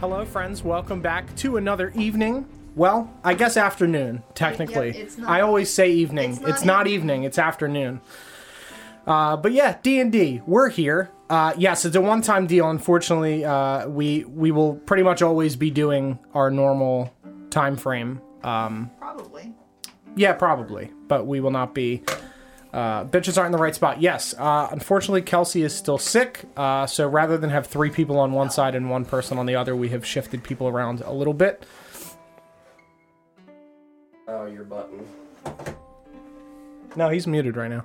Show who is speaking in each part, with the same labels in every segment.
Speaker 1: Hello, friends. Welcome back to another evening. Well, I guess afternoon, technically.
Speaker 2: Yep, it's not-
Speaker 1: I always say evening. It's
Speaker 2: it's
Speaker 1: not,
Speaker 2: not
Speaker 1: evening. It's afternoon. Uh, but yeah, D and D, we're here. Uh, yes, it's a one-time deal. Unfortunately, uh, we we will pretty much always be doing our normal time frame.
Speaker 2: Probably.
Speaker 1: Yeah, probably, but we will not be. Uh, bitches aren't in the right spot. Yes, uh, unfortunately, Kelsey is still sick. Uh, so rather than have three people on one side and one person on the other, we have shifted people around a little bit.
Speaker 3: Oh, your button.
Speaker 1: No, he's muted right now.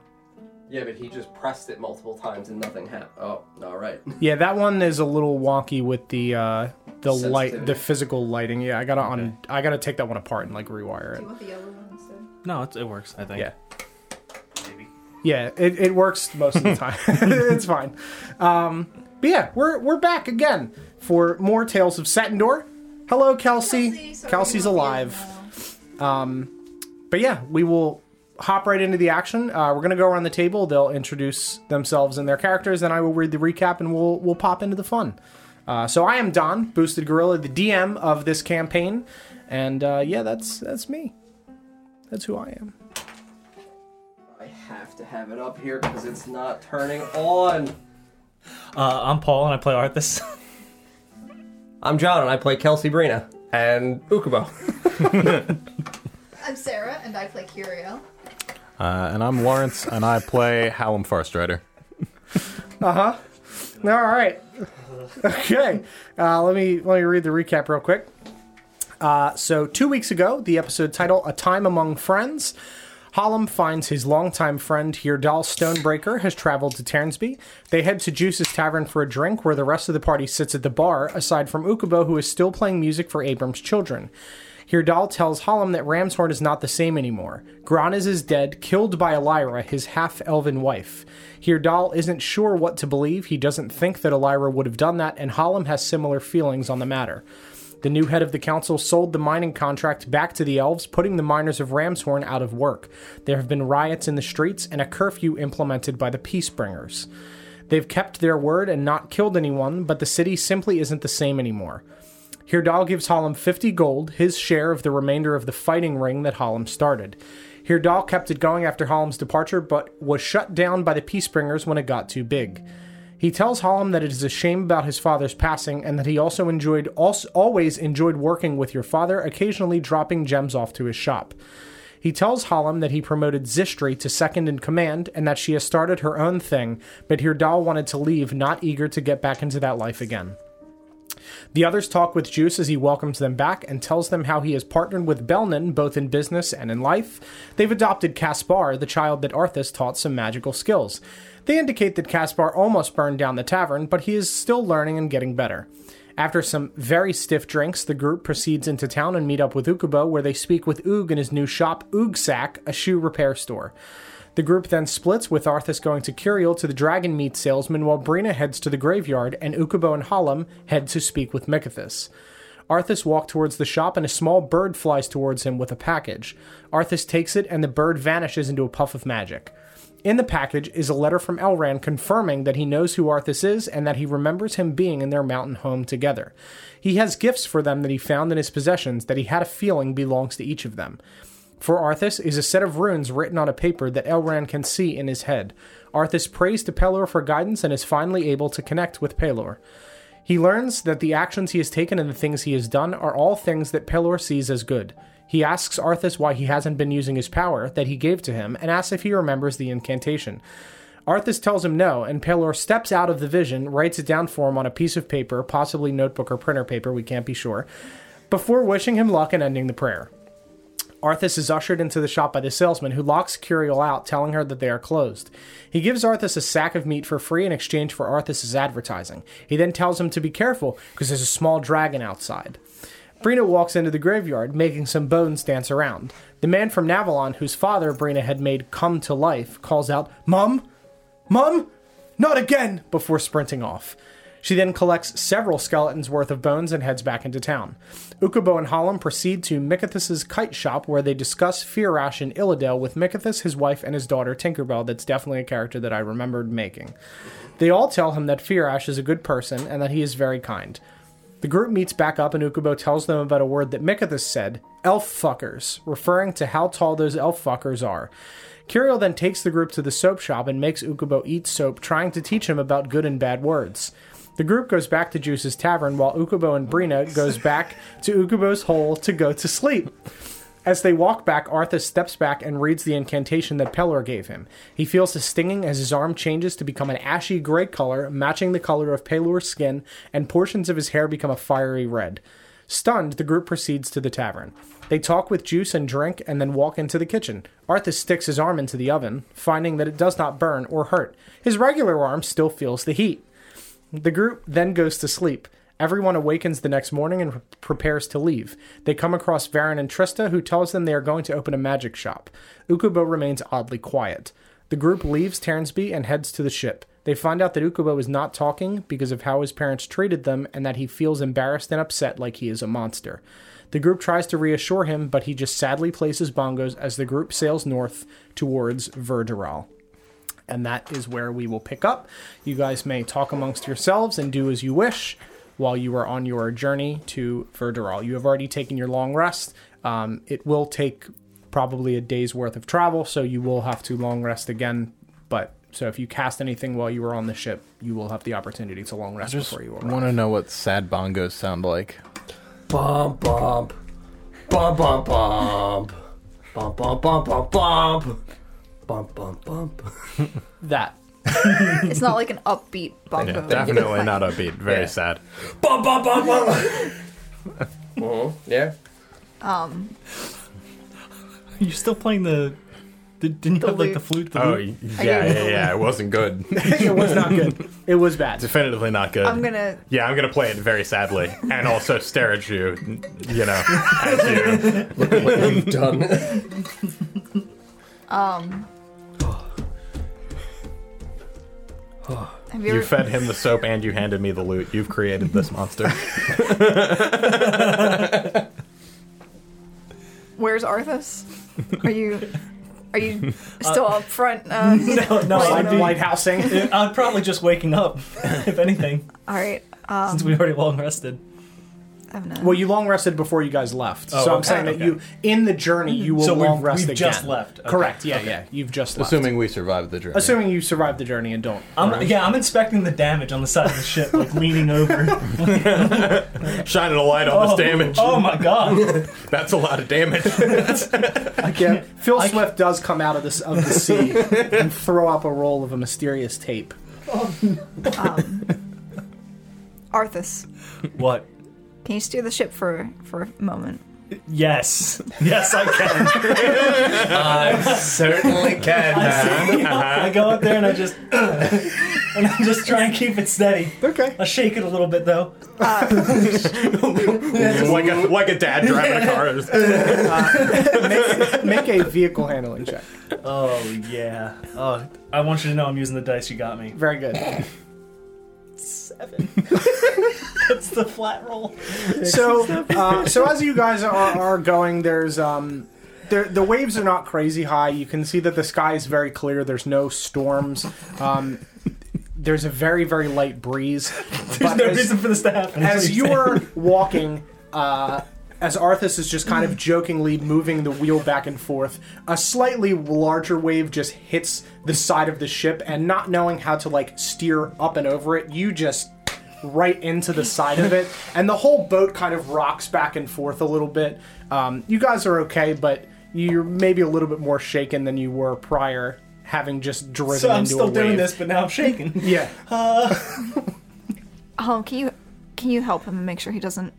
Speaker 3: Yeah, but he just pressed it multiple times and nothing happened. Oh, all right.
Speaker 1: Yeah, that one is a little wonky with the uh, the light, the
Speaker 3: Sensitivity.
Speaker 1: physical lighting. Yeah, I gotta un- I gotta take that one apart and like rewire
Speaker 2: Do you
Speaker 1: it.
Speaker 2: want the yellow one instead?
Speaker 4: No, it, it works. I think.
Speaker 1: Yeah. Yeah, it, it works most of the time. it's fine. Um, but yeah, we're we're back again for more tales of Setendor. Hello, Kelsey.
Speaker 2: sorry,
Speaker 1: Kelsey's
Speaker 2: not the
Speaker 1: alive.
Speaker 2: yellow.
Speaker 1: But yeah, we will hop right into the action. Uh, we're gonna go around the table. They'll introduce themselves and their characters. Then I will read the recap, and we'll we'll pop into the fun. Uh, so I am Don Boosted Gorilla, the DM of this campaign, and uh, yeah, that's that's me. That's who I am.
Speaker 3: I have to have it up here because it's not turning on.
Speaker 4: Uh, I'm Paul and I play Arthas.
Speaker 3: I'm John and I play Kelsey Brina and Ukubo.
Speaker 2: I'm Sarah, and I play Curio.
Speaker 5: Uh, and I'm Lawrence, and I play Hallam Farstrider.
Speaker 1: All right. Okay. Uh, let me let me read the recap real quick. Uh, so two weeks ago, the episode title "A Time Among Friends." Hallam finds his longtime friend Hirdal Stonebreaker has traveled to Ternsby. They head to Juice's Tavern for a drink, where the rest of the party sits at the bar, aside from Ukubo, who is still playing music for Abram's children. Hirdal tells Hallam that Ramshorn is not the same anymore. Granas is dead, killed by Elira, his half elven wife. Hirdal isn't sure what to believe. He doesn't think that Elira would have done that, and Hallam has similar feelings on the matter. The new head of the council sold the mining contract back to the elves, putting the miners of Ramshorn out of work. There have been riots in the streets and a curfew implemented by the Peacebringers. They've kept their word and not killed anyone, but the city simply isn't the same anymore. Hirdal gives Hallam 50 gold, his share of the remainder of the fighting ring that Hallam started. Hirdal kept it going after Hallam's departure, but was shut down by the Peacebringers when it got too big. He tells Hallam that it is a shame about his father's passing, and that he also enjoyed also, always enjoyed working with your father, occasionally dropping gems off to his shop. He tells Hallam that he promoted Zistri to second in command, and that she has started her own thing, but Hirdal wanted to leave, not eager to get back into that life again. The others talk with Juice as he welcomes them back and tells them how he has partnered with Belnan both in business and in life. They've adopted Caspar, the child that Arthas taught some magical skills. They indicate that Caspar almost burned down the tavern, but he is still learning and getting better. After some very stiff drinks, the group proceeds into town and meet up with Ukubo, where they speak with Oog in his new shop, Oogsack, a shoe repair store. The group then splits, with Arthas going to Curiel to the dragon meat salesman, while Brina heads to the graveyard, and Ukubo and Hallam head to speak with Mikathus. Arthas walks towards the shop, and a small bird flies towards him with a package. Arthas takes it, and the bird vanishes into a puff of magic. In the package is a letter from Elran confirming that he knows who Arthas is and that he remembers him being in their mountain home together. He has gifts for them that he found in his possessions that he had a feeling belongs to each of them. For Arthas is a set of runes written on a paper that Elran can see in his head. Arthas prays to Pelor for guidance and is finally able to connect with Pelor. He learns that the actions he has taken and the things he has done are all things that Pelor sees as good. He asks Arthas why he hasn't been using his power that he gave to him and asks if he remembers the incantation. Arthas tells him no, and Pelor steps out of the vision, writes it down for him on a piece of paper, possibly notebook or printer paper, we can't be sure, before wishing him luck and ending the prayer. Arthas is ushered into the shop by the salesman, who locks Curiel out, telling her that they are closed. He gives Arthas a sack of meat for free in exchange for Arthas's advertising. He then tells him to be careful, because there's a small dragon outside. Brina walks into the graveyard, making some bones dance around. The man from Navalon, whose father Brina had made come to life, calls out, Mum? Mum? Not again! before sprinting off. She then collects several skeletons worth of bones and heads back into town. Ukubo and Hallam proceed to Mikathus's kite shop where they discuss Firash and Illidel with Mikathus, his wife, and his daughter Tinkerbell. That's definitely a character that I remembered making. They all tell him that Firash is a good person and that he is very kind. The group meets back up, and Ukubo tells them about a word that Mikathus said elf fuckers, referring to how tall those elf fuckers are. Kirill then takes the group to the soap shop and makes Ukubo eat soap, trying to teach him about good and bad words. The group goes back to Juice's tavern while Ukubo and Brina goes back to Ukubo's hole to go to sleep. As they walk back, Arthas steps back and reads the incantation that Pelor gave him. He feels a stinging as his arm changes to become an ashy gray color, matching the color of Pelor's skin, and portions of his hair become a fiery red. Stunned, the group proceeds to the tavern. They talk with juice and drink and then walk into the kitchen. Arthas sticks his arm into the oven, finding that it does not burn or hurt. His regular arm still feels the heat. The group then goes to sleep. Everyone awakens the next morning and pre- prepares to leave. They come across Varen and Trista, who tells them they are going to open a magic shop. Ukubo remains oddly quiet. The group leaves Terransby and heads to the ship. They find out that Ukubo is not talking because of how his parents treated them and that he feels embarrassed and upset like he is a monster. The group tries to reassure him, but he just sadly places bongos as the group sails north towards Verderal and that is where we will pick up. You guys may talk amongst yourselves and do as you wish while you are on your journey to Verderal. You have already taken your long rest. Um, it will take probably a day's worth of travel, so you will have to long rest again. But so if you cast anything while you are on the ship, you will have the opportunity to long rest
Speaker 5: Just
Speaker 1: before you arrive.
Speaker 5: want to know what sad bongos sound like.
Speaker 3: Bump, bump. Bump, bump, bump. Bump, bump, bump, bump, bump. Bump, bump, bump.
Speaker 1: That.
Speaker 2: It's not like an upbeat bongo.
Speaker 5: Definitely not upbeat. Very
Speaker 3: Yeah.
Speaker 5: sad.
Speaker 3: Bump, bump, bump, bump. hmm Yeah.
Speaker 2: Um,
Speaker 4: You're still playing the. Did, didn't you
Speaker 2: The
Speaker 4: have like the
Speaker 2: lute.
Speaker 4: flute? The
Speaker 5: Oh
Speaker 4: lute?
Speaker 5: yeah, yeah, yeah. It wasn't good.
Speaker 1: it was not good. It was bad.
Speaker 5: Definitively not good.
Speaker 2: I'm gonna.
Speaker 5: Yeah, I'm gonna play it very sadly, and also stare at you. You know, as you.
Speaker 3: What we've done.
Speaker 2: Have you
Speaker 5: You
Speaker 2: ever?
Speaker 5: fed him the soap and you handed me the loot. You've created this monster.
Speaker 2: where's Arthas? Are you? Are you still up front? Uh,
Speaker 4: No, no,
Speaker 2: Well,
Speaker 4: I'd
Speaker 1: Light,
Speaker 4: be.
Speaker 1: lighthousing.
Speaker 4: I'm probably just waking up, if anything,
Speaker 2: all right. Um,
Speaker 4: since we already long rested.
Speaker 2: I'm not.
Speaker 1: Well, you long rested before you guys left, so I'm
Speaker 4: Oh, okay,
Speaker 1: saying that
Speaker 4: okay.
Speaker 1: you in the journey you will
Speaker 4: So we've-
Speaker 1: long rest
Speaker 4: we've
Speaker 1: again.
Speaker 4: just left. Okay,
Speaker 1: Correct. Yeah, yeah. You've just left.
Speaker 5: Assuming we survived the journey.
Speaker 1: Assuming you survived the journey and don't.
Speaker 4: I'm, yeah, I'm inspecting the damage on the side of the ship, like leaning over.
Speaker 5: Shining a light on
Speaker 4: oh,
Speaker 5: this damage.
Speaker 4: Oh my god!
Speaker 5: That's a lot of damage.
Speaker 1: Yeah, uh, Phil
Speaker 4: I can't-
Speaker 1: Swift does come out of this of the sea and throw up a roll of a mysterious tape.
Speaker 2: um, Arthas,
Speaker 4: What?
Speaker 2: can you steer the ship for for a moment?
Speaker 4: Yes, yes, I
Speaker 5: Uh-huh,
Speaker 4: can.
Speaker 5: Certainly can. uh-huh.
Speaker 4: I go up there and I just and I just try and keep it steady.
Speaker 1: Okay.
Speaker 4: I shake it a little bit though.
Speaker 5: like a like a dad driving a car.
Speaker 1: Make, make a vehicle handling check.
Speaker 4: Oh yeah. Oh, I want you to know I'm using the dice you got me.
Speaker 1: Very good.
Speaker 4: Seven. That's the flat roll.
Speaker 1: So, uh, so as you guys are, are going, there's um, there, the waves are not crazy high. You can see that the sky is very clear. There's no storms. Um, there's a very very light breeze.
Speaker 4: There's
Speaker 1: But
Speaker 4: no
Speaker 1: as-
Speaker 4: reason for this to happen. is
Speaker 1: as
Speaker 4: what
Speaker 1: you
Speaker 4: you're
Speaker 1: are walking, uh, as Arthas is just kind of jokingly moving the wheel back and forth, a slightly larger wave just hits the side of the ship, and not knowing how to like steer up and over it, you just right into the side of it, and the whole boat kind of rocks back and forth a little bit. Um, you guys are okay, but you're maybe a little bit more shaken than you were prior, having just driven
Speaker 4: saying. So I'm
Speaker 1: into a
Speaker 4: still
Speaker 1: wave.
Speaker 4: doing this, but now I'm shaking.
Speaker 1: Yeah.
Speaker 2: Um, can you can you help him and make sure he doesn't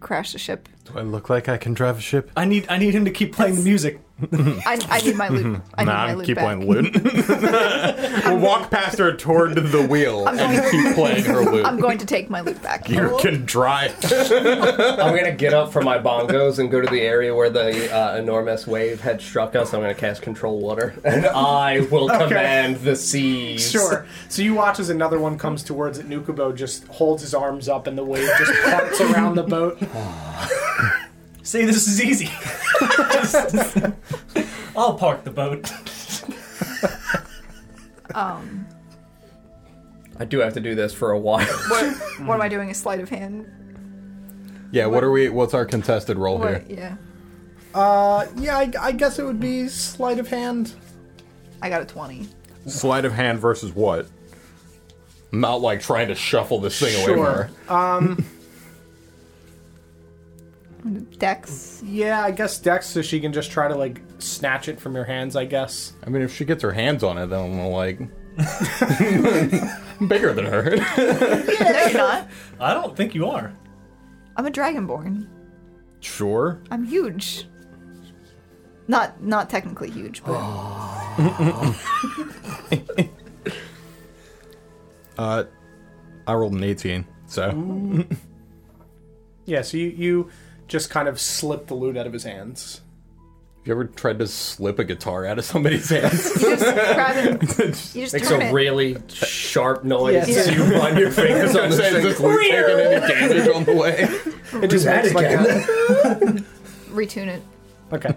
Speaker 2: crash the ship?
Speaker 5: Do I look like I can drive a ship?
Speaker 4: I need I need him to keep playing the music.
Speaker 2: I, I need my loot. I need
Speaker 5: Nah,
Speaker 2: my
Speaker 5: I'm
Speaker 2: loot
Speaker 5: keep
Speaker 2: back.
Speaker 5: playing loot. we'll walk past her toward the wheel and just keep playing her loot.
Speaker 2: I'm going to take my loot back.
Speaker 5: you can drive.
Speaker 3: I'm gonna get up from my bongos and go to the area where the uh, enormous wave had struck us. I'm gonna cast control water, and I will command the seas.
Speaker 1: Sure. So you watch as another one comes towards it. Nukubo just holds his arms up, and the wave just parts around the boat.
Speaker 4: See, this is easy. I'll park the boat.
Speaker 2: Um,
Speaker 3: I do have to do this for a while.
Speaker 2: what, what am I doing? A sleight of hand?
Speaker 5: Yeah, what are we? What's our contested roll here?
Speaker 2: What? Yeah.
Speaker 1: Uh, yeah, I, I guess it would be sleight of hand.
Speaker 2: I got a 20.
Speaker 5: Sleight of hand versus what? Not like trying to shuffle this thing away from
Speaker 1: Sure.
Speaker 5: her.
Speaker 2: Dex.
Speaker 1: Yeah, I guess Dex, so she can just try to like snatch it from your hands. I guess.
Speaker 5: I mean, if she gets her hands on it, then I'm like bigger than her.
Speaker 2: No, you're not.
Speaker 4: I don't think you are.
Speaker 2: I'm a dragonborn.
Speaker 5: sure.
Speaker 2: I'm huge. Not not technically huge, but
Speaker 5: Uh, I rolled an 18, so
Speaker 1: Yeah. So you you just kind of slip the loot out of his hands.
Speaker 5: Have you ever tried to slip a guitar out of somebody's hands?
Speaker 2: you just grab it. You just
Speaker 3: Makes
Speaker 2: turn
Speaker 3: a
Speaker 2: it.
Speaker 3: really sharp noise
Speaker 1: Yes.
Speaker 3: as you run your fingers on the
Speaker 5: Is
Speaker 3: thing.
Speaker 5: this loot taking any damage on the way?
Speaker 1: It just
Speaker 3: that
Speaker 1: makes like a,
Speaker 2: retune it,
Speaker 1: okay.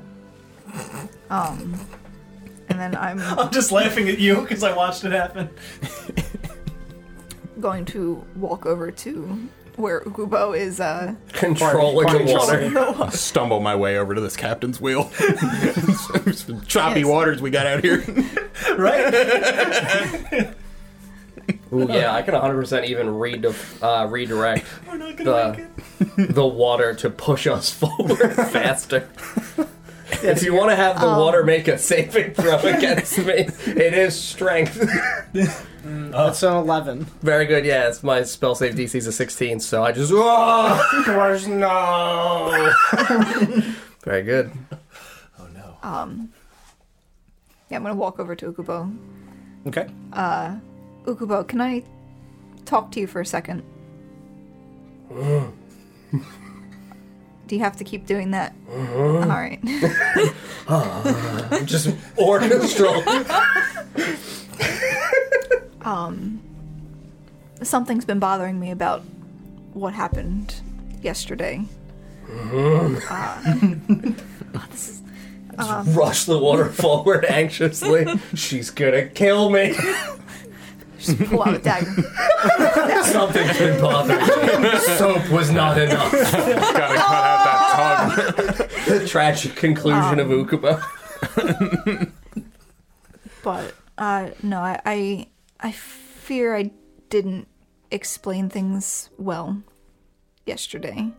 Speaker 2: and then I'm
Speaker 4: I'm just laughing at you because I watched it happen.
Speaker 2: going to walk over to where Ukubo is. Uh,
Speaker 3: Controlling the water.
Speaker 5: Stumble my way over to this captain's wheel. Some choppy
Speaker 2: Yes.
Speaker 5: waters we got out here.
Speaker 4: Right?
Speaker 3: Ooh, yeah, I can 100% even redef- uh, redirect
Speaker 4: We're not gonna
Speaker 3: The-
Speaker 4: make it.
Speaker 3: the water to push us forward faster. If you want to have the
Speaker 2: Um,
Speaker 3: water make a saving throw against me, it is strength.
Speaker 1: That's an eleven.
Speaker 3: Very good, yeah. It's my spell save DC is a 16, so I just. Oh!
Speaker 1: no.
Speaker 3: Very good.
Speaker 4: Oh no.
Speaker 2: yeah, I'm gonna walk over to Ukubo.
Speaker 1: Okay.
Speaker 2: Ukubo, can I talk to you for a second? Do you have to keep doing that? All right.
Speaker 3: Just orchestral.
Speaker 2: Something's been bothering me about what happened yesterday.
Speaker 3: Rush the water forward anxiously. She's gonna kill me.
Speaker 2: Just pull out a dagger.
Speaker 3: Something's been bothering me. Soap was not enough.
Speaker 5: Gotta cut out that tongue.
Speaker 3: The tragic conclusion of Ukubo.
Speaker 2: but uh, no, I, I I fear I didn't explain things well yesterday.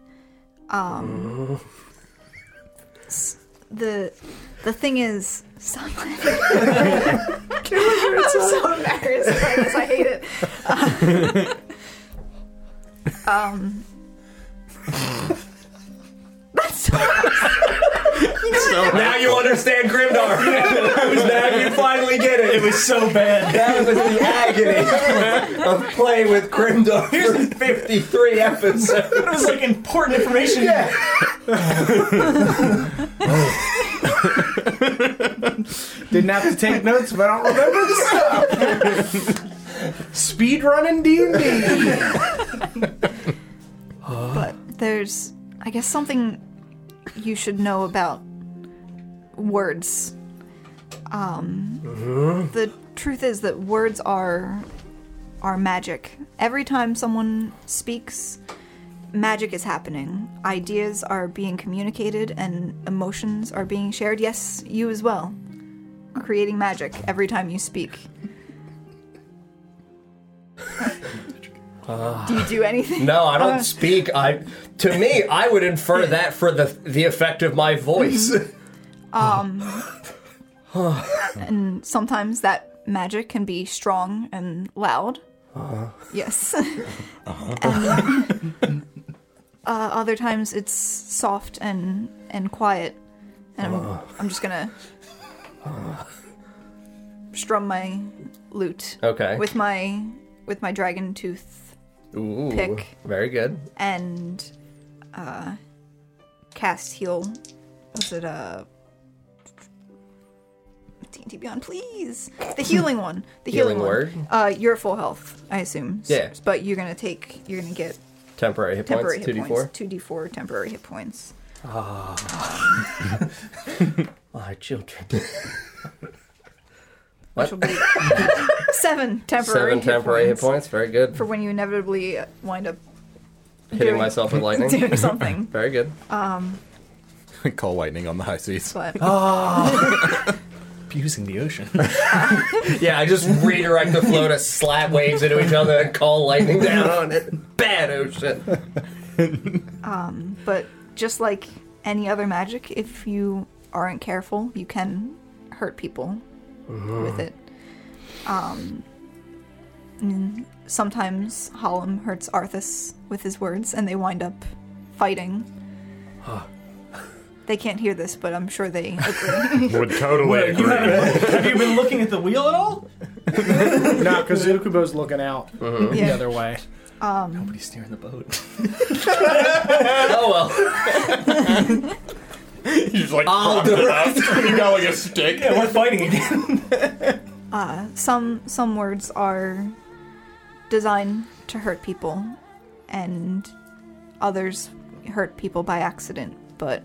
Speaker 2: Um, s- the the thing is, stop laughing. I'm so embarrassed by this. I hate it. Uh, um. That's
Speaker 5: So
Speaker 3: Now you understand Grimdar. now you finally get it.
Speaker 4: It was so Oh, bad.
Speaker 3: That was the agony of playing with Grimdar for 53 episodes.
Speaker 4: It was like important information.
Speaker 1: Didn't have to take notes, but I don't remember the stuff. Speed running D and D.
Speaker 2: But there's, I guess, something you should know about words. Um, the truth is that words are are magic. Every time someone speaks, magic is happening. Ideas are being communicated, and emotions are being shared. Yes, you as well. Creating magic every time you speak. do you do anything?
Speaker 3: No, I don't speak. I to me, I would infer that for the the effect of my voice.
Speaker 2: and sometimes that magic can be strong and loud.
Speaker 3: Uh-huh.
Speaker 2: Yes. Uh-huh. and, uh, other times it's soft and and quiet, and
Speaker 3: Uh-huh.
Speaker 2: I'm, I'm just gonna strum my lute
Speaker 3: Okay.
Speaker 2: with my with my dragon tooth
Speaker 3: Ooh,
Speaker 2: pick.
Speaker 3: Very good.
Speaker 2: and uh, cast heal. Was it uh, D&D Beyond? Please, the healing one. The healing,
Speaker 3: Healing
Speaker 2: one.
Speaker 3: word?
Speaker 2: Uh, you're full health, I assume. S-
Speaker 3: Yeah.
Speaker 2: But you're gonna take. You're gonna get
Speaker 3: Temporary hit
Speaker 2: temporary
Speaker 3: points. Two d
Speaker 2: hit points.
Speaker 3: four.
Speaker 2: Two D four temporary hit points.
Speaker 3: Ah. My children.
Speaker 2: Which will be seven temporary.
Speaker 3: Seven
Speaker 2: hit
Speaker 3: temporary hit
Speaker 2: points
Speaker 3: points. Very good.
Speaker 2: for when you inevitably wind up
Speaker 3: hitting
Speaker 2: Doing-
Speaker 3: myself with lightning.
Speaker 2: doing something.
Speaker 3: Very good.
Speaker 5: Call lightning on the high seas.
Speaker 2: But
Speaker 4: Abusing the ocean.
Speaker 3: Yeah, I just redirect the flow to slap waves into each other and call lightning down on it. Bad oh, ocean.
Speaker 2: but just like any other magic, if you aren't careful, you can hurt people with it. Um, and sometimes Hallam hurts Arthas with his words, and they wind up fighting. they can't hear this, but I'm sure they agree.
Speaker 6: Would totally
Speaker 4: you
Speaker 6: agree.
Speaker 4: haven't, have you been looking at the wheel at all?
Speaker 1: No, because Zukubo's looking out
Speaker 5: Mm-hmm.
Speaker 1: the
Speaker 2: Yeah.
Speaker 1: other way.
Speaker 4: Nobody's steering the boat.
Speaker 3: Oh well.
Speaker 6: You just like
Speaker 3: I'll
Speaker 6: prop it up. You got like a stick.
Speaker 4: Yeah, we're fighting again.
Speaker 2: some some words are designed to hurt people and others hurt people by accident but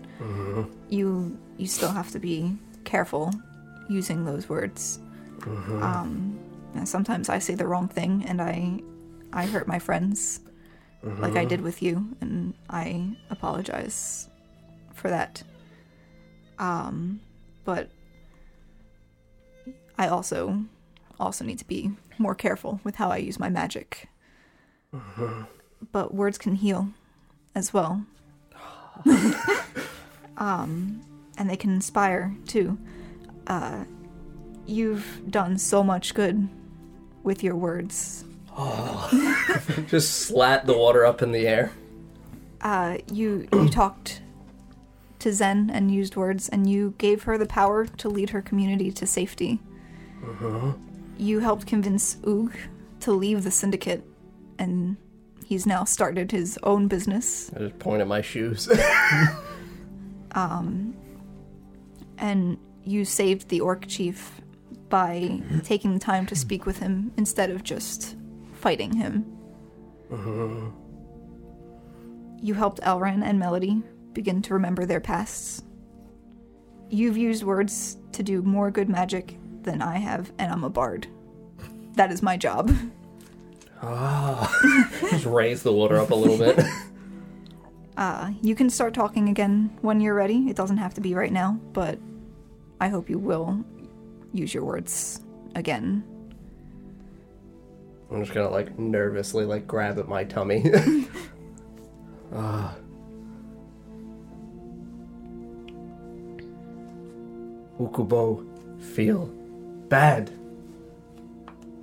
Speaker 2: you you still have to be careful using those words um, and sometimes i say the wrong thing and i i hurt my friends like i did with you and i apologize for that um, but i also also need to be more careful with how I use my magic. But words can heal as well. um, and they can inspire too. Uh, you've done so much good with your words.
Speaker 3: Just slap the water up in the air.
Speaker 2: Uh, you you talked to Zen and used words, and you gave her the power to lead her community to safety. You helped convince Oog to leave the syndicate, and he's now started his own business.
Speaker 3: I just point at my shoes.
Speaker 2: And you saved the orc chief by taking the time to speak with him instead of just fighting him. You helped Elrin and Melody begin to remember their pasts. You've used words to do more good magic than I have, and I'm a bard. That is my job.
Speaker 3: just raise the water up a little bit.
Speaker 2: Uh, You can start talking again when you're ready. It doesn't have to be right now, but I hope you will use your words again.
Speaker 3: I'm just gonna like nervously like grab at my tummy. Ah. Ukubo feel bad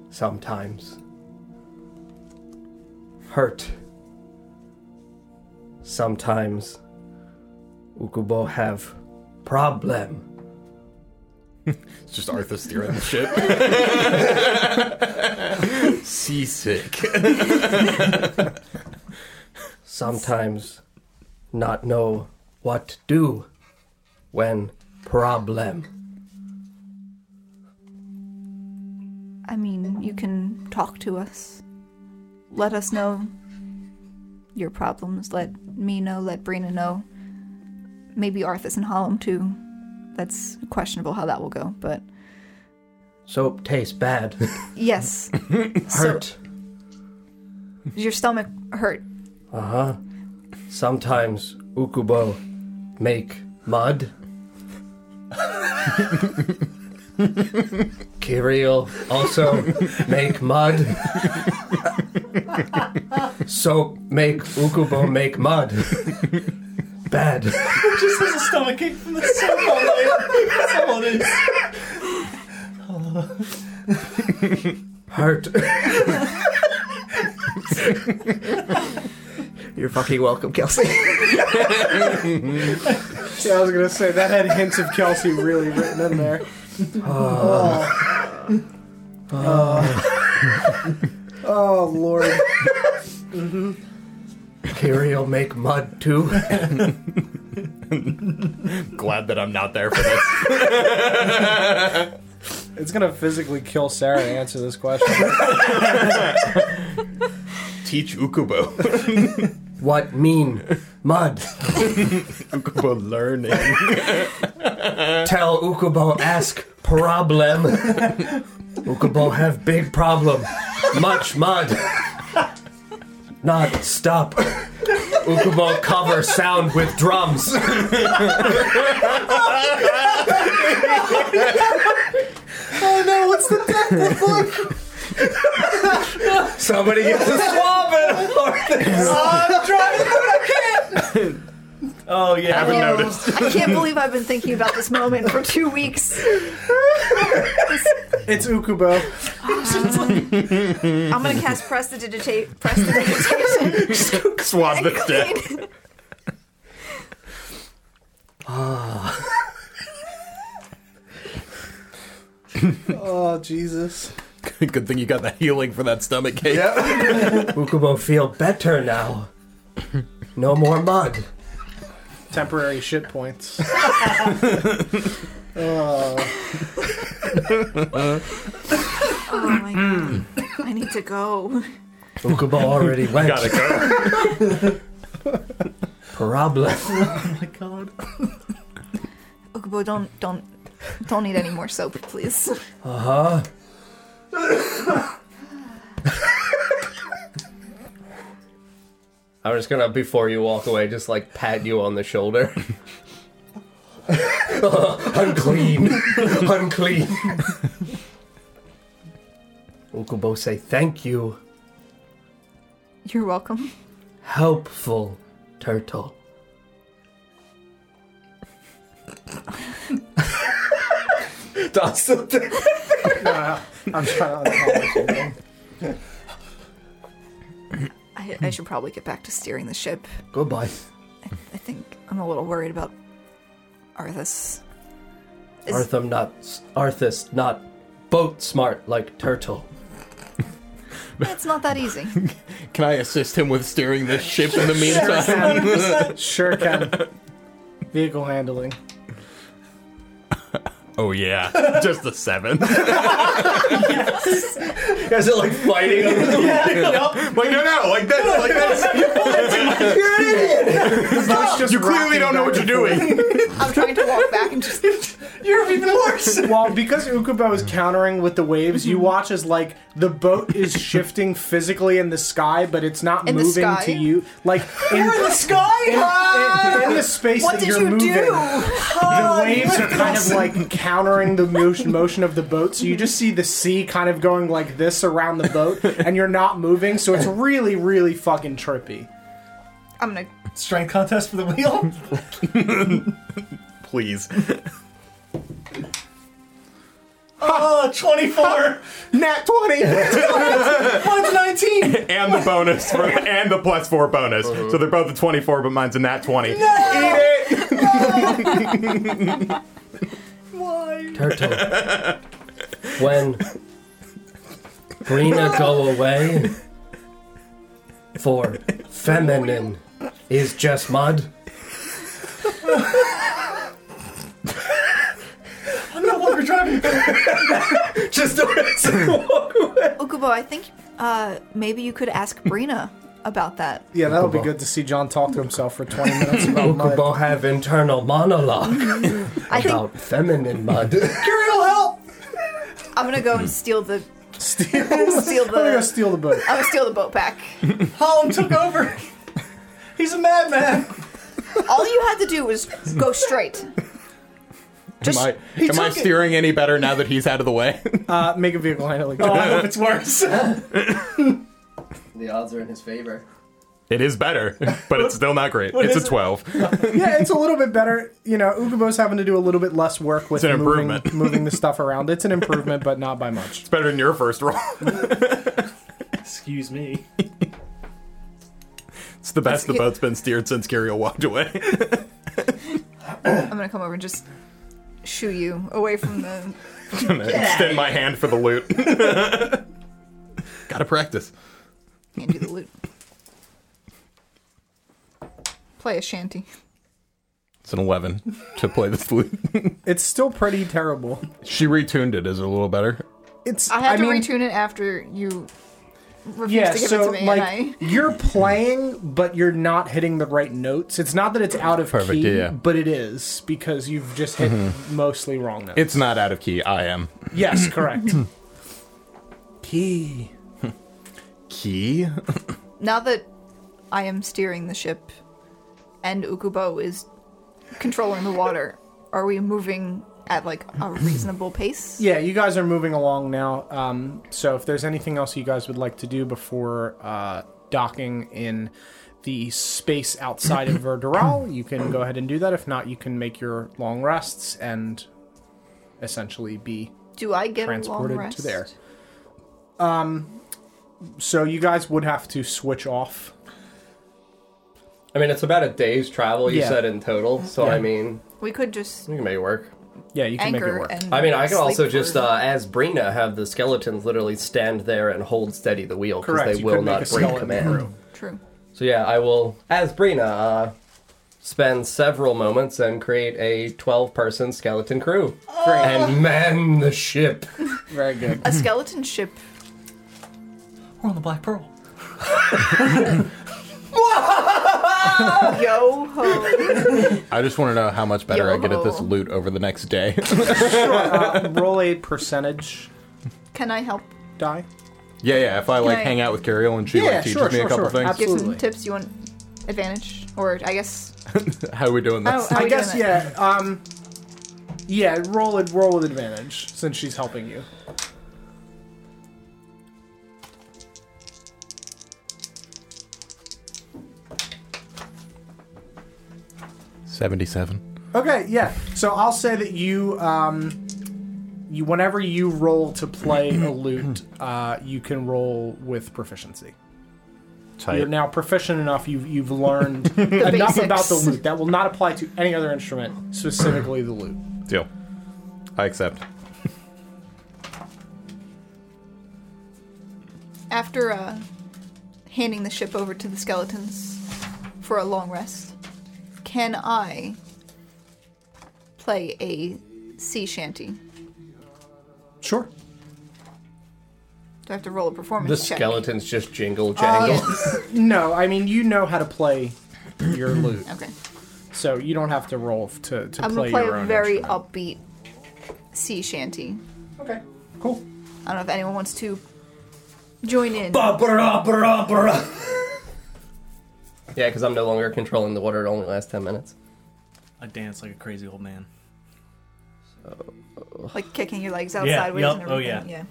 Speaker 3: sometimes. Hurt. Sometimes Ukubo have problem.
Speaker 5: It's just Arthur steering the ship. Seasick.
Speaker 3: sometimes not know what to do when problem.
Speaker 2: I mean, you can talk to us. Let us know your problems. Let me know. Let Brina know. Maybe Arthas and Hollum too. That's questionable how that will go, but
Speaker 3: Soap tastes bad.
Speaker 2: yes. So-
Speaker 3: Hurt.
Speaker 2: your stomach hurt.
Speaker 3: Uh huh. Sometimes ukubo make mud. Kirill also make mud. Soap make ukubo make mud. Bad.
Speaker 4: just has a stomach ache from the sun all day. That's all it is.
Speaker 3: Hurt. You're fucking welcome, Kelsey.
Speaker 1: Yeah, I was gonna say that had hints of Kelsey really written in there. Oh, oh. Oh, lord.
Speaker 3: Kirill make mud too.
Speaker 5: Glad that I'm not there for this.
Speaker 1: It's gonna physically kill Sarah to answer this question.
Speaker 5: Teach Ukubo.
Speaker 3: What mean mud?
Speaker 5: Ukubo learning.
Speaker 3: Tell Ukubo ask problem. Ukubo have big problem. Much mud. Not stop. Ukubo cover sound with drums.
Speaker 1: Oh no, what's the death look like?
Speaker 3: Somebody gets a swab and
Speaker 4: Oh yeah.
Speaker 5: Haven't noticed.
Speaker 2: I can't believe I've been thinking about this moment for two weeks.
Speaker 1: It's Ukubo.
Speaker 2: I'm gonna cast prestidigita- prestidigitation.
Speaker 5: Swab the dead.
Speaker 1: Oh Jesus.
Speaker 5: Good thing you got the healing for that stomach cake.
Speaker 3: Ukubo feel better now. No more mud.
Speaker 1: Temporary shit points.
Speaker 2: oh my god. I need to go.
Speaker 3: Ukubo already went.
Speaker 5: Gotta go.
Speaker 3: Parabola.
Speaker 4: Oh my god.
Speaker 2: Okubo, don't don't don't need any more soap, please.
Speaker 3: Uh-huh. I'm just gonna, before you walk away, just like pat you on the shoulder. unclean. unclean. Ukubo say thank you,
Speaker 2: You're welcome.
Speaker 3: helpful turtle. Dawson,
Speaker 1: Nah, I'm trying to uncover something.
Speaker 2: I, I should probably get back to steering the ship.
Speaker 3: goodbye.
Speaker 2: I think I'm a little worried about Arthas. Is-
Speaker 3: Arthur not Arthas not boat smart like turtle.
Speaker 2: It's not that easy.
Speaker 5: Can I assist him with steering this ship in the meantime?
Speaker 1: Sure can. Vehicle handling.
Speaker 5: oh yeah, just the seven. like
Speaker 3: You guys are like fighting.
Speaker 5: no, no, like this, like this. You clearly don't know what you're doing.
Speaker 2: I'm trying to walk back and just.
Speaker 4: You're even worse.
Speaker 1: Well, because Ukubo is countering with the waves,
Speaker 2: Mm-hmm.
Speaker 1: you watch as like the boat is shifting physically in the sky, but it's not
Speaker 2: In the
Speaker 1: moving
Speaker 2: sky?
Speaker 1: to you. Like in,
Speaker 4: You're in the sky.
Speaker 1: in, in the space
Speaker 2: What
Speaker 1: that
Speaker 2: did
Speaker 1: you're
Speaker 2: you
Speaker 1: moving.
Speaker 2: do?
Speaker 1: The waves are kind of like countering the motion, motion of the boat, so you just see the sea kind of going like this around the boat, and you're not moving, so it's really, really fucking trippy.
Speaker 2: I'm gonna.
Speaker 4: Strength contest for the wheel.
Speaker 5: Please.
Speaker 4: Oh, 24.
Speaker 1: Nat 20!
Speaker 4: Mine's 19.
Speaker 5: And the bonus for, and the plus four bonus. So they're both a 24, but mine's a nat 20.
Speaker 3: Turtle. when Brina go away for feminine is just mud.
Speaker 4: I'm no longer driving.
Speaker 3: Just walk away.
Speaker 2: Ukubo, I think uh, maybe you could ask Brina about that.
Speaker 1: yeah, that'll be good to see John talk to himself for 20 minutes about mud.
Speaker 3: Ukubo have internal monologue
Speaker 2: I think
Speaker 3: about feminine mud.
Speaker 4: Curiel, help.
Speaker 2: I'm gonna go and steal the.
Speaker 1: Steal,
Speaker 2: Steal
Speaker 1: I'm gonna go
Speaker 2: the.
Speaker 1: steal the boat.
Speaker 2: I'm gonna steal the boat back.
Speaker 4: Holland took over. He's a madman.
Speaker 2: All you had to do was go straight.
Speaker 5: Am I, am I steering any better now that he's out of the way?
Speaker 1: Uh, make a vehicle handling.
Speaker 4: Oh, I hope it's worse.
Speaker 3: The odds are in his favor.
Speaker 5: It is better, but it's still not great. It's a
Speaker 4: is it?
Speaker 5: 12.
Speaker 1: yeah, it's a little bit better. You know, Ukubo's having to do a little bit less work with
Speaker 5: It's an
Speaker 1: moving,
Speaker 5: improvement.
Speaker 1: moving the stuff around. It's an improvement, but not by much.
Speaker 5: It's better than your first roll.
Speaker 4: Excuse me.
Speaker 5: It's the best the boat's been steered since Kiriel walked away.
Speaker 2: I'm gonna come over and just shoo you away from the.
Speaker 5: I'm gonna extend my hand for the loot. Gotta practice.
Speaker 2: and do the loot. Play a shanty.
Speaker 5: It's an 11 to play this flute.
Speaker 1: It's still pretty terrible.
Speaker 5: she retuned it. Is it a little better?
Speaker 1: It's
Speaker 2: I had to
Speaker 1: mean,
Speaker 2: retune it after you refused
Speaker 1: Yeah,
Speaker 2: to give
Speaker 1: so
Speaker 2: it to me,
Speaker 1: like
Speaker 2: and
Speaker 1: you're playing, but you're not hitting the right notes. It's not that it's out of
Speaker 5: Perfect,
Speaker 1: key,
Speaker 5: yeah. Mm-hmm.
Speaker 1: but it is because you've just hit mostly wrong notes.
Speaker 5: It's not out of key. I am.
Speaker 1: yes, correct. key.
Speaker 5: Key?
Speaker 2: I now that I am steering the ship, and Ukubo is controlling the water. Are we moving at like a reasonable pace?
Speaker 1: Yeah, you guys are moving along now. Um, so if there's anything else you guys would like to do before uh, docking in the space outside of Verderal, you can go ahead and do that. If not, you can make your long rests and essentially be
Speaker 2: Do I get a long
Speaker 1: transported
Speaker 2: rest?
Speaker 1: to there. Um, so you guys would have to switch off.
Speaker 3: I mean, it's about a day's travel you
Speaker 1: Yeah.
Speaker 3: said in total. So I mean,
Speaker 2: We could just
Speaker 3: we can make it work.
Speaker 1: Yeah, you can make it
Speaker 2: anchor
Speaker 1: work.
Speaker 2: and.
Speaker 3: I mean, I could
Speaker 2: sleep
Speaker 3: also
Speaker 2: for-
Speaker 3: just, uh, as Brina, have the skeletons literally stand there and hold steady the wheel because
Speaker 1: Correct,
Speaker 3: they
Speaker 1: you
Speaker 3: will
Speaker 1: could make a
Speaker 3: not break
Speaker 1: skeleton
Speaker 3: command.
Speaker 2: True.
Speaker 3: So yeah, I will, as Brina, uh, spend several moments and create a 12-person skeleton crew and man the ship.
Speaker 1: Very good.
Speaker 2: A skeleton ship.
Speaker 4: We're on the Black Pearl.
Speaker 2: Yo ho!
Speaker 5: I just want to know how much better I get at this
Speaker 2: Yo.
Speaker 5: loot over the next day.
Speaker 1: Uh, Roll a percentage
Speaker 2: Can I help?
Speaker 1: die.
Speaker 5: yeah, yeah. If I like
Speaker 2: I-
Speaker 5: hang out with Curiel and she
Speaker 1: Yeah,
Speaker 5: like teaches
Speaker 1: sure,
Speaker 5: me
Speaker 1: sure,
Speaker 5: a couple
Speaker 1: sure.
Speaker 5: things,
Speaker 1: Absolutely.
Speaker 2: Give some tips. You want advantage, or I guess
Speaker 5: how are we doing
Speaker 2: Oh,
Speaker 5: this?
Speaker 2: how
Speaker 1: I
Speaker 2: we
Speaker 1: guess
Speaker 2: doing it?
Speaker 1: yeah. Um, yeah, roll it. Roll with advantage since she's helping you.
Speaker 2: uh,
Speaker 5: Seventy-seven.
Speaker 1: Okay, yeah. So I'll say that you, um, you whenever you roll to play a lute, uh, you can roll with proficiency. You're now proficient enough. You've you've learned enough
Speaker 2: basics.
Speaker 1: about the lute that will not apply to any other instrument, specifically the lute.
Speaker 5: Deal. I accept.
Speaker 2: after uh, handing the ship over to the skeletons for a long rest, can I play a sea shanty? Do
Speaker 1: Sure.
Speaker 2: I have to roll a performance
Speaker 3: The
Speaker 2: check? Oh,
Speaker 3: skeletons just jingle jangle.
Speaker 1: No, I mean you know how to play your lute,
Speaker 2: Okay,
Speaker 1: so you don't have to roll f- to to
Speaker 2: I'm
Speaker 1: play,
Speaker 2: gonna play
Speaker 1: your
Speaker 2: a
Speaker 1: own
Speaker 2: very
Speaker 1: instrument.
Speaker 2: upbeat sea shanty.
Speaker 1: Okay. Cool.
Speaker 2: I don't know if anyone wants to join in.
Speaker 4: Ba ba ba ba.
Speaker 3: Yeah, because I'm no longer controlling the water. It only lasts 10 minutes.
Speaker 4: I dance like a crazy old man.
Speaker 2: like kicking your legs out
Speaker 4: Yeah,
Speaker 2: sideways
Speaker 4: yup,
Speaker 2: and
Speaker 4: oh,
Speaker 2: everything.
Speaker 4: yeah.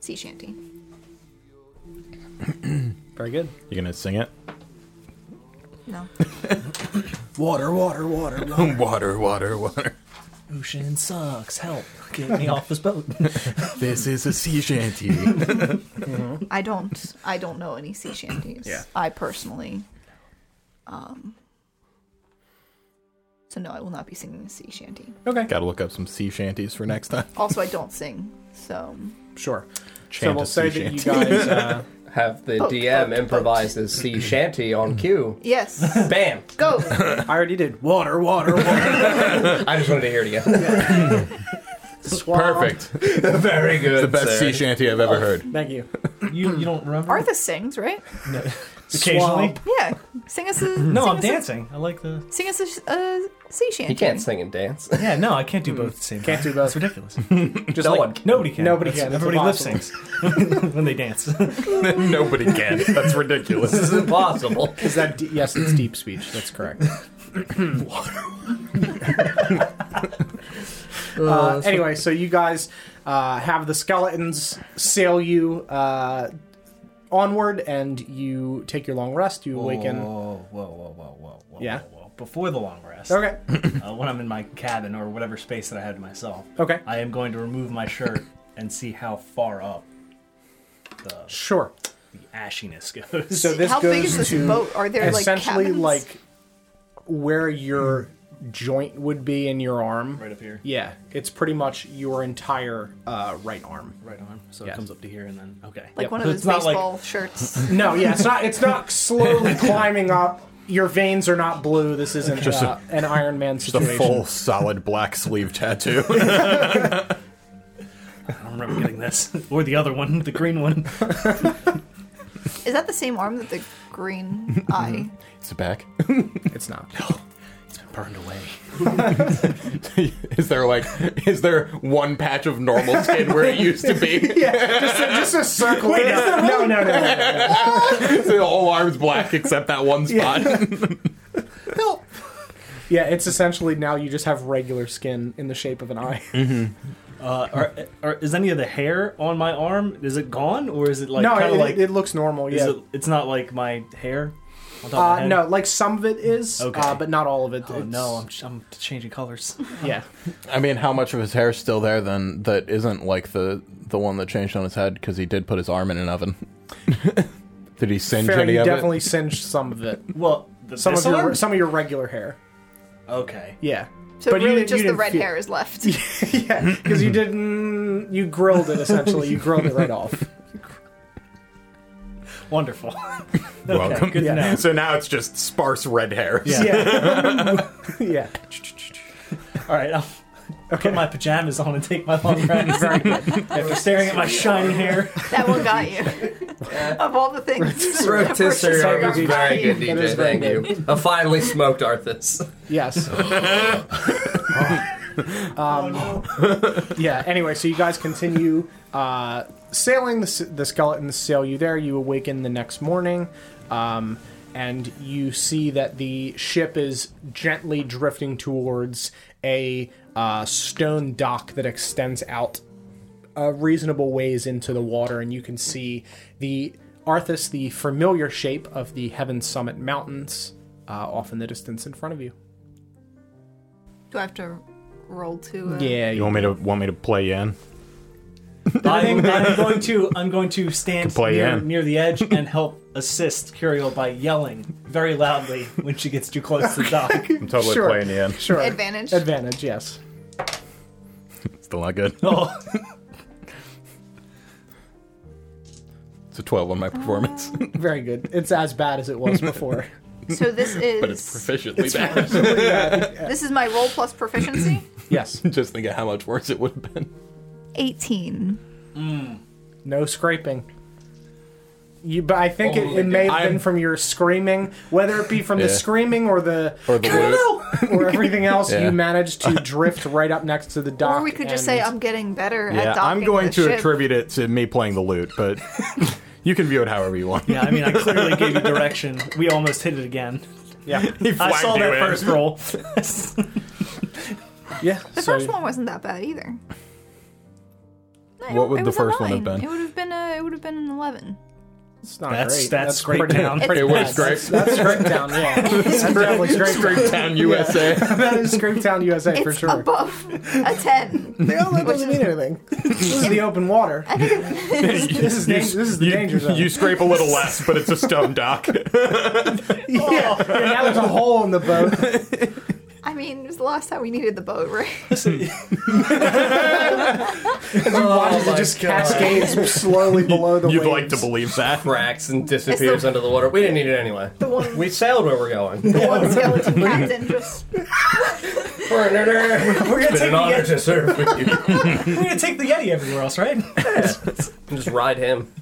Speaker 2: Sea shanty.
Speaker 1: Very good.
Speaker 5: You gonna sing it?
Speaker 2: No.
Speaker 4: Water, water, water, water.
Speaker 5: Water, water, water.
Speaker 4: Ocean sucks. Help. Get me off this boat.
Speaker 5: This is a sea shanty.
Speaker 2: I don't. I don't know any sea shanties.
Speaker 1: Yeah.
Speaker 2: I personally. Um. So no, I will not be singing a sea shanty.
Speaker 1: Okay.
Speaker 5: Gotta look up some sea shanties for next time.
Speaker 2: Also, I don't sing. So
Speaker 1: Sure. so
Speaker 5: Chant
Speaker 1: we'll
Speaker 5: a
Speaker 1: say
Speaker 5: sea
Speaker 1: that you
Speaker 5: shanty.
Speaker 1: guys. Uh,
Speaker 3: Have the
Speaker 2: Boat,
Speaker 3: DM
Speaker 2: boat, boat.
Speaker 3: improvise his sea shanty on cue.
Speaker 2: yes,
Speaker 3: Bam!
Speaker 2: go.
Speaker 1: I already did. Water, water, water.
Speaker 3: I just wanted to hear it again.
Speaker 5: Perfect.
Speaker 3: Very good.
Speaker 5: The best sea shanty I've ever heard.
Speaker 1: Thank you.
Speaker 4: You you don't remember?
Speaker 2: Arthur sings, right?
Speaker 4: Occasionally.
Speaker 1: Swamp.
Speaker 2: Yeah. Sing us a.
Speaker 4: No,
Speaker 2: sing
Speaker 4: I'm
Speaker 2: us a-
Speaker 4: dancing. I like the.
Speaker 2: Sing us a, a sea shanty.
Speaker 3: He can't sing and dance.
Speaker 4: Yeah, no, I can't do both at the same
Speaker 1: Can't
Speaker 4: time.
Speaker 1: do both.
Speaker 4: It's ridiculous.
Speaker 1: Just
Speaker 3: No
Speaker 1: like,
Speaker 3: one can.
Speaker 4: Nobody can.
Speaker 1: Nobody
Speaker 4: That's-
Speaker 1: can. It's
Speaker 4: Everybody lip syncs when they dance.
Speaker 5: Nobody can. That's ridiculous.
Speaker 3: This is impossible.
Speaker 1: Is that de- yes? It's deep speech. That's correct. uh, anyway, so you guys uh, have the skeletons sail you uh, onward, and you take your long rest. You awaken.
Speaker 4: Whoa, whoa, whoa, whoa, whoa, whoa.
Speaker 1: Yeah.
Speaker 4: Whoa, whoa. Before the long rest,
Speaker 1: Okay.
Speaker 4: uh, when I'm in my cabin or whatever space that I had to myself,
Speaker 1: Okay.
Speaker 4: I am going to remove my shirt and see how far up the,
Speaker 1: Sure.
Speaker 4: the ashiness goes.
Speaker 1: So this
Speaker 2: How
Speaker 1: goes
Speaker 2: big is this
Speaker 1: to
Speaker 2: boat? Are there like
Speaker 1: essentially
Speaker 2: cabins?
Speaker 1: like where your joint would be in your arm.
Speaker 4: right up here,
Speaker 1: Yeah, it's pretty much your entire uh, right arm.
Speaker 4: right arm. So
Speaker 1: Yes.
Speaker 4: it comes up to here and then okay.
Speaker 2: like
Speaker 4: Yep.
Speaker 2: one of
Speaker 4: So
Speaker 2: those
Speaker 4: it's not like-
Speaker 2: baseball shirts.
Speaker 1: No, yeah, it's not. It's not slowly climbing up. Your veins are not blue. This isn't
Speaker 5: Just a-
Speaker 1: uh, an Iron Man
Speaker 5: The
Speaker 1: situation.
Speaker 5: full solid black sleeve tattoo.
Speaker 4: I don't remember getting this or the other one, the green one.
Speaker 2: Is that the same arm that the green eye?
Speaker 5: it's back.
Speaker 1: It's not.
Speaker 5: burned away. is there like, is there one patch of normal skin where it used to be?
Speaker 1: Yeah, just a, just a circle. no, no, no, no, no.
Speaker 5: so the whole arm's black except that one spot.
Speaker 1: Yeah, it's essentially now you just have regular skin in the shape of an eye.
Speaker 4: Uh, are, are, is any of the hair on my arm? Is it gone, or is it like
Speaker 1: no,
Speaker 4: kind
Speaker 1: it,
Speaker 4: of like?
Speaker 1: it looks normal.
Speaker 4: is
Speaker 1: Yeah.
Speaker 4: it, it's not like my hair. On top of my
Speaker 1: Uh,
Speaker 4: head?
Speaker 1: no, like some of it is,
Speaker 4: Okay.
Speaker 1: uh, but not all of it.
Speaker 4: Oh,
Speaker 1: It's-
Speaker 4: no, I'm, ch- I'm changing colors.
Speaker 1: yeah.
Speaker 5: I mean, how much of his hair's still there then that isn't like the the one that changed on his head because he did put his arm in an oven? did he singe
Speaker 1: Fair,
Speaker 5: any
Speaker 1: you
Speaker 5: of
Speaker 1: definitely singed some of it.
Speaker 4: Well, the,
Speaker 1: Some
Speaker 4: this
Speaker 1: of your
Speaker 4: arm?
Speaker 1: some of your regular hair.
Speaker 4: Okay.
Speaker 1: Yeah.
Speaker 2: So really, just the
Speaker 1: didn't
Speaker 2: red
Speaker 1: feel-
Speaker 2: hair is left.
Speaker 1: yeah, because you didn't. You grilled it essentially. You grilled it right off.
Speaker 4: Wonderful.
Speaker 5: it? Welcome.
Speaker 4: Good
Speaker 1: Yeah.
Speaker 4: to know.
Speaker 5: So now it's just sparse red hair.
Speaker 4: Yeah.
Speaker 1: Yeah. yeah.
Speaker 4: All right. I'll
Speaker 1: Okay.
Speaker 4: put my pajamas on and take my long rest. After staring at my shiny hair.
Speaker 2: That one got you. of all the things.
Speaker 3: Rotisserie
Speaker 1: Sorry,
Speaker 3: was
Speaker 1: DJ.
Speaker 3: very good,
Speaker 1: That is
Speaker 3: DJ.
Speaker 1: very
Speaker 3: Thank you. I finally smoked Arthas.
Speaker 1: Yes. um, Yeah. Anyway, so you guys continue uh, sailing. The, s- the skeletons sail you there. You awaken the next morning, um, and you see that the ship is gently drifting towards a uh, stone dock that extends out a reasonable ways into the water, and you can see the Arthas, the familiar shape of the Heaven Summit Mountains, uh, off in the distance in front of you.
Speaker 2: Do I have to roll to? Uh,
Speaker 1: Yeah,
Speaker 6: You want me to want me to play in?
Speaker 4: I'm, I'm going to I'm going to stand
Speaker 6: play
Speaker 4: near,
Speaker 6: in.
Speaker 4: near the edge and help assist Curiel by yelling very loudly when she gets too close to the dock.
Speaker 6: I'm totally
Speaker 1: Sure.
Speaker 6: playing in.
Speaker 1: sure.
Speaker 2: Advantage.
Speaker 1: Advantage, yes.
Speaker 6: Still not good.
Speaker 4: Oh,
Speaker 5: It's a 12 on my performance,
Speaker 1: Very good. It's as bad as it was before.
Speaker 2: So this is
Speaker 5: but it's proficiently bad.
Speaker 2: this is my roll plus proficiency.
Speaker 1: yes.
Speaker 5: just think of how much worse it would have been.
Speaker 2: Eighteen.
Speaker 1: No scraping. You, but I think it, it may have
Speaker 5: I'm-
Speaker 1: been from your screaming, whether it be from the
Speaker 5: Yeah.
Speaker 1: screaming or the
Speaker 5: Or the loot.
Speaker 1: or everything else.
Speaker 5: Yeah.
Speaker 1: You managed to drift right up next to the dock.
Speaker 2: Or we could just
Speaker 1: and-
Speaker 2: say um, I'm getting better
Speaker 6: Yeah,
Speaker 2: at docking
Speaker 6: I'm going
Speaker 2: the
Speaker 6: to
Speaker 2: ship.
Speaker 6: attribute it to me playing the lute, but you can view it however you want.
Speaker 4: yeah. I mean, I clearly gave you direction. We almost hit it again.
Speaker 1: yeah,
Speaker 6: He
Speaker 4: I
Speaker 6: flagged
Speaker 4: saw
Speaker 6: you
Speaker 4: that
Speaker 6: in.
Speaker 4: first roll.
Speaker 1: yeah.
Speaker 2: The
Speaker 1: so,
Speaker 2: first one wasn't that bad either. No, it-
Speaker 5: What would
Speaker 2: it
Speaker 5: the
Speaker 2: was a
Speaker 5: first one have
Speaker 2: nine.
Speaker 5: been?
Speaker 2: It would have been a. It would have been an eleven.
Speaker 1: It's not
Speaker 4: That's-
Speaker 1: great.
Speaker 4: that's scraped
Speaker 1: pretty,
Speaker 4: down.
Speaker 1: Pretty
Speaker 5: It
Speaker 1: bad.
Speaker 5: was scraped.
Speaker 1: That's, that's scraped down. Yeah, that's definitely scraped.
Speaker 5: Great Town USA.
Speaker 1: down. That is scraped down USA for
Speaker 2: it's
Speaker 1: sure.
Speaker 2: above a ten.
Speaker 1: No, that doesn't mean anything. This is the open water. this is dang- this is the
Speaker 6: you,
Speaker 1: danger zone.
Speaker 6: You scrape a little less, but it's a stone dock.
Speaker 1: yeah, yeah, now there's a hole in the boat.
Speaker 2: I mean, it was the last time we needed the boat, right?
Speaker 1: Watches it
Speaker 3: Oh my
Speaker 1: just
Speaker 3: God.
Speaker 1: cascades slowly below the
Speaker 6: Oh You'd like
Speaker 1: waves.
Speaker 6: to believe that.
Speaker 3: Cracks and disappears under the water. We didn't need it anyway.
Speaker 2: The one,
Speaker 3: We sailed where we're going.
Speaker 2: the one skeleton captain just.
Speaker 4: We're gonna
Speaker 3: It's
Speaker 4: take
Speaker 3: been an
Speaker 4: the
Speaker 3: honor
Speaker 4: Yeti.
Speaker 3: to serve with you.
Speaker 4: We're gonna take the Yeti everywhere else, right?
Speaker 3: Just ride him.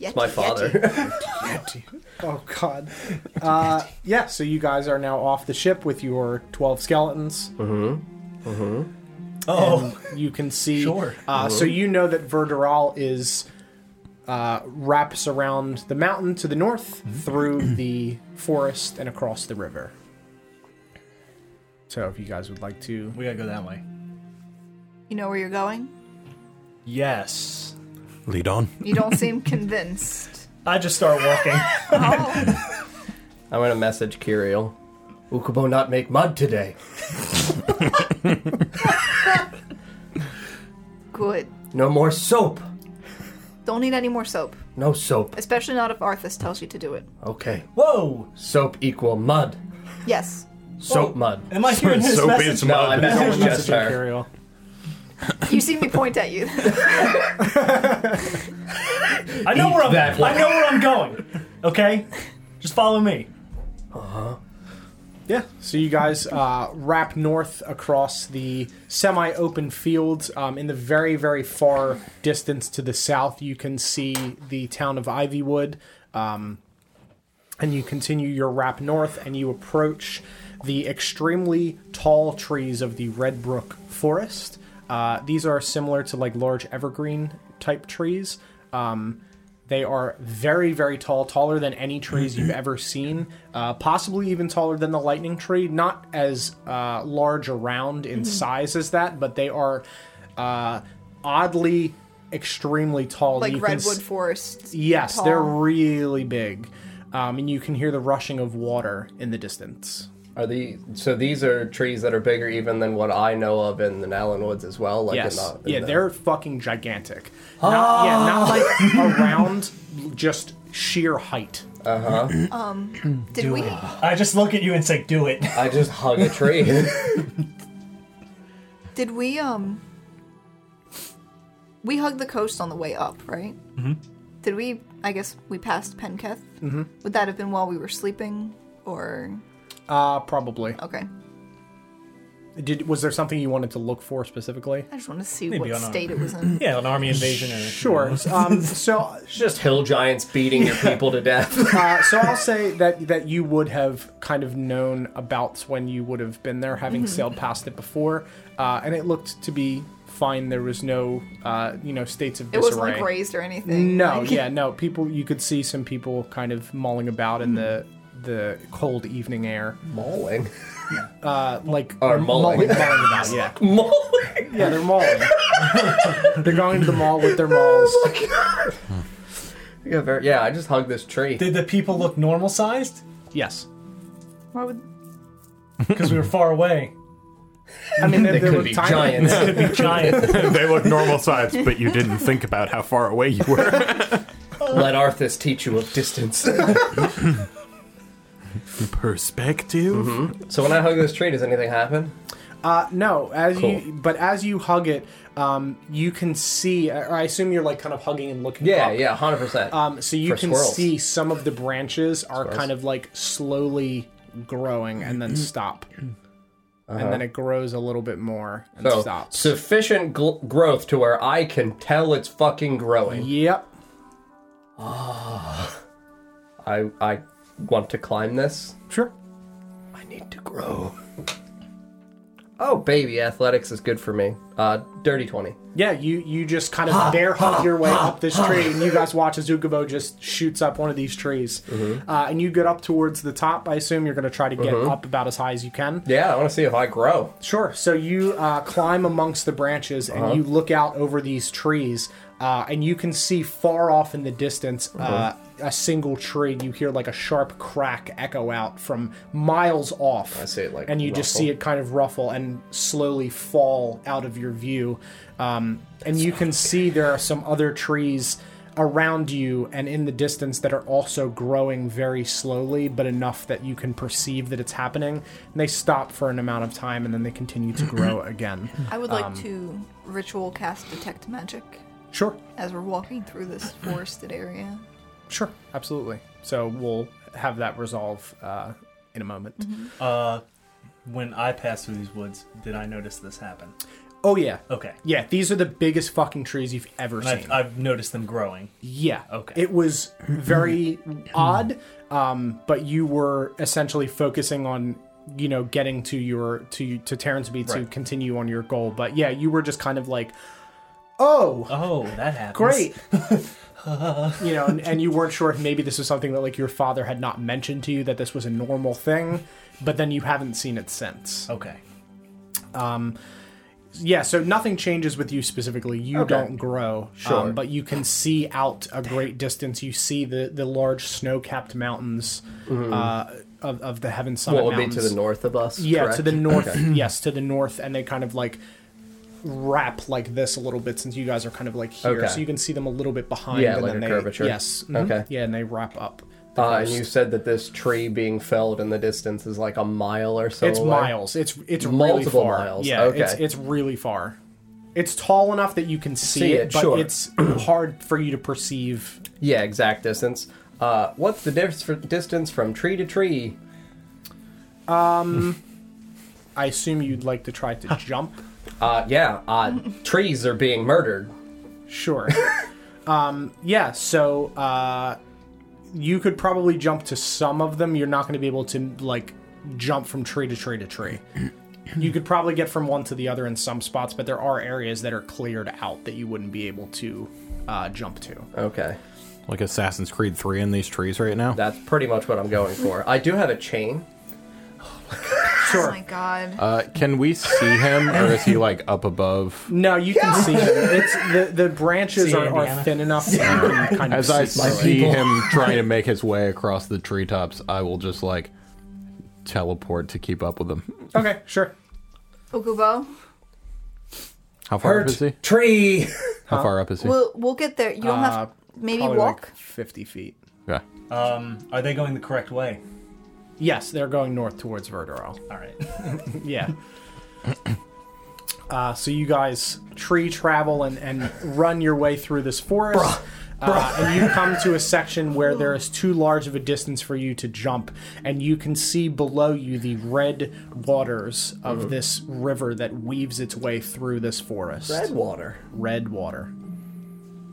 Speaker 2: Yeti,
Speaker 3: My father.
Speaker 1: Oh god. Uh, yeah, so you guys are now off the ship with your twelve skeletons.
Speaker 4: Oh,
Speaker 1: You can see.
Speaker 4: Sure.
Speaker 1: Uh, so you know that Verderal is uh, wraps around the mountain to the north, through the forest, and across the river. So if you guys would like to,
Speaker 4: we gotta go that way.
Speaker 2: You know where you're going.
Speaker 4: Yes.
Speaker 5: Lead on.
Speaker 2: You don't seem convinced.
Speaker 4: I just start walking.
Speaker 2: Oh,
Speaker 3: I'm gonna message Kiriel. Ukubo not make mud today.
Speaker 2: good.
Speaker 3: No more soap.
Speaker 2: Don't need any more soap,
Speaker 3: No soap.
Speaker 2: especially not if Arthas tells you to do it.
Speaker 3: Okay.
Speaker 4: Whoa!
Speaker 3: Soap equal mud.
Speaker 2: Yes.
Speaker 3: Soap mud.
Speaker 4: Am I hearing this
Speaker 6: Soap
Speaker 4: message?
Speaker 6: is
Speaker 3: No, I
Speaker 6: mud.
Speaker 3: messaged just
Speaker 1: Message
Speaker 3: her.
Speaker 1: Imperial.
Speaker 2: You see me point at you.
Speaker 4: I know where I'm.
Speaker 3: that one.
Speaker 4: I know where I'm going. Okay, just follow me.
Speaker 1: Yeah. So you guys uh, wrap north across the semi-open fields. Um, in the very, very far distance to the south, you can see the town of Ivywood. Um, and you continue your wrap north, and you approach the extremely tall trees of the Red Brook Forest. Uh, these are similar to like large evergreen type trees. Um, they are very, very tall, taller than any trees you've ever seen, uh, possibly even taller than the lightning tree. Not as uh, large around
Speaker 2: Mm-hmm.
Speaker 1: in size as that, but they are uh, oddly extremely tall.
Speaker 2: Like
Speaker 1: You can s-
Speaker 2: redwood forest.
Speaker 1: Yes,
Speaker 2: tall.
Speaker 1: they're really big. Um, and you can hear the rushing of water in the distance.
Speaker 3: Are the so these are trees that are bigger even than what I know of in the Allen Woods as well? Like
Speaker 1: yes.
Speaker 3: in the, in
Speaker 1: yeah,
Speaker 3: the-
Speaker 1: they're fucking gigantic. Not, yeah,
Speaker 2: Oh.
Speaker 1: not like around, just sheer height.
Speaker 2: Did we?
Speaker 4: I just look at you and say, "Do it."
Speaker 3: I just hug a tree.
Speaker 2: Did we? Um. We hugged the coast on the way up, right? Mm-hmm. Did we? I guess we passed Penketh. Mm-hmm. Would that have been while we were sleeping, or
Speaker 1: Uh, probably.
Speaker 2: okay?
Speaker 1: Did was there something you wanted to look for specifically?
Speaker 2: I just want to see
Speaker 4: Maybe
Speaker 2: what
Speaker 4: on our-
Speaker 2: state it was in.
Speaker 4: Yeah, an army invasion. Or,
Speaker 1: Sure. Um, so,
Speaker 3: It's just hill giants beating your people to death.
Speaker 1: uh, so I'll say that that you would have kind of known about when you would have been there, having
Speaker 2: Mm-hmm.
Speaker 1: sailed past it before, uh, and it looked to be fine. There was no, uh, you know, states of
Speaker 2: It
Speaker 1: disarray.
Speaker 2: wasn't like raised or anything.
Speaker 1: No,
Speaker 2: like-
Speaker 1: yeah, no. People, you could see some people kind of mulling about
Speaker 3: Hmm.
Speaker 1: in the the cold evening air,
Speaker 3: Mauling.
Speaker 1: uh, like
Speaker 3: Or mulling.
Speaker 1: mulling about, yeah,
Speaker 3: Mauling.
Speaker 1: yeah, they're mulling. they're going to the mall with their malls.
Speaker 3: Yeah, very, yeah, I just hugged this tree.
Speaker 4: Did the people look normal sized?
Speaker 1: Yes,
Speaker 2: Why would?
Speaker 4: Because we were far away.
Speaker 1: I mean they,
Speaker 3: they
Speaker 1: they
Speaker 3: could
Speaker 1: look
Speaker 3: be
Speaker 1: tiny.
Speaker 3: giants.
Speaker 4: Could be giant.
Speaker 6: they look normal size, but you didn't think about how far away you were.
Speaker 3: Let Arthas teach you of distance.
Speaker 6: Perspective.
Speaker 3: so when I hug this tree, does anything happen?
Speaker 1: Uh, no, as
Speaker 3: Cool.
Speaker 1: you but as you hug it, um, you can see. I I assume you're like kind of hugging and looking.
Speaker 3: Yeah,
Speaker 1: up.
Speaker 3: yeah, hundred percent.
Speaker 1: Um, so you
Speaker 3: For
Speaker 1: can
Speaker 3: squirrels.
Speaker 1: see some of the branches are kind of like slowly growing and then stop. And then it grows a little bit more and
Speaker 3: Uh-huh. So
Speaker 1: stops.
Speaker 3: sufficient gl- growth to where I can tell it's fucking growing.
Speaker 1: yep.
Speaker 3: I I want to climb this.
Speaker 1: Sure.
Speaker 3: I need to grow. Oh baby, athletics is good for me. Uh, dirty twenty.
Speaker 1: Yeah, you you just kind of bear hug your way up this tree, and you guys watch as Ukubo just shoots up one of these trees,
Speaker 3: Mm-hmm.
Speaker 1: uh, and you get up towards the top. I assume you're going to try to get up about as high as you can.
Speaker 3: Yeah, I want to see if I grow.
Speaker 1: Sure. So you uh, climb amongst the branches and
Speaker 3: Uh-huh.
Speaker 1: you look out over these trees, uh, and you can see far off in the distance uh, a single tree. You hear like a sharp crack echo out from miles off. I
Speaker 3: see it, like,
Speaker 1: and you just
Speaker 3: ruffle.
Speaker 1: see it kind of ruffle and slowly fall out of your view. Um, and you can see there are some other trees around you and in the distance that are also growing very slowly, but enough that you can perceive that it's happening. And they stop for an amount of time and then they continue to grow again.
Speaker 2: I would like to ritual cast detect magic
Speaker 1: Sure,
Speaker 2: as we're walking through this forested area.
Speaker 1: sure, absolutely. So we'll have that resolve uh, in a moment.
Speaker 4: Uh, when I passed through these woods, did I notice this happen?
Speaker 1: Oh, yeah.
Speaker 4: Okay.
Speaker 1: Yeah, these are the biggest fucking trees you've ever
Speaker 4: And
Speaker 1: seen.
Speaker 4: I've, I've noticed them growing.
Speaker 1: Yeah.
Speaker 4: Okay.
Speaker 1: It was very odd, um, but you were essentially focusing on you know getting to your to to Terransby to
Speaker 4: Right.
Speaker 1: continue on your goal. But yeah, you were just kind of like, oh.
Speaker 4: Oh, that happens.
Speaker 1: Great, you know, and, and you weren't sure if maybe this was something that like your father had not mentioned to you that this was a normal thing, but then you haven't seen it since.
Speaker 4: Okay.
Speaker 1: Yeah, so nothing changes with you specifically. You don't grow, sure, but you can see out a great distance. You see the the large snow-capped mountains
Speaker 3: Mm-hmm.
Speaker 1: uh, of of the heaven summit
Speaker 3: What would be
Speaker 1: mountains.
Speaker 3: to the north of us?
Speaker 1: Yeah,
Speaker 3: correct?
Speaker 1: to the north. Yes, to the north, and they kind of like wrap like this a little bit since you guys are kind of like here,
Speaker 3: Okay.
Speaker 1: so you can see them a little bit behind.
Speaker 3: Yeah,
Speaker 1: and
Speaker 3: like
Speaker 1: then
Speaker 3: a
Speaker 1: they,
Speaker 3: curvature.
Speaker 1: Yes. mhm,
Speaker 3: Okay.
Speaker 1: Yeah, and they wrap up. the
Speaker 3: Uh, and you
Speaker 1: coast.
Speaker 3: said that this tree being felled in the distance is like a mile or so.
Speaker 1: It's
Speaker 3: away.
Speaker 1: miles. It's it's really
Speaker 3: Multiple
Speaker 1: far.
Speaker 3: miles,
Speaker 1: Yeah, it's
Speaker 3: okay.
Speaker 1: it's really far. It's tall enough that you can see,
Speaker 3: See
Speaker 1: it,
Speaker 3: it,
Speaker 1: but
Speaker 3: sure.
Speaker 1: it's hard for you to perceive.
Speaker 3: Yeah, exact distance. Uh, what's the difference for distance from tree to tree?
Speaker 1: I assume you'd like to try to jump.
Speaker 3: Uh, yeah, uh, trees are being murdered.
Speaker 1: Sure. um, yeah. So uh, you could probably jump to some of them. You're not going to be able to like jump from tree to tree to tree. you could probably get from one to the other in some spots, but there are areas that are cleared out that you wouldn't be able to uh, jump to.
Speaker 3: Okay.
Speaker 6: Like Assassin's Creed 3 in these trees right now.
Speaker 3: That's pretty much what I'm going for. I do have a chain.
Speaker 2: Oh my god.
Speaker 5: Uh, can we see him, or is he like up above?
Speaker 1: No, you can see them. It's the the branches
Speaker 4: See
Speaker 1: are, are
Speaker 4: Indiana?
Speaker 1: thin enough that you can kind of
Speaker 5: As I
Speaker 1: see. through it.
Speaker 5: see him trying to make his way across the treetops, I will just like teleport to keep up with him.
Speaker 1: Okay, sure.
Speaker 2: Ukubo,
Speaker 5: How far up is he?
Speaker 3: Tree.
Speaker 5: How far up is he?
Speaker 2: we'll we'll get there. You don't
Speaker 1: Uh,
Speaker 2: have maybe
Speaker 1: Probably
Speaker 2: walk.
Speaker 1: like fifty feet.
Speaker 5: Okay.
Speaker 4: Um, are they going the correct way?
Speaker 1: Yes, they're going north towards Verderal.
Speaker 4: All right.
Speaker 1: Yeah. uh, so you guys tree travel and, and run your way through this forest. Uh, and you come to a section where there is too large of a distance for you to jump, and you can see below you the red waters of this river that weaves its way through this forest.
Speaker 3: Red water.
Speaker 1: red water.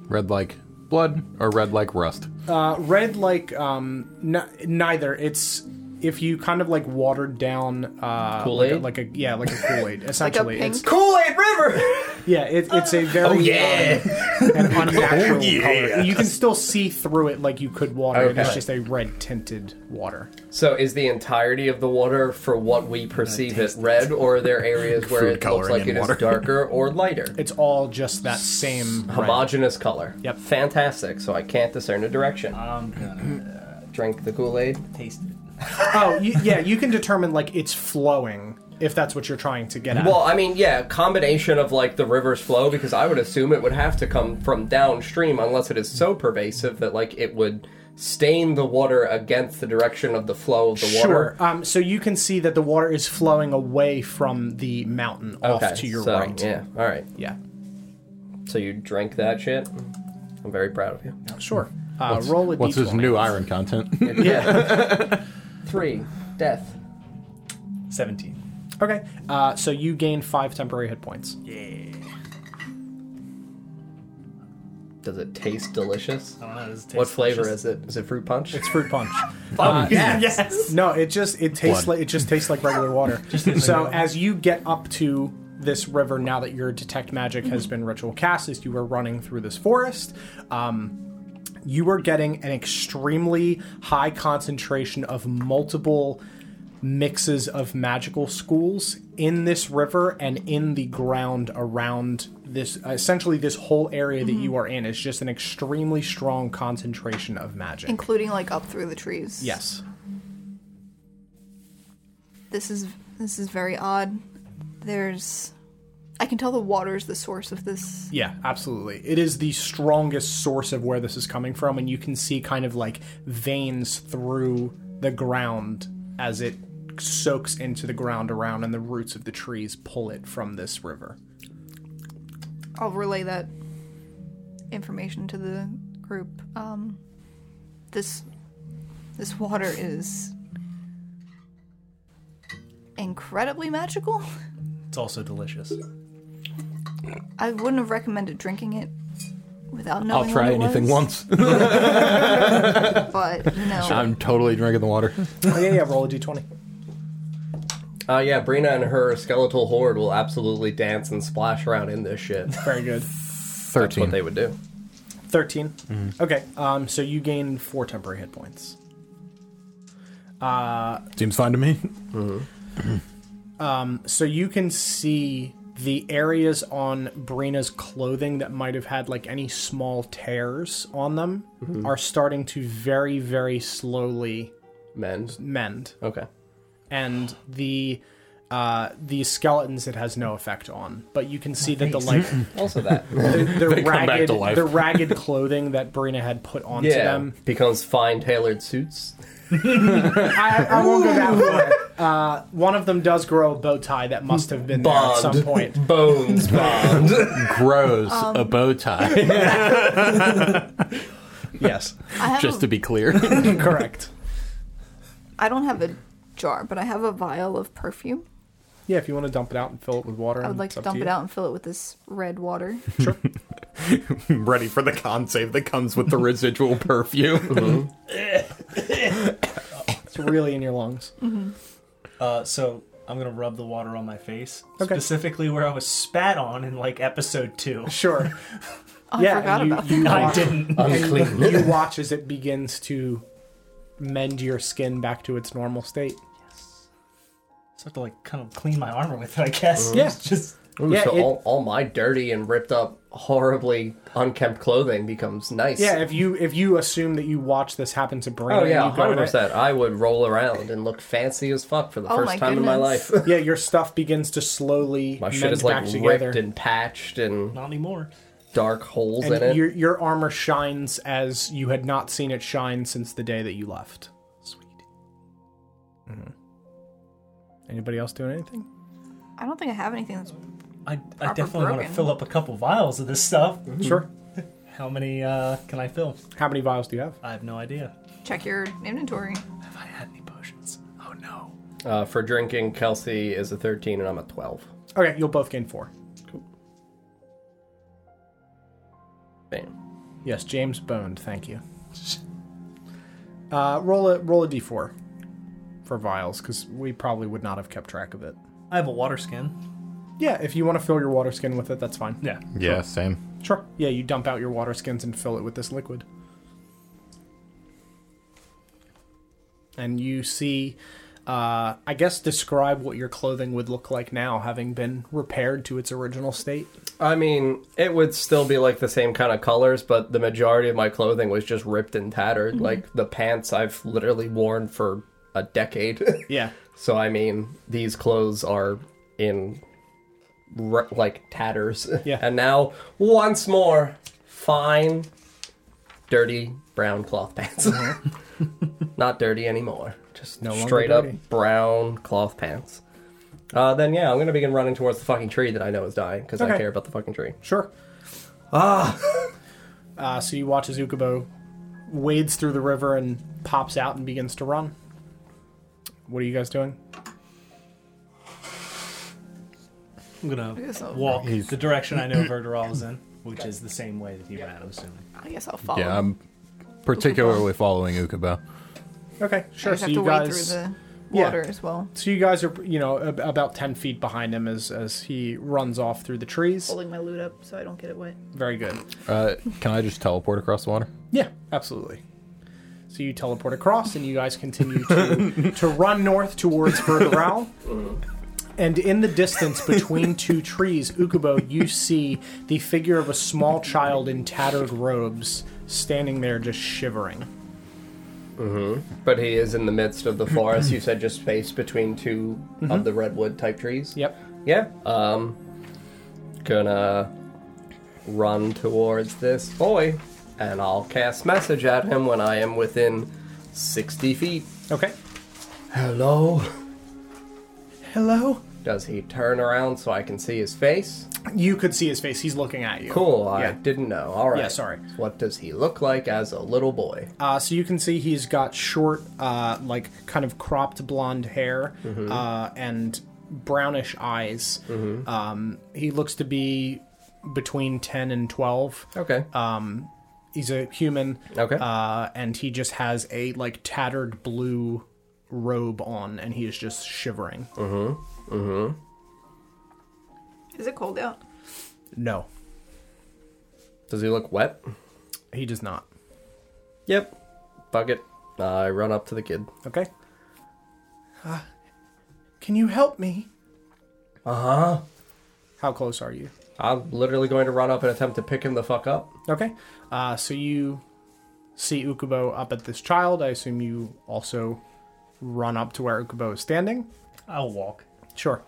Speaker 5: Red like blood, or red like rust?
Speaker 1: red like um n- neither it's if you kind of like watered down uh like a,
Speaker 3: Kool-Aid?
Speaker 1: like a yeah like a Oh, kool-aid essentially
Speaker 2: pink-
Speaker 1: it's
Speaker 3: Kool Aid River.
Speaker 1: yeah it, it's a very um, an
Speaker 3: Oh,
Speaker 1: unnatural color you can still see through it like you could water it it's
Speaker 3: Okay.
Speaker 1: just a red tinted water
Speaker 3: so is the entirety of the water for what we perceive as red, or are there areas where
Speaker 6: Food
Speaker 3: it looks
Speaker 6: coloring
Speaker 3: like
Speaker 6: in
Speaker 3: it is
Speaker 6: water.
Speaker 3: darker or lighter?
Speaker 1: it's all just that same red.
Speaker 3: Homogeneous color.
Speaker 1: Yep. Uh,
Speaker 3: Fantastic. So I can't discern a direction.
Speaker 4: I'm gonna
Speaker 3: Drink the Kool Aid.
Speaker 4: taste it.
Speaker 1: oh you, yeah you can determine like it's flowing if that's what you're trying to get at
Speaker 3: Well, I mean, yeah, combination of like the river's flow because I would assume it would have to come from downstream unless it is so
Speaker 1: Mm-hmm.
Speaker 3: pervasive that like it would stain the water against the direction of the flow of the water.
Speaker 1: Sure. Um, so you can see that the water is flowing away from the mountain off
Speaker 3: Okay,
Speaker 1: to your
Speaker 3: so,
Speaker 1: right.
Speaker 3: Yeah. All right.
Speaker 1: yeah.
Speaker 3: So you drink that shit. I'm very proud of you.
Speaker 1: Sure. Uh, roll a
Speaker 5: What's his
Speaker 1: d20.
Speaker 5: new iron content?
Speaker 3: Yeah. Three. Death.
Speaker 4: Seventeen.
Speaker 1: Okay. Uh, so you gain five temporary hit points.
Speaker 4: Yeah.
Speaker 3: Does it taste delicious?
Speaker 4: I don't know. Does it taste
Speaker 3: What flavor
Speaker 4: delicious?
Speaker 3: is it? Is it fruit punch?
Speaker 1: It's fruit punch.
Speaker 4: Yes.
Speaker 1: no, it just it tastes
Speaker 5: Blood.
Speaker 1: like it just tastes like regular water. so as you get up to this river, now that your detect magic has been ritual cast, as you were running through this forest, um, you were getting an extremely high concentration of multiple mixes of magical schools in this river and in the ground around this essentially this whole area that you are in is just an extremely strong concentration of magic
Speaker 2: including like up through the trees.
Speaker 1: yes
Speaker 2: This is this is very odd. There's I can tell the water's the source of this.
Speaker 1: Yeah, absolutely. It is the strongest source of where this is coming from, and you can see kind of like veins through the ground as it soaks into the ground around, and the roots of the trees pull it from this river.
Speaker 2: I'll relay that information to the group. Um this this water is incredibly magical.
Speaker 4: It's also delicious.
Speaker 2: I wouldn't have recommended drinking it without knowing.
Speaker 5: I'll try
Speaker 2: what it
Speaker 5: anything
Speaker 2: was,
Speaker 5: once.
Speaker 2: but you know,
Speaker 5: I'm totally drinking the water.
Speaker 1: oh, yeah, yeah, roll a d20.
Speaker 3: Uh, yeah, Brina and her skeletal horde will absolutely dance and splash around in this shit.
Speaker 1: Very good.
Speaker 3: That's what
Speaker 5: Thirteen.
Speaker 3: they would do.
Speaker 1: 13. Okay, um, so you gain four temporary hit points.
Speaker 6: Seems fine to me.
Speaker 1: So you can see the areas on Brina's clothing that might have had like any small tears on them are starting to very, very slowly
Speaker 3: Men.
Speaker 1: mend.
Speaker 3: Okay.
Speaker 1: and the uh, the skeletons it has no effect on, but you can see that the like
Speaker 3: Also that.
Speaker 1: the, the
Speaker 5: come back
Speaker 1: ragged
Speaker 5: to life.
Speaker 1: the ragged clothing that Brina had put onto
Speaker 3: yeah.
Speaker 1: them.
Speaker 3: Becomes fine tailored suits.
Speaker 1: I, I won't go that far. Uh, one of them does grow a bow tie that must have been
Speaker 3: Bond.
Speaker 1: there at some point.
Speaker 3: Bones bond.
Speaker 5: Grows
Speaker 2: Um,
Speaker 5: a bow tie.
Speaker 1: Yes,
Speaker 2: I have
Speaker 5: just
Speaker 2: a-
Speaker 5: to be clear.
Speaker 1: correct.
Speaker 2: I don't have a jar, but I have a vial of perfume.
Speaker 1: Yeah, if you want to dump it out and fill it with water,
Speaker 2: I would like to dump it out and fill it with this red water.
Speaker 6: Ready for the con save that comes with the residual.
Speaker 5: Ritual perfume.
Speaker 1: It's really in your lungs.
Speaker 4: Uh, so I'm gonna rub the water on my face,
Speaker 1: Okay.
Speaker 4: specifically where I was spat on in like episode two.
Speaker 1: Sure.
Speaker 2: Oh, I
Speaker 1: yeah,
Speaker 2: forgot
Speaker 1: and you,
Speaker 2: about that.
Speaker 1: you
Speaker 4: I
Speaker 1: watch-
Speaker 4: didn't.
Speaker 3: Unclean.
Speaker 1: you watch as it begins to mend your skin back to its normal state.
Speaker 4: So I have to like kind of clean my armor with it, I guess.
Speaker 1: Yeah.
Speaker 4: It's just
Speaker 3: Ooh,
Speaker 1: Yeah,
Speaker 3: so
Speaker 1: it-
Speaker 3: all, all my dirty and ripped up, horribly unkempt clothing becomes nice.
Speaker 1: Yeah, if you if you assume that you watch this happen to Brina,
Speaker 3: Oh yeah,
Speaker 1: you go
Speaker 3: hundred
Speaker 1: in it-
Speaker 3: percent. I would roll around and look fancy as fuck for the
Speaker 2: Oh my
Speaker 3: first time in my
Speaker 2: goodness.
Speaker 3: life.
Speaker 1: Yeah, your stuff begins to slowly
Speaker 3: My
Speaker 1: mend
Speaker 3: shit is
Speaker 1: back
Speaker 3: like
Speaker 1: together,
Speaker 3: ripped and patched and
Speaker 4: not anymore.
Speaker 3: dark holes in
Speaker 1: and
Speaker 3: it.
Speaker 1: your your armor shines as you had not seen it shine since the day that you left. Sweet.
Speaker 3: Mm-hmm.
Speaker 1: Anybody else doing anything?
Speaker 2: I don't think I have anything that's
Speaker 4: I, I definitely want
Speaker 2: broken.
Speaker 4: to fill up a couple vials of this stuff.
Speaker 1: Sure.
Speaker 4: How many uh, can I fill?
Speaker 1: How many vials do you have?
Speaker 4: I have no idea.
Speaker 2: check your inventory.
Speaker 4: Have I had any potions? Oh no.
Speaker 3: Uh, for drinking, Kelsey is a thirteen and I'm a twelve.
Speaker 1: Okay, you'll both gain four.
Speaker 3: Bam.
Speaker 1: Yes, James boned. Thank you. Uh, roll a roll a d4 for vials because we probably would not have kept track of it.
Speaker 4: I have a water skin.
Speaker 1: Yeah, if you want to fill your water skin with it, that's fine.
Speaker 4: Yeah.
Speaker 5: Yeah, same.
Speaker 1: Sure. Yeah, you dump out your water skins and fill it with this liquid. And you see, uh, I guess, describe what your clothing would look like now, having been repaired to its original state.
Speaker 3: I mean, it would still be like the same kind of colors, but the majority of my clothing was just ripped and tattered.
Speaker 1: Mm-hmm.
Speaker 3: Like the pants I've literally worn for a decade.
Speaker 1: Yeah.
Speaker 3: so I mean, these clothes are in r- like tatters.
Speaker 1: Yeah.
Speaker 3: And now once more, fine, dirty brown cloth pants. Not dirty anymore. Just
Speaker 1: Mm-hmm. No longer
Speaker 3: straight up
Speaker 1: dirty.
Speaker 3: brown cloth pants. Uh, then yeah, I'm gonna begin running towards the fucking tree that I know is dying because
Speaker 1: Okay.
Speaker 3: I care about the fucking tree.
Speaker 1: Sure. Ah. uh, so you watch as Ukubo wades through the river and pops out and begins to run. What are you guys doing?
Speaker 4: I'm gonna
Speaker 2: guess I'll-
Speaker 4: walk
Speaker 5: He's-
Speaker 4: the direction I know Verderal is in, which is the same way that he ran. I'm assuming.
Speaker 2: I guess I'll follow.
Speaker 5: Yeah, I'm particularly following Ukubo.
Speaker 1: Okay,
Speaker 2: I
Speaker 1: sure.
Speaker 2: just
Speaker 1: So
Speaker 2: have to
Speaker 1: you
Speaker 2: wade
Speaker 1: guys,
Speaker 2: through the
Speaker 1: Yeah.
Speaker 2: water as well,
Speaker 1: so you guys are, you know, ab- about ten feet behind him as as he runs off through the trees.
Speaker 2: holding my loot up so I don't get it wet.
Speaker 1: Very good.
Speaker 5: Uh, can I just teleport across the water?
Speaker 1: Yeah, absolutely. So you teleport across, and you guys continue to, to run north towards Verderal. And in the distance between two trees, Ukubo, you see the figure of a small child in tattered robes standing there just shivering.
Speaker 3: But he is in the midst of the forest. you said just space between 2
Speaker 1: Mm-hmm.
Speaker 3: of the redwood type trees.
Speaker 1: Yep.
Speaker 3: Yeah. Um, gonna run towards this boy, and I'll cast message at him when I am within sixty feet.
Speaker 1: Okay.
Speaker 3: Hello.
Speaker 1: Hello?
Speaker 3: Does he turn around so I can see his face?
Speaker 1: You could see his face. He's looking at you.
Speaker 3: Cool. I
Speaker 1: Yeah.
Speaker 3: didn't know. All right.
Speaker 1: Yeah, sorry.
Speaker 3: What does he look like as a little boy?
Speaker 1: Uh, so you can see he's got short, uh, like kind of cropped blonde hair uh, and brownish eyes. Um, he looks to be between 10 and 12.
Speaker 3: Okay.
Speaker 1: He's a human.
Speaker 3: Okay.
Speaker 1: Uh, and he just has a like tattered blue robe on and he is just shivering.
Speaker 2: Is it cold out?
Speaker 1: No,
Speaker 3: does he look wet?
Speaker 1: he does not.
Speaker 3: Yep. Fuck it. I run up to the kid.
Speaker 1: Okay. Uh, can you help me?
Speaker 3: Uh huh.
Speaker 1: How close are you?
Speaker 3: I'm literally going to run up and attempt to pick him the fuck up.
Speaker 1: Okay. Uh, so you see Ukubo up at this child. I assume you also run up to where Ukubo is standing.
Speaker 4: I'll walk.
Speaker 1: Sure.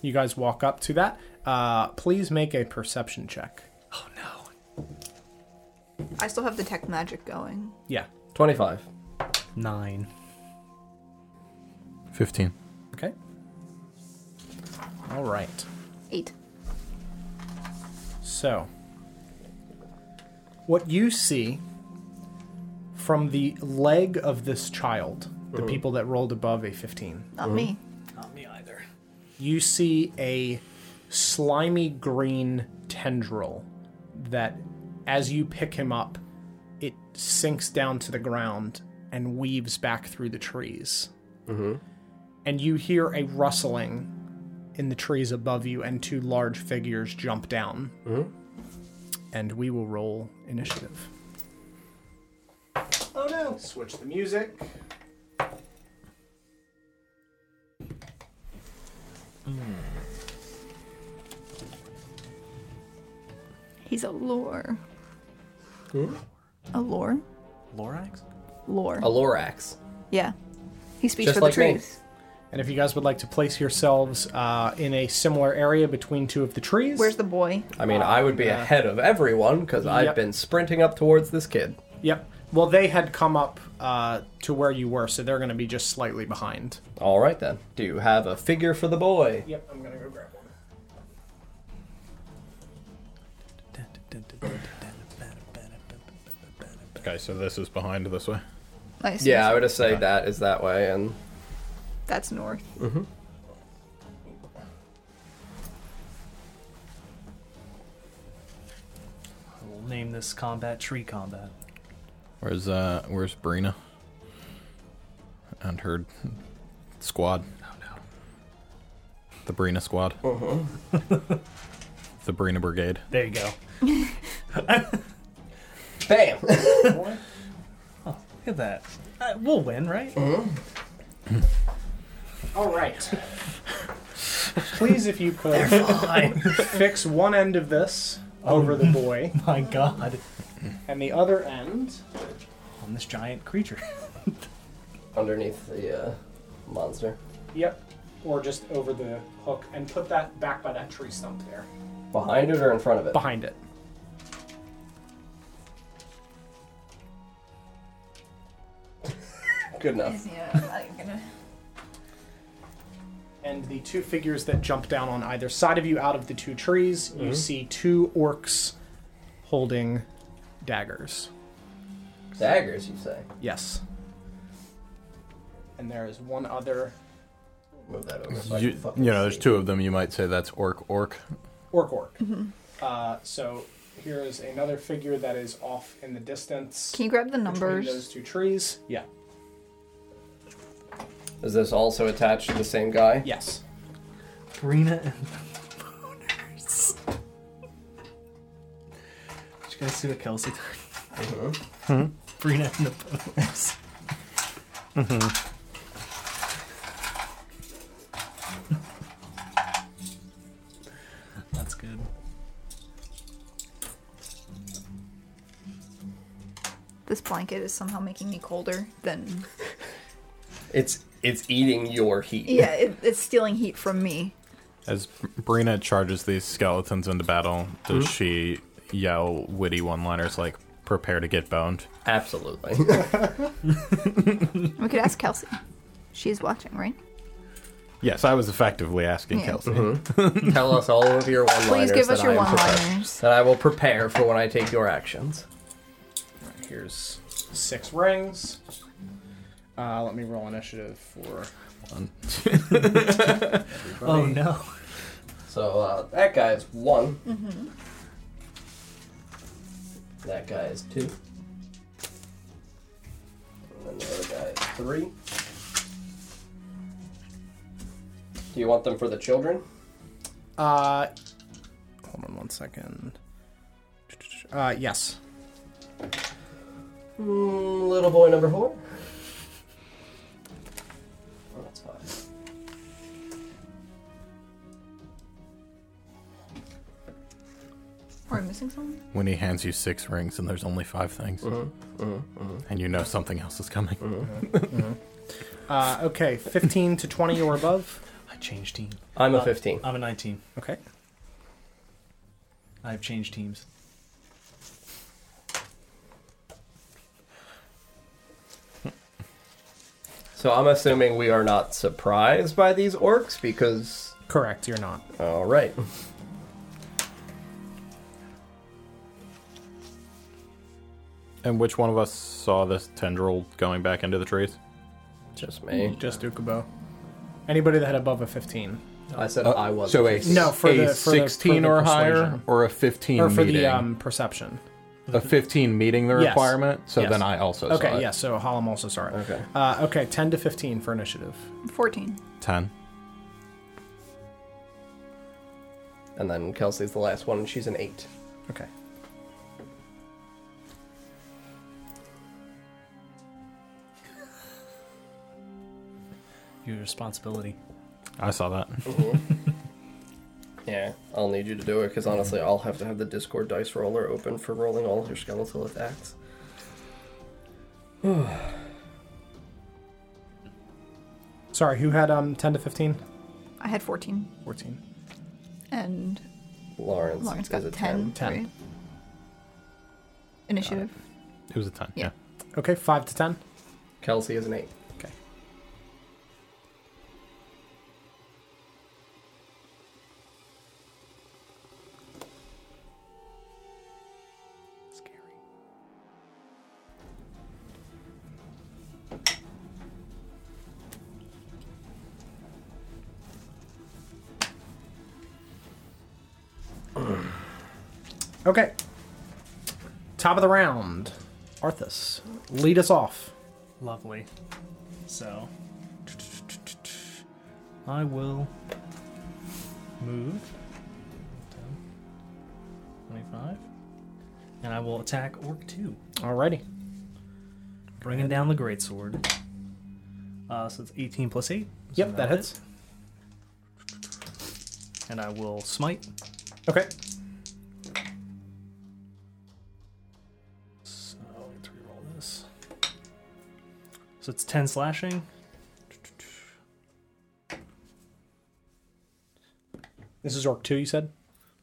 Speaker 1: You guys walk up to that. Uh, please make a perception check.
Speaker 4: Oh no.
Speaker 2: I still have detect magic going.
Speaker 1: Yeah.
Speaker 3: 25.
Speaker 4: Nine.
Speaker 5: 15.
Speaker 1: Okay. All right.
Speaker 2: Eight.
Speaker 1: So, what you see from the leg of this child, the people that rolled above a 15,
Speaker 2: Not me.
Speaker 4: Not me either.
Speaker 1: you see a slimy green tendril that, as you pick him up, it Mm-hmm. sinks down to the ground and weaves back through the trees. and you hear a rustling in the trees above you, and two large figures jump down. And we will roll initiative. Oh no! Switch the music.
Speaker 2: He's a lore. A lore?
Speaker 4: Lorax?
Speaker 2: Lore.
Speaker 3: A Lorax.
Speaker 2: yeah. He speaks
Speaker 3: Just
Speaker 2: for the
Speaker 3: like me.
Speaker 2: trees.
Speaker 1: And if you guys would like to place yourselves uh, in a similar area between two of the trees,
Speaker 2: Where's the boy?
Speaker 3: I mean, I would be ahead of everyone because
Speaker 1: Yep.
Speaker 3: I've been sprinting up towards this kid.
Speaker 1: Yep. Well, they had come up uh, to where you were, so they're going to be just slightly behind.
Speaker 3: All right then. Do you have a figure for the boy?
Speaker 1: Yep, I'm going to go grab one.
Speaker 5: Okay, so this is behind this way.
Speaker 2: Nice.
Speaker 3: Yeah, I
Speaker 2: nice.
Speaker 3: would just say that is that way, and
Speaker 2: That's north.
Speaker 4: We'll name this combat tree combat.
Speaker 5: Where's uh where's Brina? And her squad. Oh no. Uh-huh. The Brina squad. the Brina Brigade.
Speaker 4: There you go. Look
Speaker 3: bam.
Speaker 4: Oh, at that. Uh, we'll win, right?
Speaker 1: All right. Please, if you could,
Speaker 4: Fine.
Speaker 1: fix one end of this over the boy,
Speaker 4: My God.
Speaker 1: and the other end.
Speaker 4: On this giant creature.
Speaker 3: Underneath the uh, monster,
Speaker 1: Yep. Or just over the hook, and put that back by that tree stump there.
Speaker 3: behind it or in front of it?
Speaker 1: Behind it.
Speaker 3: Good enough.
Speaker 2: Yeah, I'm not even gonna.
Speaker 1: And the two figures that jump down on either side of you out of the two trees, you see two orcs holding daggers.
Speaker 3: Daggers, you say?
Speaker 1: Yes. And there is one other
Speaker 3: Move that over. so I
Speaker 5: You,
Speaker 3: can fucking
Speaker 5: you know, there's
Speaker 3: see.
Speaker 5: two of them. You might say that's orc orc.
Speaker 1: orc orc. Uh, so here is another figure that is off in the distance
Speaker 2: Can you grab the
Speaker 1: between
Speaker 2: numbers?
Speaker 1: those two trees. Yeah.
Speaker 3: Is this also attached to the same guy?
Speaker 1: Yes.
Speaker 4: Brina and the Booners. Did you guys see what Kelsey did? Mm-hmm. Brina and the Booners. Mm-hmm. That's good.
Speaker 2: This blanket is somehow making me colder than.
Speaker 3: It's it's eating your heat.
Speaker 2: Yeah, it, it's stealing heat from me.
Speaker 5: As Brina charges these skeletons into battle, does she yell witty one-liners like "Prepare to get boned"?
Speaker 3: Absolutely.
Speaker 2: We could ask Kelsey. She's watching, right?
Speaker 5: Yes, I was effectively asking
Speaker 2: Yeah.
Speaker 5: Kelsey.
Speaker 6: Mm-hmm.
Speaker 3: Tell us all of your one-liners.
Speaker 2: Please give us
Speaker 3: that
Speaker 2: your
Speaker 3: I am
Speaker 2: one
Speaker 3: prepared-
Speaker 2: liners.
Speaker 3: That I will prepare for when I take your actions.
Speaker 1: Alright, here's six rings. Uh, let me roll initiative for.
Speaker 4: Oh no.
Speaker 3: So uh, that guy is one. That guy is two. And then the other guy is three. Do you want them for the children?
Speaker 1: Uh, hold on one second. Uh, yes.
Speaker 3: Mm, little boy number four. Oh, that's fine.
Speaker 2: Are we missing someone?
Speaker 5: When he hands you six rings and there's only five things, and you know something else is coming.
Speaker 1: Uh, okay, 15 to 20 or above.
Speaker 4: I changed team.
Speaker 3: I'm a
Speaker 4: Uh,
Speaker 3: 15.
Speaker 4: I'm a 19.
Speaker 1: Okay.
Speaker 4: I've changed teams.
Speaker 3: So I'm assuming we are not surprised by these orcs because.
Speaker 1: Correct, you're not.
Speaker 3: Alright.
Speaker 5: And which one of us saw this tendril going back into the trees?
Speaker 3: Just me.
Speaker 1: Just Ukubo. Anybody that had above a 15.
Speaker 3: I said
Speaker 1: Uh,
Speaker 3: I was.
Speaker 5: So a,
Speaker 3: a
Speaker 1: No, for
Speaker 5: a
Speaker 1: the- for the- for
Speaker 5: 16
Speaker 1: the
Speaker 5: or
Speaker 1: persuasion.
Speaker 5: higher or a 15
Speaker 1: Or for
Speaker 5: meeting?
Speaker 1: the um, perception.
Speaker 5: a 15 meeting the
Speaker 1: Yes.
Speaker 5: requirement, so
Speaker 1: Yes.
Speaker 5: then I also saw
Speaker 1: Okay,
Speaker 5: it.
Speaker 1: yeah, so Hallam also saw it.
Speaker 3: Okay.
Speaker 1: Uh, okay, 10 to 15 for initiative.
Speaker 2: 14.
Speaker 5: 10.
Speaker 3: And then Kelsey's the last one, and she's an eight.
Speaker 1: Okay.
Speaker 4: Your responsibility.
Speaker 6: I saw that.
Speaker 3: Yeah, I'll need you to do it because honestly, I'll have to have the Discord dice roller open for rolling all of your skeletal attacks.
Speaker 1: Sorry, who had um 10 to 15?
Speaker 2: I had 14.
Speaker 1: 14.
Speaker 2: And
Speaker 3: Lawrence,
Speaker 2: Lawrence
Speaker 3: is
Speaker 2: got
Speaker 3: a
Speaker 2: 10.
Speaker 1: 10.
Speaker 2: right? Initiative.
Speaker 6: It was a 10.
Speaker 2: Yeah.
Speaker 6: Yeah.
Speaker 1: Okay, 5 to 10.
Speaker 3: Kelsey is an eight.
Speaker 1: Okay.
Speaker 4: Scary.
Speaker 1: Okay. Top of the round. Arthas, lead us off.
Speaker 4: Lovely. So, I will move 10, 25, and I will attack Orc 2,
Speaker 1: Alrighty.
Speaker 4: bringing down the Greatsword. Uh, so it's 18 plus 8. so
Speaker 1: Yep, that hits.
Speaker 4: And I will smite.
Speaker 1: Okay.
Speaker 4: So let's reroll this. So it's 10 slashing.
Speaker 1: This is Orc 2, you said?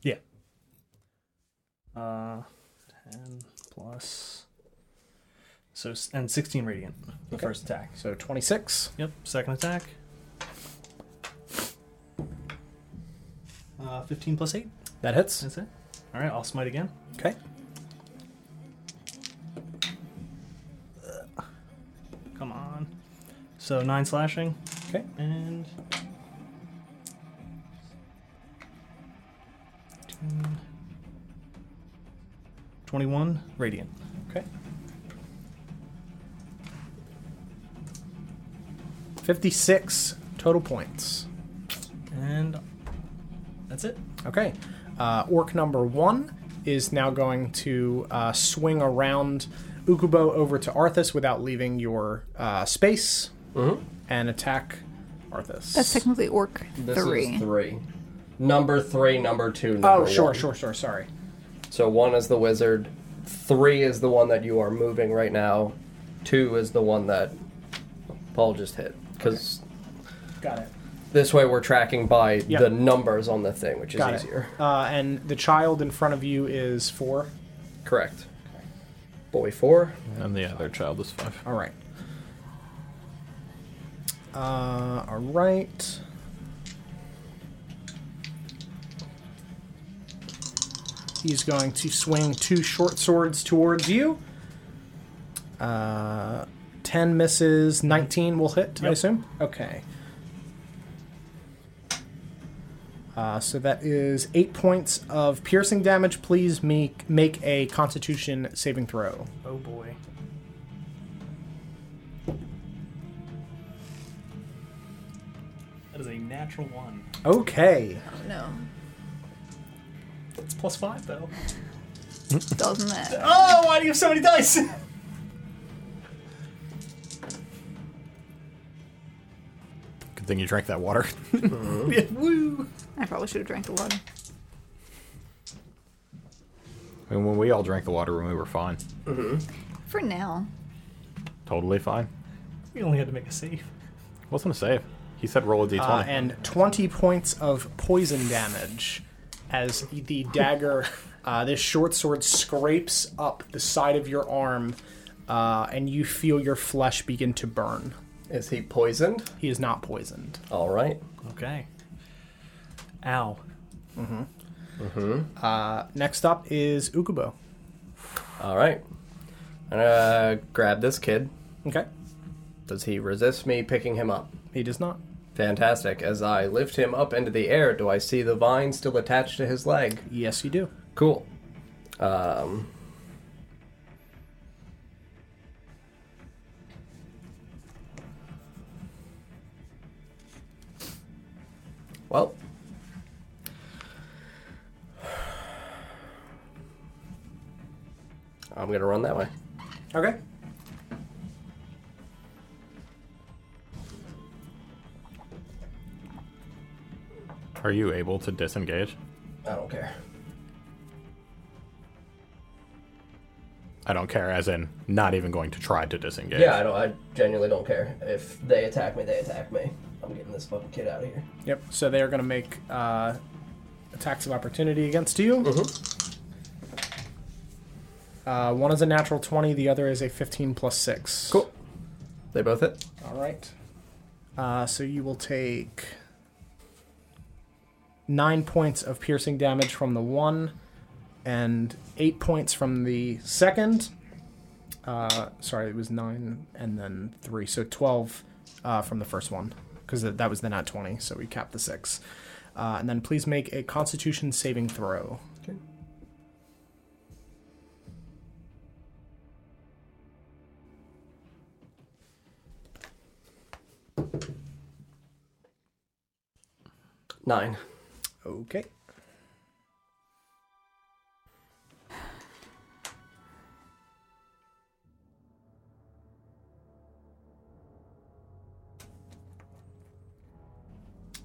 Speaker 4: Yeah. Uh, 10 plus. So, s- and 16 radiant, the first attack.
Speaker 1: So 26.
Speaker 4: Yep, second attack. Uh, 15 plus 8,
Speaker 1: That hits.
Speaker 4: that's it. Alright, I'll smite again.
Speaker 1: Okay.
Speaker 4: Come on. So, 9 slashing,
Speaker 1: Okay.
Speaker 4: and. 10, 21 radiant.
Speaker 1: Okay. 56 total points.
Speaker 4: And that's it.
Speaker 1: Okay. Uh, orc number one is now going to uh, swing around Ukubo over to Arthas without leaving your uh, space
Speaker 3: Mm-hmm.
Speaker 1: and attack Arthas.
Speaker 2: That's technically Orc
Speaker 3: This
Speaker 2: 3.
Speaker 3: is three. Number three, number two, number
Speaker 1: Oh, sure,
Speaker 3: one.
Speaker 1: sure, sure. Sorry.
Speaker 3: So one is the wizard, three is the one that you are moving right now, two is the one that Paul just hit. Because
Speaker 1: Got it.
Speaker 3: this way we're tracking by
Speaker 1: Yep.
Speaker 3: the numbers on the thing, which is
Speaker 1: Got
Speaker 3: easier.
Speaker 1: it. Uh, and the child in front of you is four.
Speaker 3: Correct. Boy four.
Speaker 5: And the other child is 5.
Speaker 1: All right. Uh, all right. He's going to swing two short swords towards you. Uh, 10 misses, 19 will hit, I
Speaker 4: Yep.
Speaker 1: assume? Okay. Uh, so that is eight points of piercing damage. Please make, make a constitution saving throw.
Speaker 4: Oh boy. That is a natural one.
Speaker 1: Okay.
Speaker 2: No.
Speaker 4: It's plus five though.
Speaker 2: Doesn't that?
Speaker 4: Oh, why do you have so many dice?
Speaker 6: Good thing you drank that water.
Speaker 4: Yeah, Woo!
Speaker 2: I probably should have drank the water.
Speaker 6: I mean, when we all drank the water when we were fine.
Speaker 2: For now.
Speaker 6: Totally fine.
Speaker 4: We only had to make a save.
Speaker 6: Wasn't a save. He said roll a d20.
Speaker 1: Uh, and 20 points of poison damage as the dagger, uh, this short sword, scrapes up the side of your arm, uh, and you feel your flesh begin to burn.
Speaker 3: Is he poisoned?
Speaker 1: He is not poisoned.
Speaker 3: All right.
Speaker 4: Okay. Ow.
Speaker 1: Uh, next up is Ukubo.
Speaker 3: All right. I'm gonna grab this kid.
Speaker 1: Okay.
Speaker 3: Does he resist me picking him up?
Speaker 1: He does not.
Speaker 3: Fantastic. As I lift him up into the air, do I see the vine still attached to his leg?
Speaker 1: Yes, you do.
Speaker 3: Cool. Um, Well, I'm gonna run that way.
Speaker 1: Okay.
Speaker 6: Are you able to disengage?
Speaker 3: I don't care.
Speaker 6: I don't care, as in not even going to try to disengage.
Speaker 3: Yeah, I don't. I genuinely don't care. If they attack me, they attack me. I'm getting this fucking kid out of here.
Speaker 1: Yep. So they are going to make uh, attacks of opportunity against you. Uh, one is a natural 20, the other is a 15 plus 6.
Speaker 3: Cool. They both hit.
Speaker 1: All right. Uh, so you will take nine points of piercing damage from the one, and eight points from the second. Uh, sorry, it was nine and then three, so twelve uh, from the first one because that, that was the nat twenty. So we capped the six, uh, and then please make a Constitution saving throw.
Speaker 3: Nine.
Speaker 1: Okay.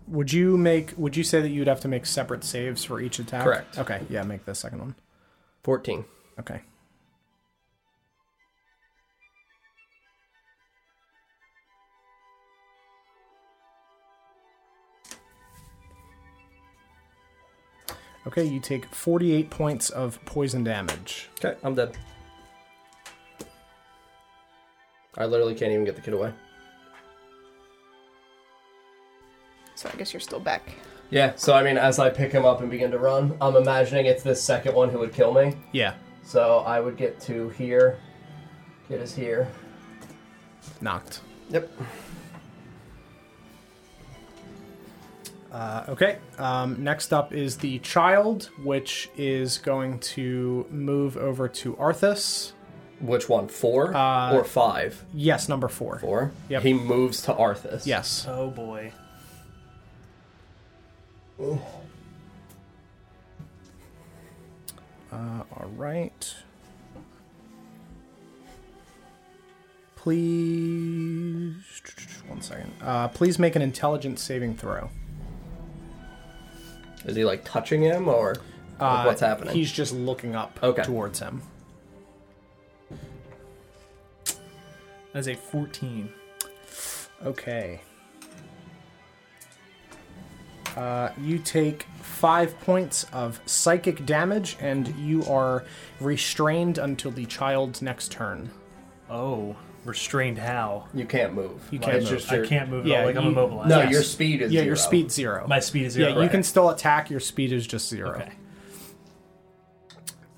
Speaker 1: Would you make? Would you say that you'd have to make separate saves for each attack?
Speaker 3: Correct.
Speaker 1: Okay. Yeah. Make the second one.
Speaker 3: Fourteen.
Speaker 1: Okay. Okay, you take 48 points of poison damage.
Speaker 3: Okay, I'm dead. I literally can't even get the kid away.
Speaker 7: So I guess you're still back.
Speaker 3: Yeah, so I mean, as I pick him up and begin to run, I'm imagining it's this second one who would kill me.
Speaker 1: Yeah.
Speaker 3: So I would get to here. Kid is here.
Speaker 1: Knocked.
Speaker 3: Yep.
Speaker 1: Uh, okay. Um, next up is the child, which is going to move over to Arthas.
Speaker 3: Which one? Four or five?
Speaker 1: Yes, number four.
Speaker 3: Four.
Speaker 1: Uh, Yep.
Speaker 3: He moves to Arthas.
Speaker 1: Yes.
Speaker 4: Oh boy.
Speaker 1: All right. Please, one second. Uh, please make an intelligence saving throw.
Speaker 3: Is he like touching him or like,
Speaker 1: Uh,
Speaker 3: what's happening?
Speaker 1: He's just looking up
Speaker 3: Okay.
Speaker 1: towards him.
Speaker 4: That's a 14.
Speaker 1: Okay. Uh, you take five points of psychic damage, and you are restrained until the child's next turn.
Speaker 4: Oh, restrained how?
Speaker 3: You can't move.
Speaker 1: You
Speaker 3: Like,
Speaker 1: can't
Speaker 3: it's
Speaker 1: move.
Speaker 3: just
Speaker 4: I
Speaker 3: your-
Speaker 4: can't move
Speaker 1: Yeah,
Speaker 4: at all. Like I'm
Speaker 1: you-
Speaker 4: immobilized.
Speaker 3: No,
Speaker 1: Yes.
Speaker 3: your speed is
Speaker 1: yeah,
Speaker 3: zero.
Speaker 1: your speed zero.
Speaker 4: My speed is
Speaker 1: yeah,
Speaker 4: zero.
Speaker 1: you can still attack. Your speed is just zero.
Speaker 4: Okay.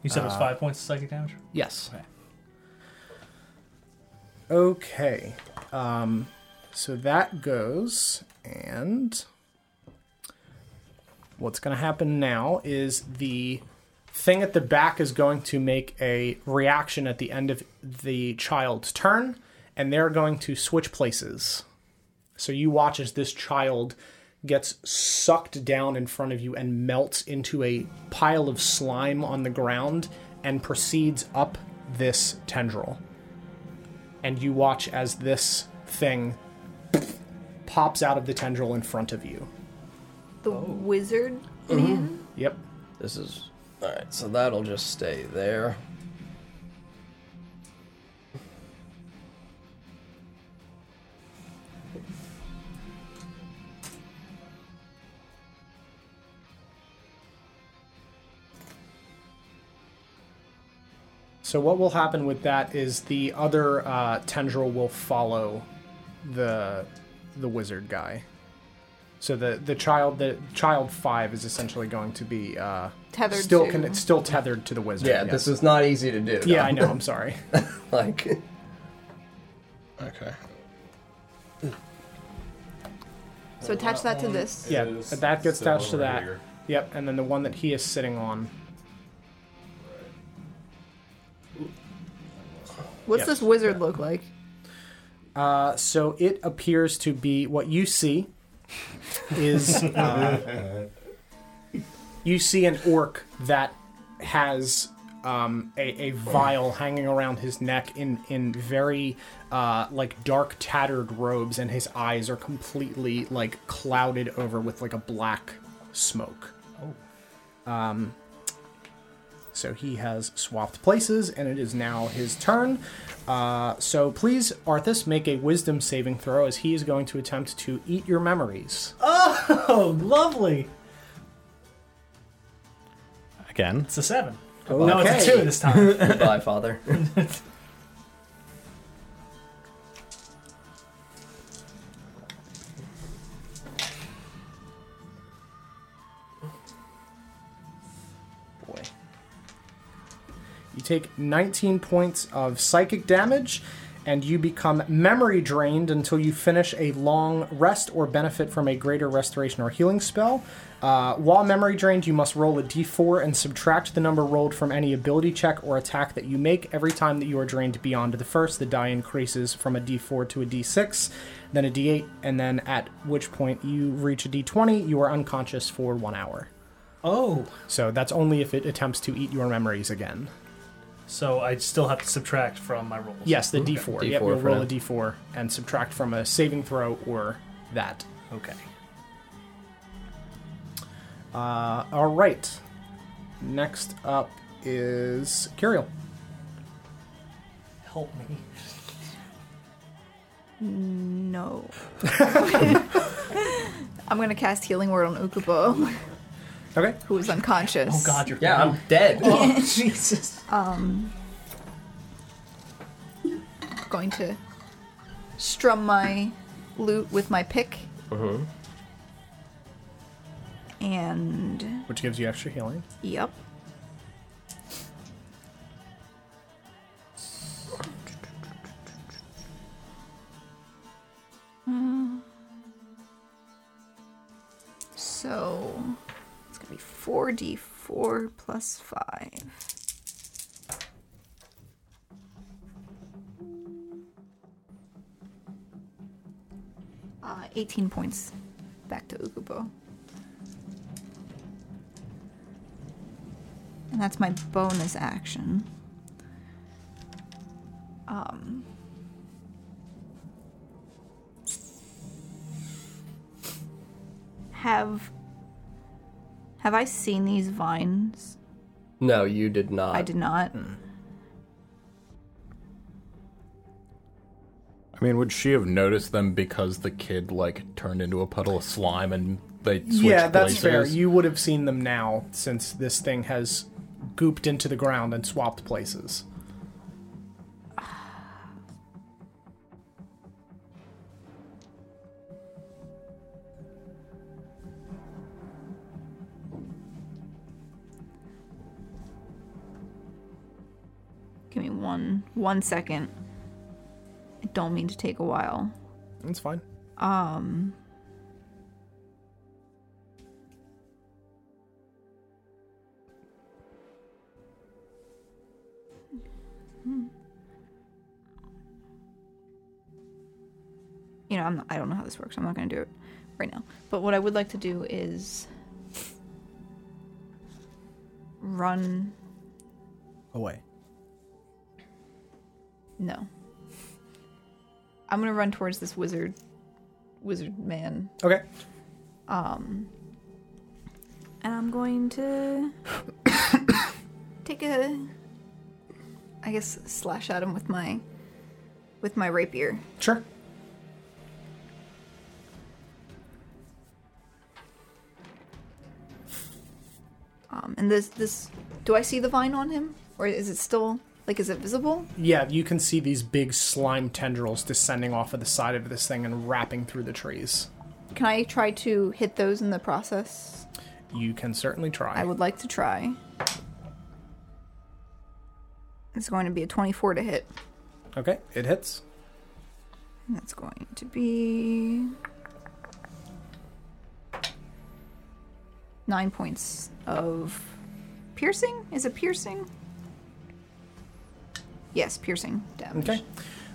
Speaker 4: You said
Speaker 6: Uh,
Speaker 4: it was five points of psychic damage.
Speaker 1: Yes.
Speaker 4: Okay.
Speaker 1: Okay. Um, so that goes, and what's going to happen now is the thing at the back is going to make a reaction at the end of the child's turn, and they're going to switch places. So you watch as this child gets sucked down in front of you and melts into a pile of slime on the ground and proceeds up this tendril. And you watch as this thing pops out of the tendril in front of you.
Speaker 2: The wizard in him?
Speaker 1: Yep.
Speaker 3: This is all right. So that'll just stay there.
Speaker 1: So what will happen with that is the other uh, tendril will follow the the wizard guy. So the the child the child five is essentially going to be uh,
Speaker 2: Tethered
Speaker 1: still
Speaker 2: to-
Speaker 1: con- still tethered to the wizard.
Speaker 3: Yeah,
Speaker 1: yes.
Speaker 3: this is not easy to do.
Speaker 1: Yeah,
Speaker 3: no.
Speaker 1: I know. I'm sorry.
Speaker 3: like,
Speaker 5: Okay.
Speaker 2: So attach that to this.
Speaker 1: Yeah,
Speaker 8: is
Speaker 1: that gets
Speaker 8: still
Speaker 1: attached to
Speaker 8: over
Speaker 1: that.
Speaker 8: here.
Speaker 1: Yep, and then the one that he is sitting on.
Speaker 7: What's
Speaker 1: Yes.
Speaker 7: this wizard look like?
Speaker 1: Uh, so it appears to be what you see is uh, you see an orc that has um, a, a vial hanging around his neck in in very uh, like dark tattered robes, and his eyes are completely like clouded over with like a black smoke. Oh. Um. So he has swapped places, and it is now his turn. Uh, so please, Arthas, make a wisdom saving throw as he is going to attempt to eat your memories.
Speaker 4: Oh, lovely.
Speaker 6: Again,
Speaker 4: It's a seven. No, it's a
Speaker 1: Okay.
Speaker 4: two this time.
Speaker 3: Goodbye, father. Boy.
Speaker 1: You take 19 points of psychic damage, and you become memory drained until you finish a long rest or benefit from a greater restoration or healing spell. Uh, while memory drained, you must roll a d4 and subtract the number rolled from any ability check or attack that you make. Every time that you are drained beyond the first, the die increases from a d4 to a d6, then a d8, and then at which point you reach a d20, you are unconscious for one hour.
Speaker 4: oh,
Speaker 1: So that's only if it attempts to eat your memories again.
Speaker 4: so I still have to subtract from my rolls.
Speaker 1: Yes, the D4. Yep,
Speaker 3: D4
Speaker 1: you'll
Speaker 3: for
Speaker 1: roll
Speaker 3: now.
Speaker 1: a D4 and subtract from a saving throw or that.
Speaker 4: Okay.
Speaker 1: Uh, all right. Next up is Curiel.
Speaker 4: Help me.
Speaker 2: No. I'm gonna cast Healing Word on Ukubo,
Speaker 1: Okay.
Speaker 2: who is unconscious.
Speaker 4: Oh God, you're.
Speaker 3: Yeah, I'm dead.
Speaker 4: Oh Jesus.
Speaker 2: Going to strum my lute with my pick. And
Speaker 1: Which gives you extra healing.
Speaker 2: yep. Mm. So it's gonna be four D four plus five. Uh, 18 points back to Ukubo. And that's my bonus action. Um. Have have I seen these vines?
Speaker 3: No, you did not.
Speaker 2: I did not.
Speaker 5: I mean, would she have noticed them because the kid like turned into a puddle of slime and they switched
Speaker 1: yeah, that's
Speaker 5: places?
Speaker 1: fair. You would have seen them now since this thing has gooped into the ground and swapped places.
Speaker 2: Give me one one second. I don't mean to take a while.
Speaker 1: That's fine.
Speaker 2: Um. You know, I'm not, I don't know how this works. I'm not going to do it right now. But what I would like to do is run.
Speaker 1: Away.
Speaker 2: No. I'm going to run towards this wizard, wizard man
Speaker 1: Okay.
Speaker 2: Um, and I'm going to take a, I guess, slash at him with my, with my rapier.
Speaker 1: Sure.
Speaker 2: Um, and this, this, do I see the vine on him, or is it still like, is it visible?
Speaker 1: Yeah, you can see these big slime tendrils descending off of the side of this thing and wrapping through the trees.
Speaker 2: Can I try to hit those in the process?
Speaker 1: You can certainly try.
Speaker 2: I would like to try. It's going to be a 24 to hit.
Speaker 1: Okay, it hits.
Speaker 2: That's going to be nine points of piercing. Is it piercing? Yes, piercing damage.
Speaker 1: Okay.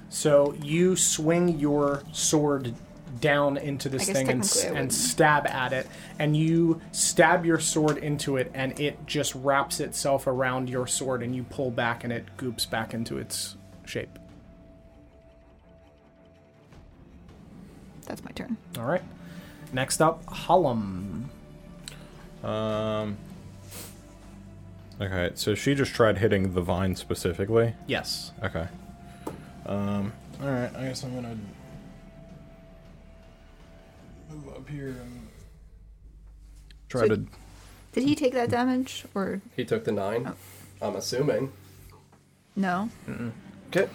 Speaker 1: So you swing your sword down into this
Speaker 9: guess
Speaker 1: thing and, s-
Speaker 9: technically I
Speaker 1: and
Speaker 9: wouldn't.
Speaker 1: stab at it, and you stab your sword into it, and it just wraps itself around your sword, and you pull back, and it goops back into its shape.
Speaker 2: That's my turn.
Speaker 1: All right. Next up, Hollum.
Speaker 5: Um. Okay, so she just tried hitting the vine specifically.
Speaker 1: Yes.
Speaker 5: Okay. Um. All right. I guess I'm gonna move up here and try
Speaker 2: So-
Speaker 5: to.
Speaker 2: Did he take that damage or
Speaker 3: He took the
Speaker 2: Oh.
Speaker 3: nine. I'm assuming.
Speaker 2: no?
Speaker 5: Okay.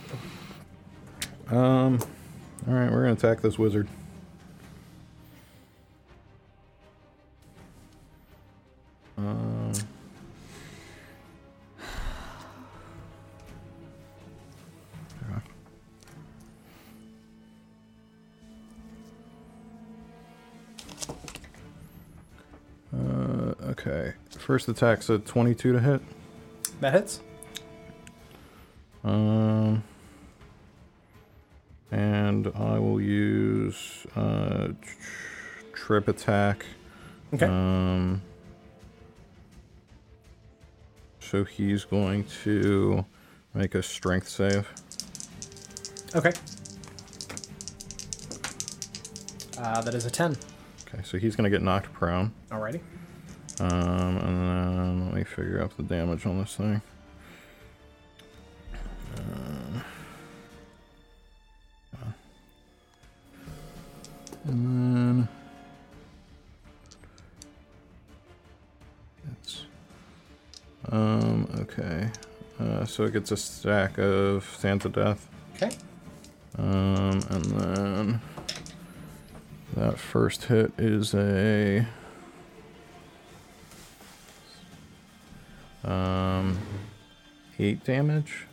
Speaker 5: Um. All right, we're gonna attack this wizard. Um. yeah. Uh, okay. First attack's a 22 to hit.
Speaker 1: That hits.
Speaker 5: Um, and I will use uh, tr- trip attack.
Speaker 1: Okay.
Speaker 5: Um, so he's going to make a strength save.
Speaker 1: Okay. Uh, that is a 10.
Speaker 5: Okay, so he's going to get knocked prone.
Speaker 1: Alrighty.
Speaker 5: Um, and then let me figure out the damage on this thing. Uh, and then it's um okay. Uh, so it gets a stack of Sands of Death.
Speaker 1: Okay.
Speaker 5: Um, and then that first hit is a. Um, eight damage.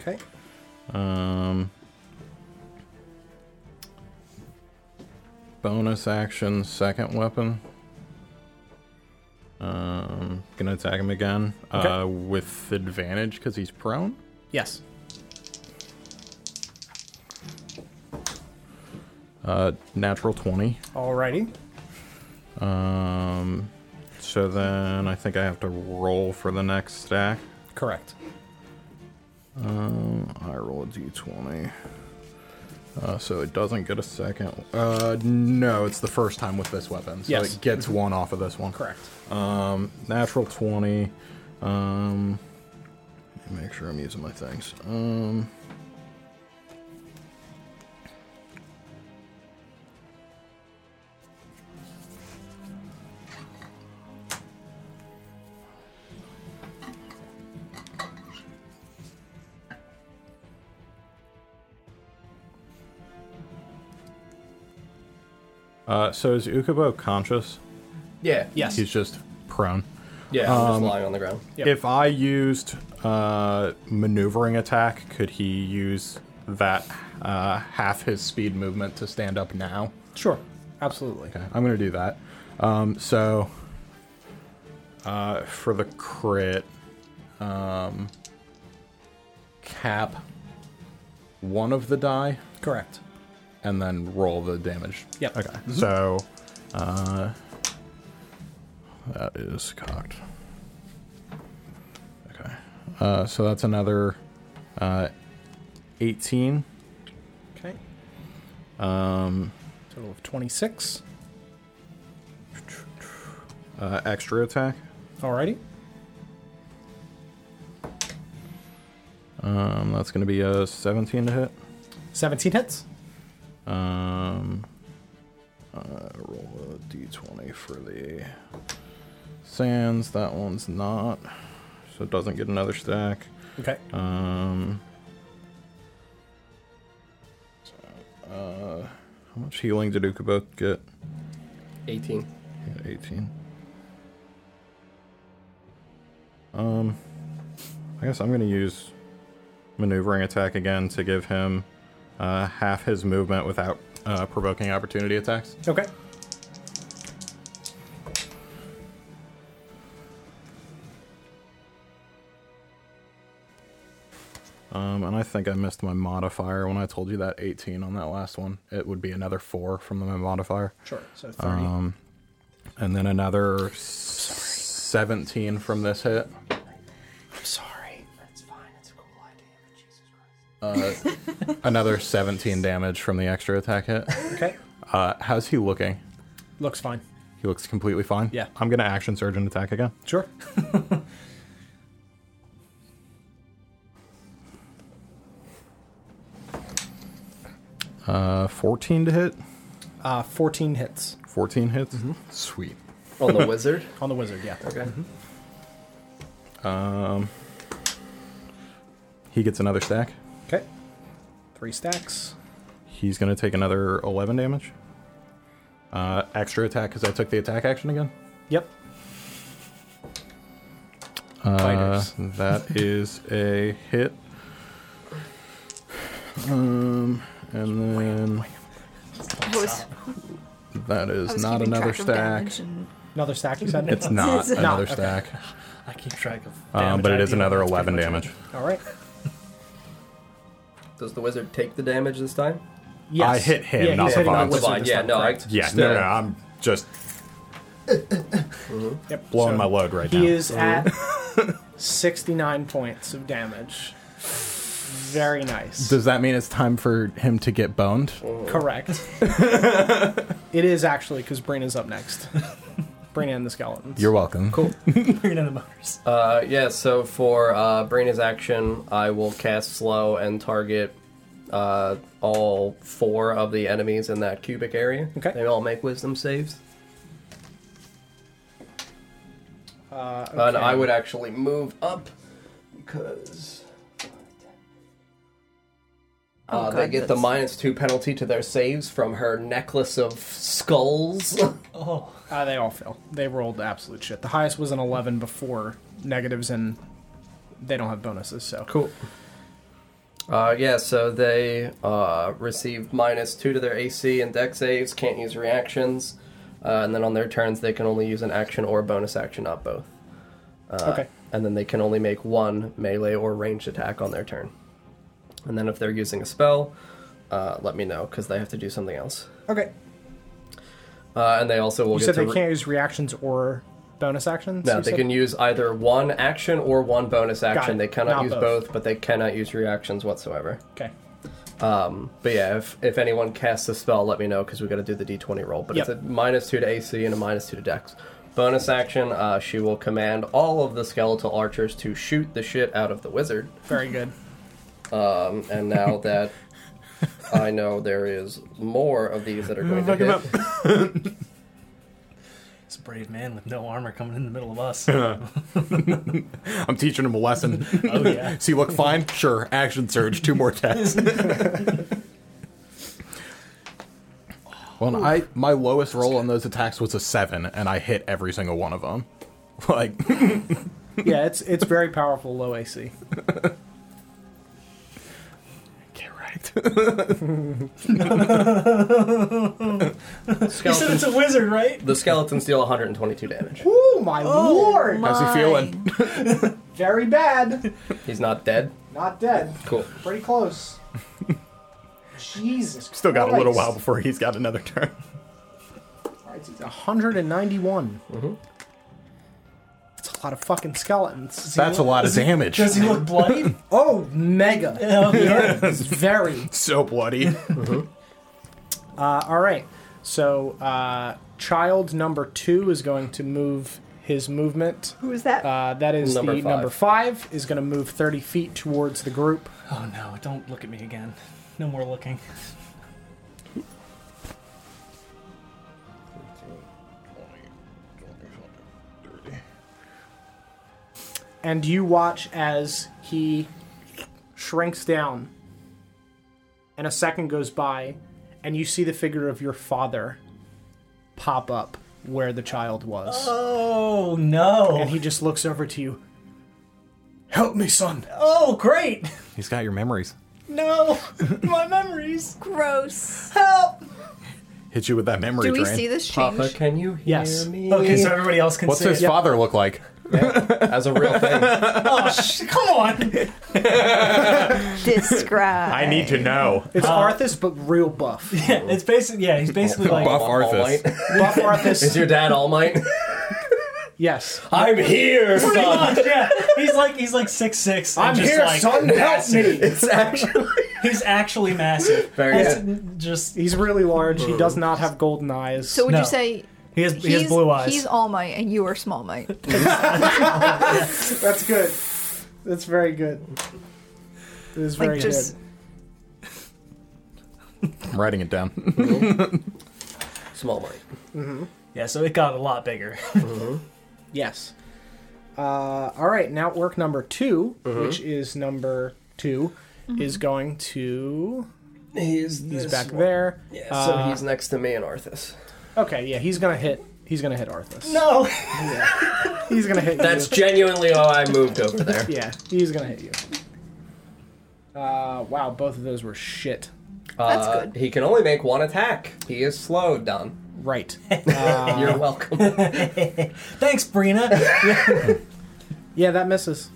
Speaker 1: Okay.
Speaker 5: Um, bonus action, second weapon. Um, gonna attack him again.
Speaker 1: Okay.
Speaker 5: Uh, with advantage because he's prone.
Speaker 1: Yes.
Speaker 5: Uh, natural twenty.
Speaker 1: Alrighty.
Speaker 5: Um, so then I think I have to roll for the next stack.
Speaker 1: Correct.
Speaker 5: Um, I roll a d20. Uh, so it doesn't get a second. Uh, no, it's the first time with this weapon. So
Speaker 1: Yes. Mm-hmm.
Speaker 5: it gets one off of this one.
Speaker 1: Correct.
Speaker 5: Um, natural 20. Um, let me make sure I'm using my things. Um, uh, so is Ukubo conscious?
Speaker 3: Yeah.
Speaker 1: Yes.
Speaker 5: He's just prone.
Speaker 3: Yeah. Um, I'm just lying on the ground.
Speaker 1: Yep.
Speaker 5: If I used uh, maneuvering attack, could he use that uh, half his speed movement to stand up now?
Speaker 1: Sure. Absolutely.
Speaker 5: Okay, I'm gonna do that. Um, so uh, for the crit, um, cap one of the die
Speaker 1: Correct.
Speaker 5: and then roll the damage.
Speaker 1: Yep.
Speaker 5: Okay. So uh, that is cocked. Okay. Uh, so that's another uh, 18.
Speaker 1: Okay.
Speaker 5: Um,
Speaker 1: Total of 26.
Speaker 5: uh, extra attack.
Speaker 1: Alrighty.
Speaker 5: Um, that's going to be a 17 to hit.
Speaker 1: 17 hits.
Speaker 5: Um, uh, roll a d20 for the sands. That one's not, so it doesn't get another stack.
Speaker 1: Okay.
Speaker 5: Um. So, uh, how much healing did Ukubo get?
Speaker 3: 18.
Speaker 5: He got 18. Um, I guess I'm gonna use maneuvering attack again to give him uh, half his movement without uh, provoking opportunity attacks.
Speaker 1: Okay.
Speaker 6: Um, and I think I missed my modifier when I told you that 18 on that last one. It would be another four from my modifier.
Speaker 4: Sure. So 30.
Speaker 6: Um, And then another s- 17 from this hit.
Speaker 1: I'm sorry.
Speaker 3: It's fine. It's a cool idea. But Jesus Christ.
Speaker 6: Another 17 damage from the extra attack hit.
Speaker 1: Okay.
Speaker 6: Uh, how's he looking?
Speaker 1: Looks fine.
Speaker 6: He looks completely fine.
Speaker 1: Yeah.
Speaker 6: I'm going to action surge and attack again.
Speaker 1: Sure.
Speaker 6: Uh, 14 to hit.
Speaker 1: Uh, 14 hits
Speaker 6: 14 hits.
Speaker 2: Mm-hmm.
Speaker 6: Sweet.
Speaker 3: On the wizard. Mm-hmm.
Speaker 1: on the wizard, yeah.
Speaker 3: Okay.
Speaker 6: He gets another stack.
Speaker 1: Okay. Three stacks.
Speaker 6: He's going to take another 11 damage. Uh, extra attack because I took the attack action again.
Speaker 1: Yep.
Speaker 6: Uh,
Speaker 1: Fighters.
Speaker 6: that is a hit. Um, and then
Speaker 2: I was,
Speaker 6: that
Speaker 2: I
Speaker 6: is
Speaker 2: was
Speaker 6: not
Speaker 2: keeping
Speaker 6: another
Speaker 2: track of damage
Speaker 6: stack.
Speaker 2: and-
Speaker 1: Another stack, you said?
Speaker 6: It's not
Speaker 2: It's not.
Speaker 6: another
Speaker 1: Okay.
Speaker 6: stack,
Speaker 4: I keep track of damage.
Speaker 6: um, but it
Speaker 4: I
Speaker 6: is
Speaker 4: deal.
Speaker 6: another
Speaker 4: That's pretty
Speaker 6: 11
Speaker 4: much it.
Speaker 6: damage.
Speaker 1: All right.
Speaker 3: Does the wizard take the damage this time?
Speaker 1: Yes.
Speaker 6: I hit him,
Speaker 1: yeah,
Speaker 6: not
Speaker 1: he's
Speaker 6: the
Speaker 1: hitting
Speaker 6: vine.
Speaker 1: wizard
Speaker 3: Divine,
Speaker 1: this
Speaker 3: yeah,
Speaker 1: time,
Speaker 3: no, I,
Speaker 1: correct.
Speaker 6: Yeah,
Speaker 3: still-
Speaker 6: no, no, I'm just
Speaker 1: Yep.
Speaker 6: blowing
Speaker 1: so
Speaker 6: my load right now.
Speaker 1: He is at 69 points of damage. Very nice.
Speaker 5: Does that mean it's time for him to get boned?
Speaker 1: Correct. it is actually because Brina's up next. Brina and the skeletons.
Speaker 5: You're welcome.
Speaker 3: Cool.
Speaker 4: Bringing in the motors.
Speaker 3: Uh, yeah, so for uh, Brina's action, I will cast slow and target uh, all four of the enemies in that cubic area.
Speaker 1: Okay.
Speaker 3: They all make wisdom saves.
Speaker 1: Uh,
Speaker 3: And
Speaker 1: okay.
Speaker 3: I would actually move up because. Uh, they
Speaker 2: God,
Speaker 3: get the
Speaker 2: that's-
Speaker 3: minus two penalty to their saves from her necklace of skulls.
Speaker 4: Oh,
Speaker 1: Uh, they all fail. They rolled absolute shit. The highest was an 11 before negatives, and they don't have bonuses, so.
Speaker 3: Cool. Uh, yeah, so they uh, receive minus two to their AC and deck saves, can't use reactions, uh, and then on their turns they can only use an action or bonus action, not both. Uh,
Speaker 1: okay.
Speaker 3: And then they can only make one melee or ranged attack on their turn. And then if they're using a spell, uh, let me know, because they have to do something else.
Speaker 1: Okay.
Speaker 3: Uh, and they also will
Speaker 1: You
Speaker 3: get
Speaker 1: said
Speaker 3: to
Speaker 1: they
Speaker 3: re-
Speaker 1: can't use reactions or bonus actions?
Speaker 3: No,
Speaker 1: you
Speaker 3: they
Speaker 1: said?
Speaker 3: can use either one action or one bonus action.
Speaker 1: it.
Speaker 3: They cannot
Speaker 1: Not
Speaker 3: use
Speaker 1: both.
Speaker 3: both, but they cannot use reactions whatsoever.
Speaker 1: Okay.
Speaker 3: Um, but yeah, if, if anyone casts a spell, let me know because we got to do the d20 roll. But
Speaker 1: Yep.
Speaker 3: it's a minus two to AC and a minus two to Dex. Bonus action, uh, she will command all of the skeletal archers to shoot the shit out of the wizard.
Speaker 1: Very good.
Speaker 3: Um, and now that I know there is more of these that are going to hit,
Speaker 4: it's a brave man with no armor coming in the middle of us.
Speaker 5: I'm teaching him a lesson.
Speaker 4: oh yeah.
Speaker 5: Does he look fine? Sure. Action surge. Two more attacks. well, I my lowest roll on those attacks was a seven, and I hit every single one of them. Like,
Speaker 1: yeah, it's it's very powerful low AC.
Speaker 5: get right.
Speaker 4: You said it's
Speaker 3: skeletons,
Speaker 4: a wizard, right?
Speaker 3: the skeletons deal 122 damage.
Speaker 1: Oh my lord!
Speaker 5: How's he feeling?
Speaker 2: Mine.
Speaker 1: Very bad.
Speaker 3: He's not dead.
Speaker 1: Not dead.
Speaker 3: Cool.
Speaker 1: Pretty close. Jesus.
Speaker 5: Still got a little while
Speaker 1: Christ.
Speaker 5: before he's got another turn.
Speaker 1: Alright, it's 191.
Speaker 5: Mm-hmm.
Speaker 1: That's a lot of fucking skeletons.
Speaker 5: That's a lot of damage.
Speaker 4: Does he look bloody?
Speaker 1: Oh, mega.
Speaker 4: Hell yeah.
Speaker 1: It's very.
Speaker 5: so bloody.
Speaker 1: Uh, all right. So, uh, child number two is going to move his movement.
Speaker 2: Who is that?
Speaker 1: Uh, that is
Speaker 3: Number
Speaker 1: the
Speaker 3: five.
Speaker 1: number five is going to move 30 feet towards the group.
Speaker 4: Oh no, don't look at me again. No more looking.
Speaker 1: and you watch as he shrinks down and a second goes by and you see the figure of your father pop up where the child was
Speaker 4: Oh no.
Speaker 1: and he just looks over to you help me son
Speaker 4: oh great.
Speaker 6: He's got your memories.
Speaker 4: No, my memories.
Speaker 2: Gross.
Speaker 4: Help.
Speaker 6: Hit you with that memory
Speaker 2: Do we
Speaker 6: drain.
Speaker 2: see this change?
Speaker 3: Papa, can you hear
Speaker 1: Yes.
Speaker 3: me?
Speaker 4: Okay, so everybody else can
Speaker 5: What's
Speaker 4: see
Speaker 5: his
Speaker 4: it.
Speaker 5: father look like?
Speaker 3: as a real thing.
Speaker 4: Oh, sh- come on.
Speaker 2: Describe.
Speaker 8: I need to know.
Speaker 1: It's Arthas, but real buff.
Speaker 4: Yeah, it's basically yeah. He's basically like
Speaker 5: Buff
Speaker 3: All Might.
Speaker 5: Arthas.
Speaker 1: buff
Speaker 3: Is
Speaker 1: Arthas.
Speaker 3: your dad All Might?
Speaker 1: Yes.
Speaker 3: I'm here, son.
Speaker 4: yeah. He's like he's like six six.
Speaker 1: I'm
Speaker 4: just
Speaker 1: here,
Speaker 4: like,
Speaker 1: son. Help me.
Speaker 3: It's actually
Speaker 4: He's actually massive.
Speaker 3: Very
Speaker 4: That's
Speaker 1: good.
Speaker 4: Just
Speaker 1: He's really large. He does not have golden eyes.
Speaker 2: so would
Speaker 4: No.
Speaker 2: you say
Speaker 4: he has, he has
Speaker 2: he's-
Speaker 4: blue eyes.
Speaker 2: He's all might and you are small might.
Speaker 1: That's good. That's very good. It is
Speaker 2: Like,
Speaker 1: very
Speaker 2: just-
Speaker 1: good.
Speaker 5: I'm writing it down.
Speaker 3: small Might.
Speaker 4: yeah, so it got a lot bigger.
Speaker 1: Yes. Uh, all right, now work number 2
Speaker 3: Mm-hmm.
Speaker 1: which is number 2 is going to.
Speaker 3: He's,
Speaker 1: He's back there.
Speaker 3: Yeah,
Speaker 1: Uh,
Speaker 3: so he's next to me and Arthas.
Speaker 1: Okay, yeah, he's gonna hit. He's gonna hit Arthas.
Speaker 4: no.
Speaker 1: he's gonna hit.
Speaker 3: That's
Speaker 1: you.
Speaker 3: genuinely how I moved over there.
Speaker 1: Yeah, he's gonna hit you. Uh, wow, both of those were shit.
Speaker 2: That's
Speaker 3: Uh,
Speaker 2: good.
Speaker 3: He can only make one attack. He is slowed, Don.
Speaker 1: Right.
Speaker 3: You're welcome.
Speaker 4: Thanks, Brina.
Speaker 1: yeah, that misses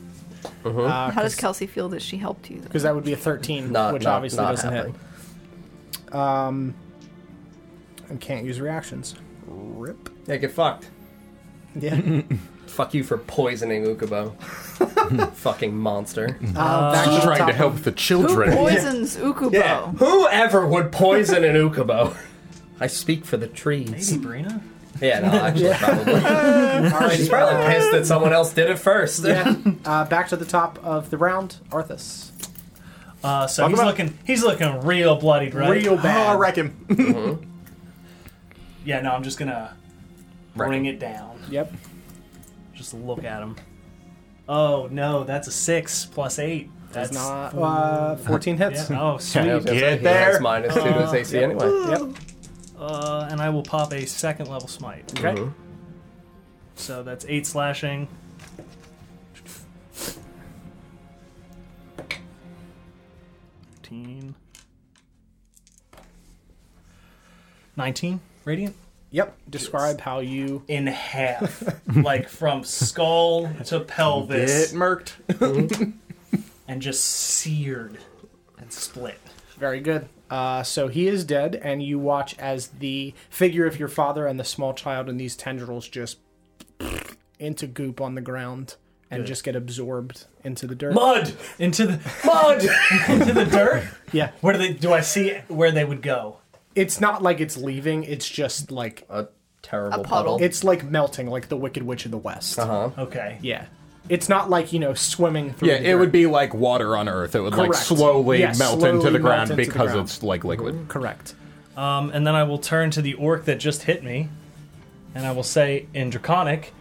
Speaker 2: How does Kelsey feel that she helped you?
Speaker 1: because that would be a thirteen,
Speaker 3: Not,
Speaker 1: which
Speaker 3: not,
Speaker 1: obviously
Speaker 3: not
Speaker 1: doesn't
Speaker 3: happening.
Speaker 1: hit. And can't use reactions. Rip.
Speaker 3: Yeah, get fucked.
Speaker 1: Yeah.
Speaker 3: Fuck you for poisoning Ukubo. Fucking monster.
Speaker 1: Uh, back
Speaker 5: Just
Speaker 1: the
Speaker 5: trying to
Speaker 1: top.
Speaker 5: help the
Speaker 2: Who
Speaker 5: children.
Speaker 2: poisons Ukubo?
Speaker 3: Yeah. Whoever would poison an Ukubo. I speak for the trees.
Speaker 4: Maybe Brina.
Speaker 3: Yeah, no, actually, probably. She's probably pissed that someone else did it first.
Speaker 1: Yeah. Uh, back to the top of the round, Arthas.
Speaker 4: Uh, so
Speaker 8: Talk
Speaker 4: he's
Speaker 8: about-
Speaker 4: looking he's looking real bloodied, right?
Speaker 1: Real
Speaker 8: Oh, I
Speaker 1: bad.
Speaker 8: reckon.
Speaker 4: Yeah. No, I'm just gonna bring it down.
Speaker 1: Yep.
Speaker 4: Just look at him. Oh no, that's a six plus eight. That's
Speaker 1: That's not uh, fourteen hits.
Speaker 4: Yeah, oh sweet.
Speaker 8: Get
Speaker 3: He has
Speaker 8: there.
Speaker 3: minus two to his AC anyway.
Speaker 1: Yep.
Speaker 4: Uh, and I will pop a second level smite.
Speaker 1: Okay.
Speaker 5: Uh-huh.
Speaker 4: So that's eight slashing. Fifteen. Nineteen radiant
Speaker 1: Yep. Describe how you.
Speaker 4: in half, like from skull to pelvis,
Speaker 5: Get murked.
Speaker 4: and just seared and split.
Speaker 1: Very good. Uh, so he is dead, and you watch as the figure of your father and the small child and these tendrils just into goop on the ground and just get absorbed into the dirt.
Speaker 4: Mud into the mud into the dirt.
Speaker 1: Yeah,
Speaker 4: Where do they? Do I see where they would go?
Speaker 1: it's not like it's leaving; it's just like
Speaker 3: A terrible
Speaker 2: A puddle.
Speaker 3: puddle.
Speaker 1: it's like melting, like the Wicked Witch of the West.
Speaker 3: Uh-huh.
Speaker 4: Okay.
Speaker 1: Yeah, it's not like you know swimming through.
Speaker 5: Yeah,
Speaker 1: the
Speaker 5: it
Speaker 1: dirt.
Speaker 5: would be like water on Earth. It would like
Speaker 1: Correct.
Speaker 5: slowly
Speaker 1: Yeah,
Speaker 5: melt
Speaker 1: slowly
Speaker 5: into the
Speaker 1: melt
Speaker 5: ground
Speaker 1: into the
Speaker 5: because
Speaker 1: ground.
Speaker 5: it's like liquid.
Speaker 1: correct.
Speaker 4: Um, and then I will turn to the orc that just hit me, and I will say in Draconic,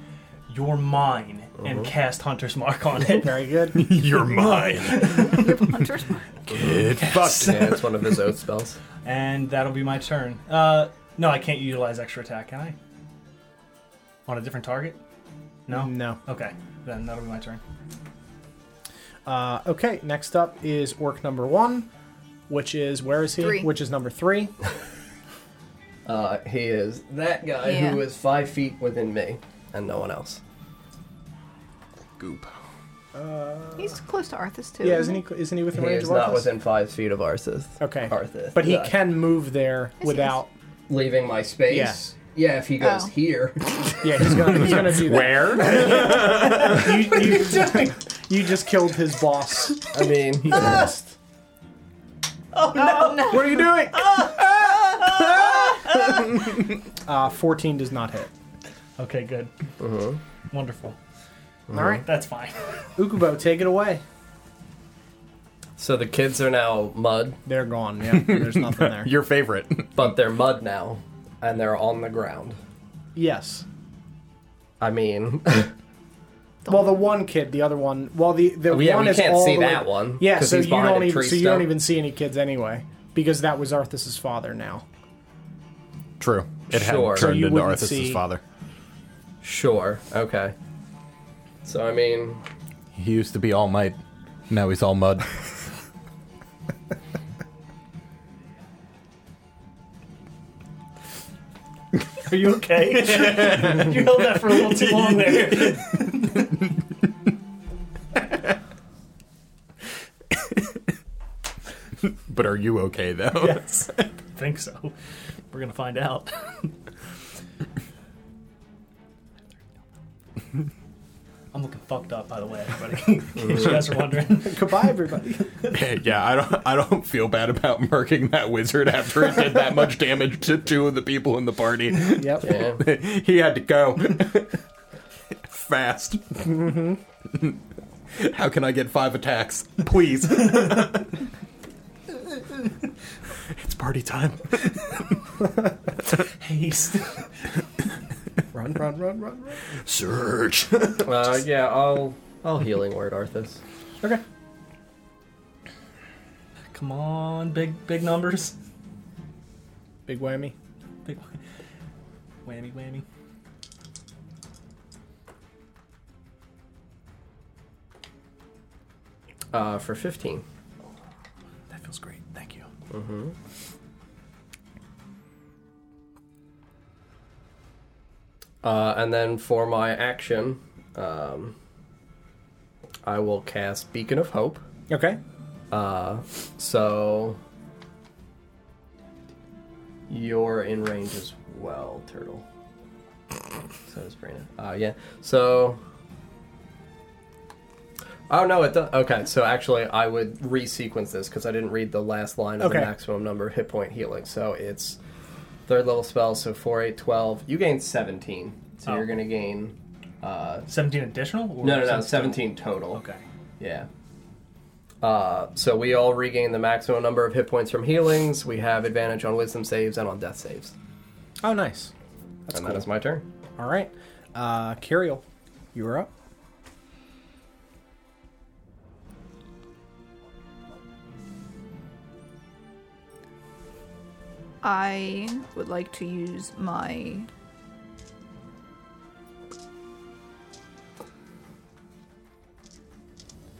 Speaker 4: "You're mine," and
Speaker 5: Uh-huh.
Speaker 4: cast Hunter's Mark on it.
Speaker 1: Very good.
Speaker 8: You're mine.
Speaker 2: Hunter's mark.
Speaker 8: Get fucked.
Speaker 3: Yeah, it's one of his oath spells.
Speaker 4: and that'll be my turn. Uh, no, I can't utilize extra attack, can I? On a different target? No.
Speaker 1: no.
Speaker 4: Okay, then that'll be my turn.
Speaker 1: Uh, okay, next up is orc number one, which is where is he?
Speaker 2: Three.
Speaker 1: Which is number three.
Speaker 3: Uh, he is that guy who
Speaker 2: Yeah.
Speaker 3: is five feet within me and no one else.
Speaker 5: Goop.
Speaker 2: He's close to Arthas too.
Speaker 1: Yeah, isn't he? Isn't he within
Speaker 3: He
Speaker 1: range
Speaker 3: is
Speaker 1: of
Speaker 3: not
Speaker 1: Arthas?
Speaker 3: within five feet of Arthas.
Speaker 1: Okay.
Speaker 3: Arthas.
Speaker 1: But he
Speaker 3: Yeah.
Speaker 1: can move there
Speaker 2: he
Speaker 1: without.
Speaker 3: leaving my space.
Speaker 1: Yeah.
Speaker 3: Yeah, if he goes
Speaker 2: Oh.
Speaker 3: here.
Speaker 1: Yeah, he's gonna, he's gonna do that.
Speaker 8: Where?
Speaker 1: You, you, you just killed his boss.
Speaker 3: I mean, he's lost.
Speaker 1: What are you doing? uh, 14 does not hit.
Speaker 4: Okay, good. Wonderful.
Speaker 1: All right.
Speaker 4: That's fine.
Speaker 1: Ukubo, take it away.
Speaker 3: So the kids are now mud,
Speaker 1: They're gone. Yeah, there's nothing there.
Speaker 5: Your favorite.
Speaker 3: but they're mud now, and they're on the ground.
Speaker 1: Yes.
Speaker 3: I mean,
Speaker 1: Well, the one kid, the other one. Well, the the
Speaker 3: yeah,
Speaker 1: one
Speaker 3: we
Speaker 1: is
Speaker 3: can't
Speaker 1: all
Speaker 3: see
Speaker 1: the way-
Speaker 3: that one.
Speaker 1: Yeah,
Speaker 3: 'cause
Speaker 1: so
Speaker 3: he's
Speaker 1: you
Speaker 3: behind
Speaker 1: don't
Speaker 3: a
Speaker 1: even
Speaker 3: tree
Speaker 1: so you don't
Speaker 3: stump.
Speaker 1: even see any kids anyway because that was Arthas's father now.
Speaker 5: True. It had
Speaker 3: Sure.
Speaker 5: turned
Speaker 3: So
Speaker 1: you
Speaker 5: into
Speaker 1: wouldn't
Speaker 5: Arthas'
Speaker 1: see-
Speaker 5: father.
Speaker 3: Sure. Okay. So I mean,
Speaker 5: He used to be all might. Now he's all mud.
Speaker 4: Are you okay? you held that for a little too long there.
Speaker 8: But are you okay though?
Speaker 4: Yes. I think so. We're going to find out. I'm looking fucked up, by the way, everybody. In case you guys are wondering.
Speaker 1: Goodbye, everybody.
Speaker 8: yeah, I don't. I don't feel bad about murking that wizard after it did that much damage to two of the people in the party.
Speaker 1: Yep.
Speaker 3: Yeah.
Speaker 8: he had to go fast.
Speaker 4: Mm-hmm.
Speaker 8: How can I get five attacks, please? it's party time.
Speaker 4: Haste.
Speaker 1: Run, run, run, run, run.
Speaker 8: Surge.
Speaker 3: Uh, yeah, I'll I'll healing word Arthas.
Speaker 1: Okay.
Speaker 4: Come on, big big numbers.
Speaker 1: Big whammy.
Speaker 4: Big whammy whammy.
Speaker 3: Uh, for 15.
Speaker 4: That feels great. Thank you.
Speaker 3: Uh, and then for my action, um, I will cast Beacon of Hope.
Speaker 1: Okay.
Speaker 3: Uh, so you're in range as well, Turtle. So is Brina. Uh, yeah. So. Oh no! It does. Okay, so actually, I would resequence this because I didn't read the last line of
Speaker 1: Okay.
Speaker 3: the maximum number of hit point healing. So it's third level spell. So four, eight, twelve. You gain seventeen. So
Speaker 4: Oh.
Speaker 3: you're gonna gain. Uh,
Speaker 4: 17 additional? Or
Speaker 3: no, no, no, seventeen total.
Speaker 4: Okay.
Speaker 3: Yeah. Uh, so we all regain the maximum number of hit points from healings. We have advantage on wisdom saves and on death saves.
Speaker 1: Oh, nice.
Speaker 3: and that is my turn.
Speaker 1: All right. Uh, Curiel, you are up.
Speaker 2: I would like to use my.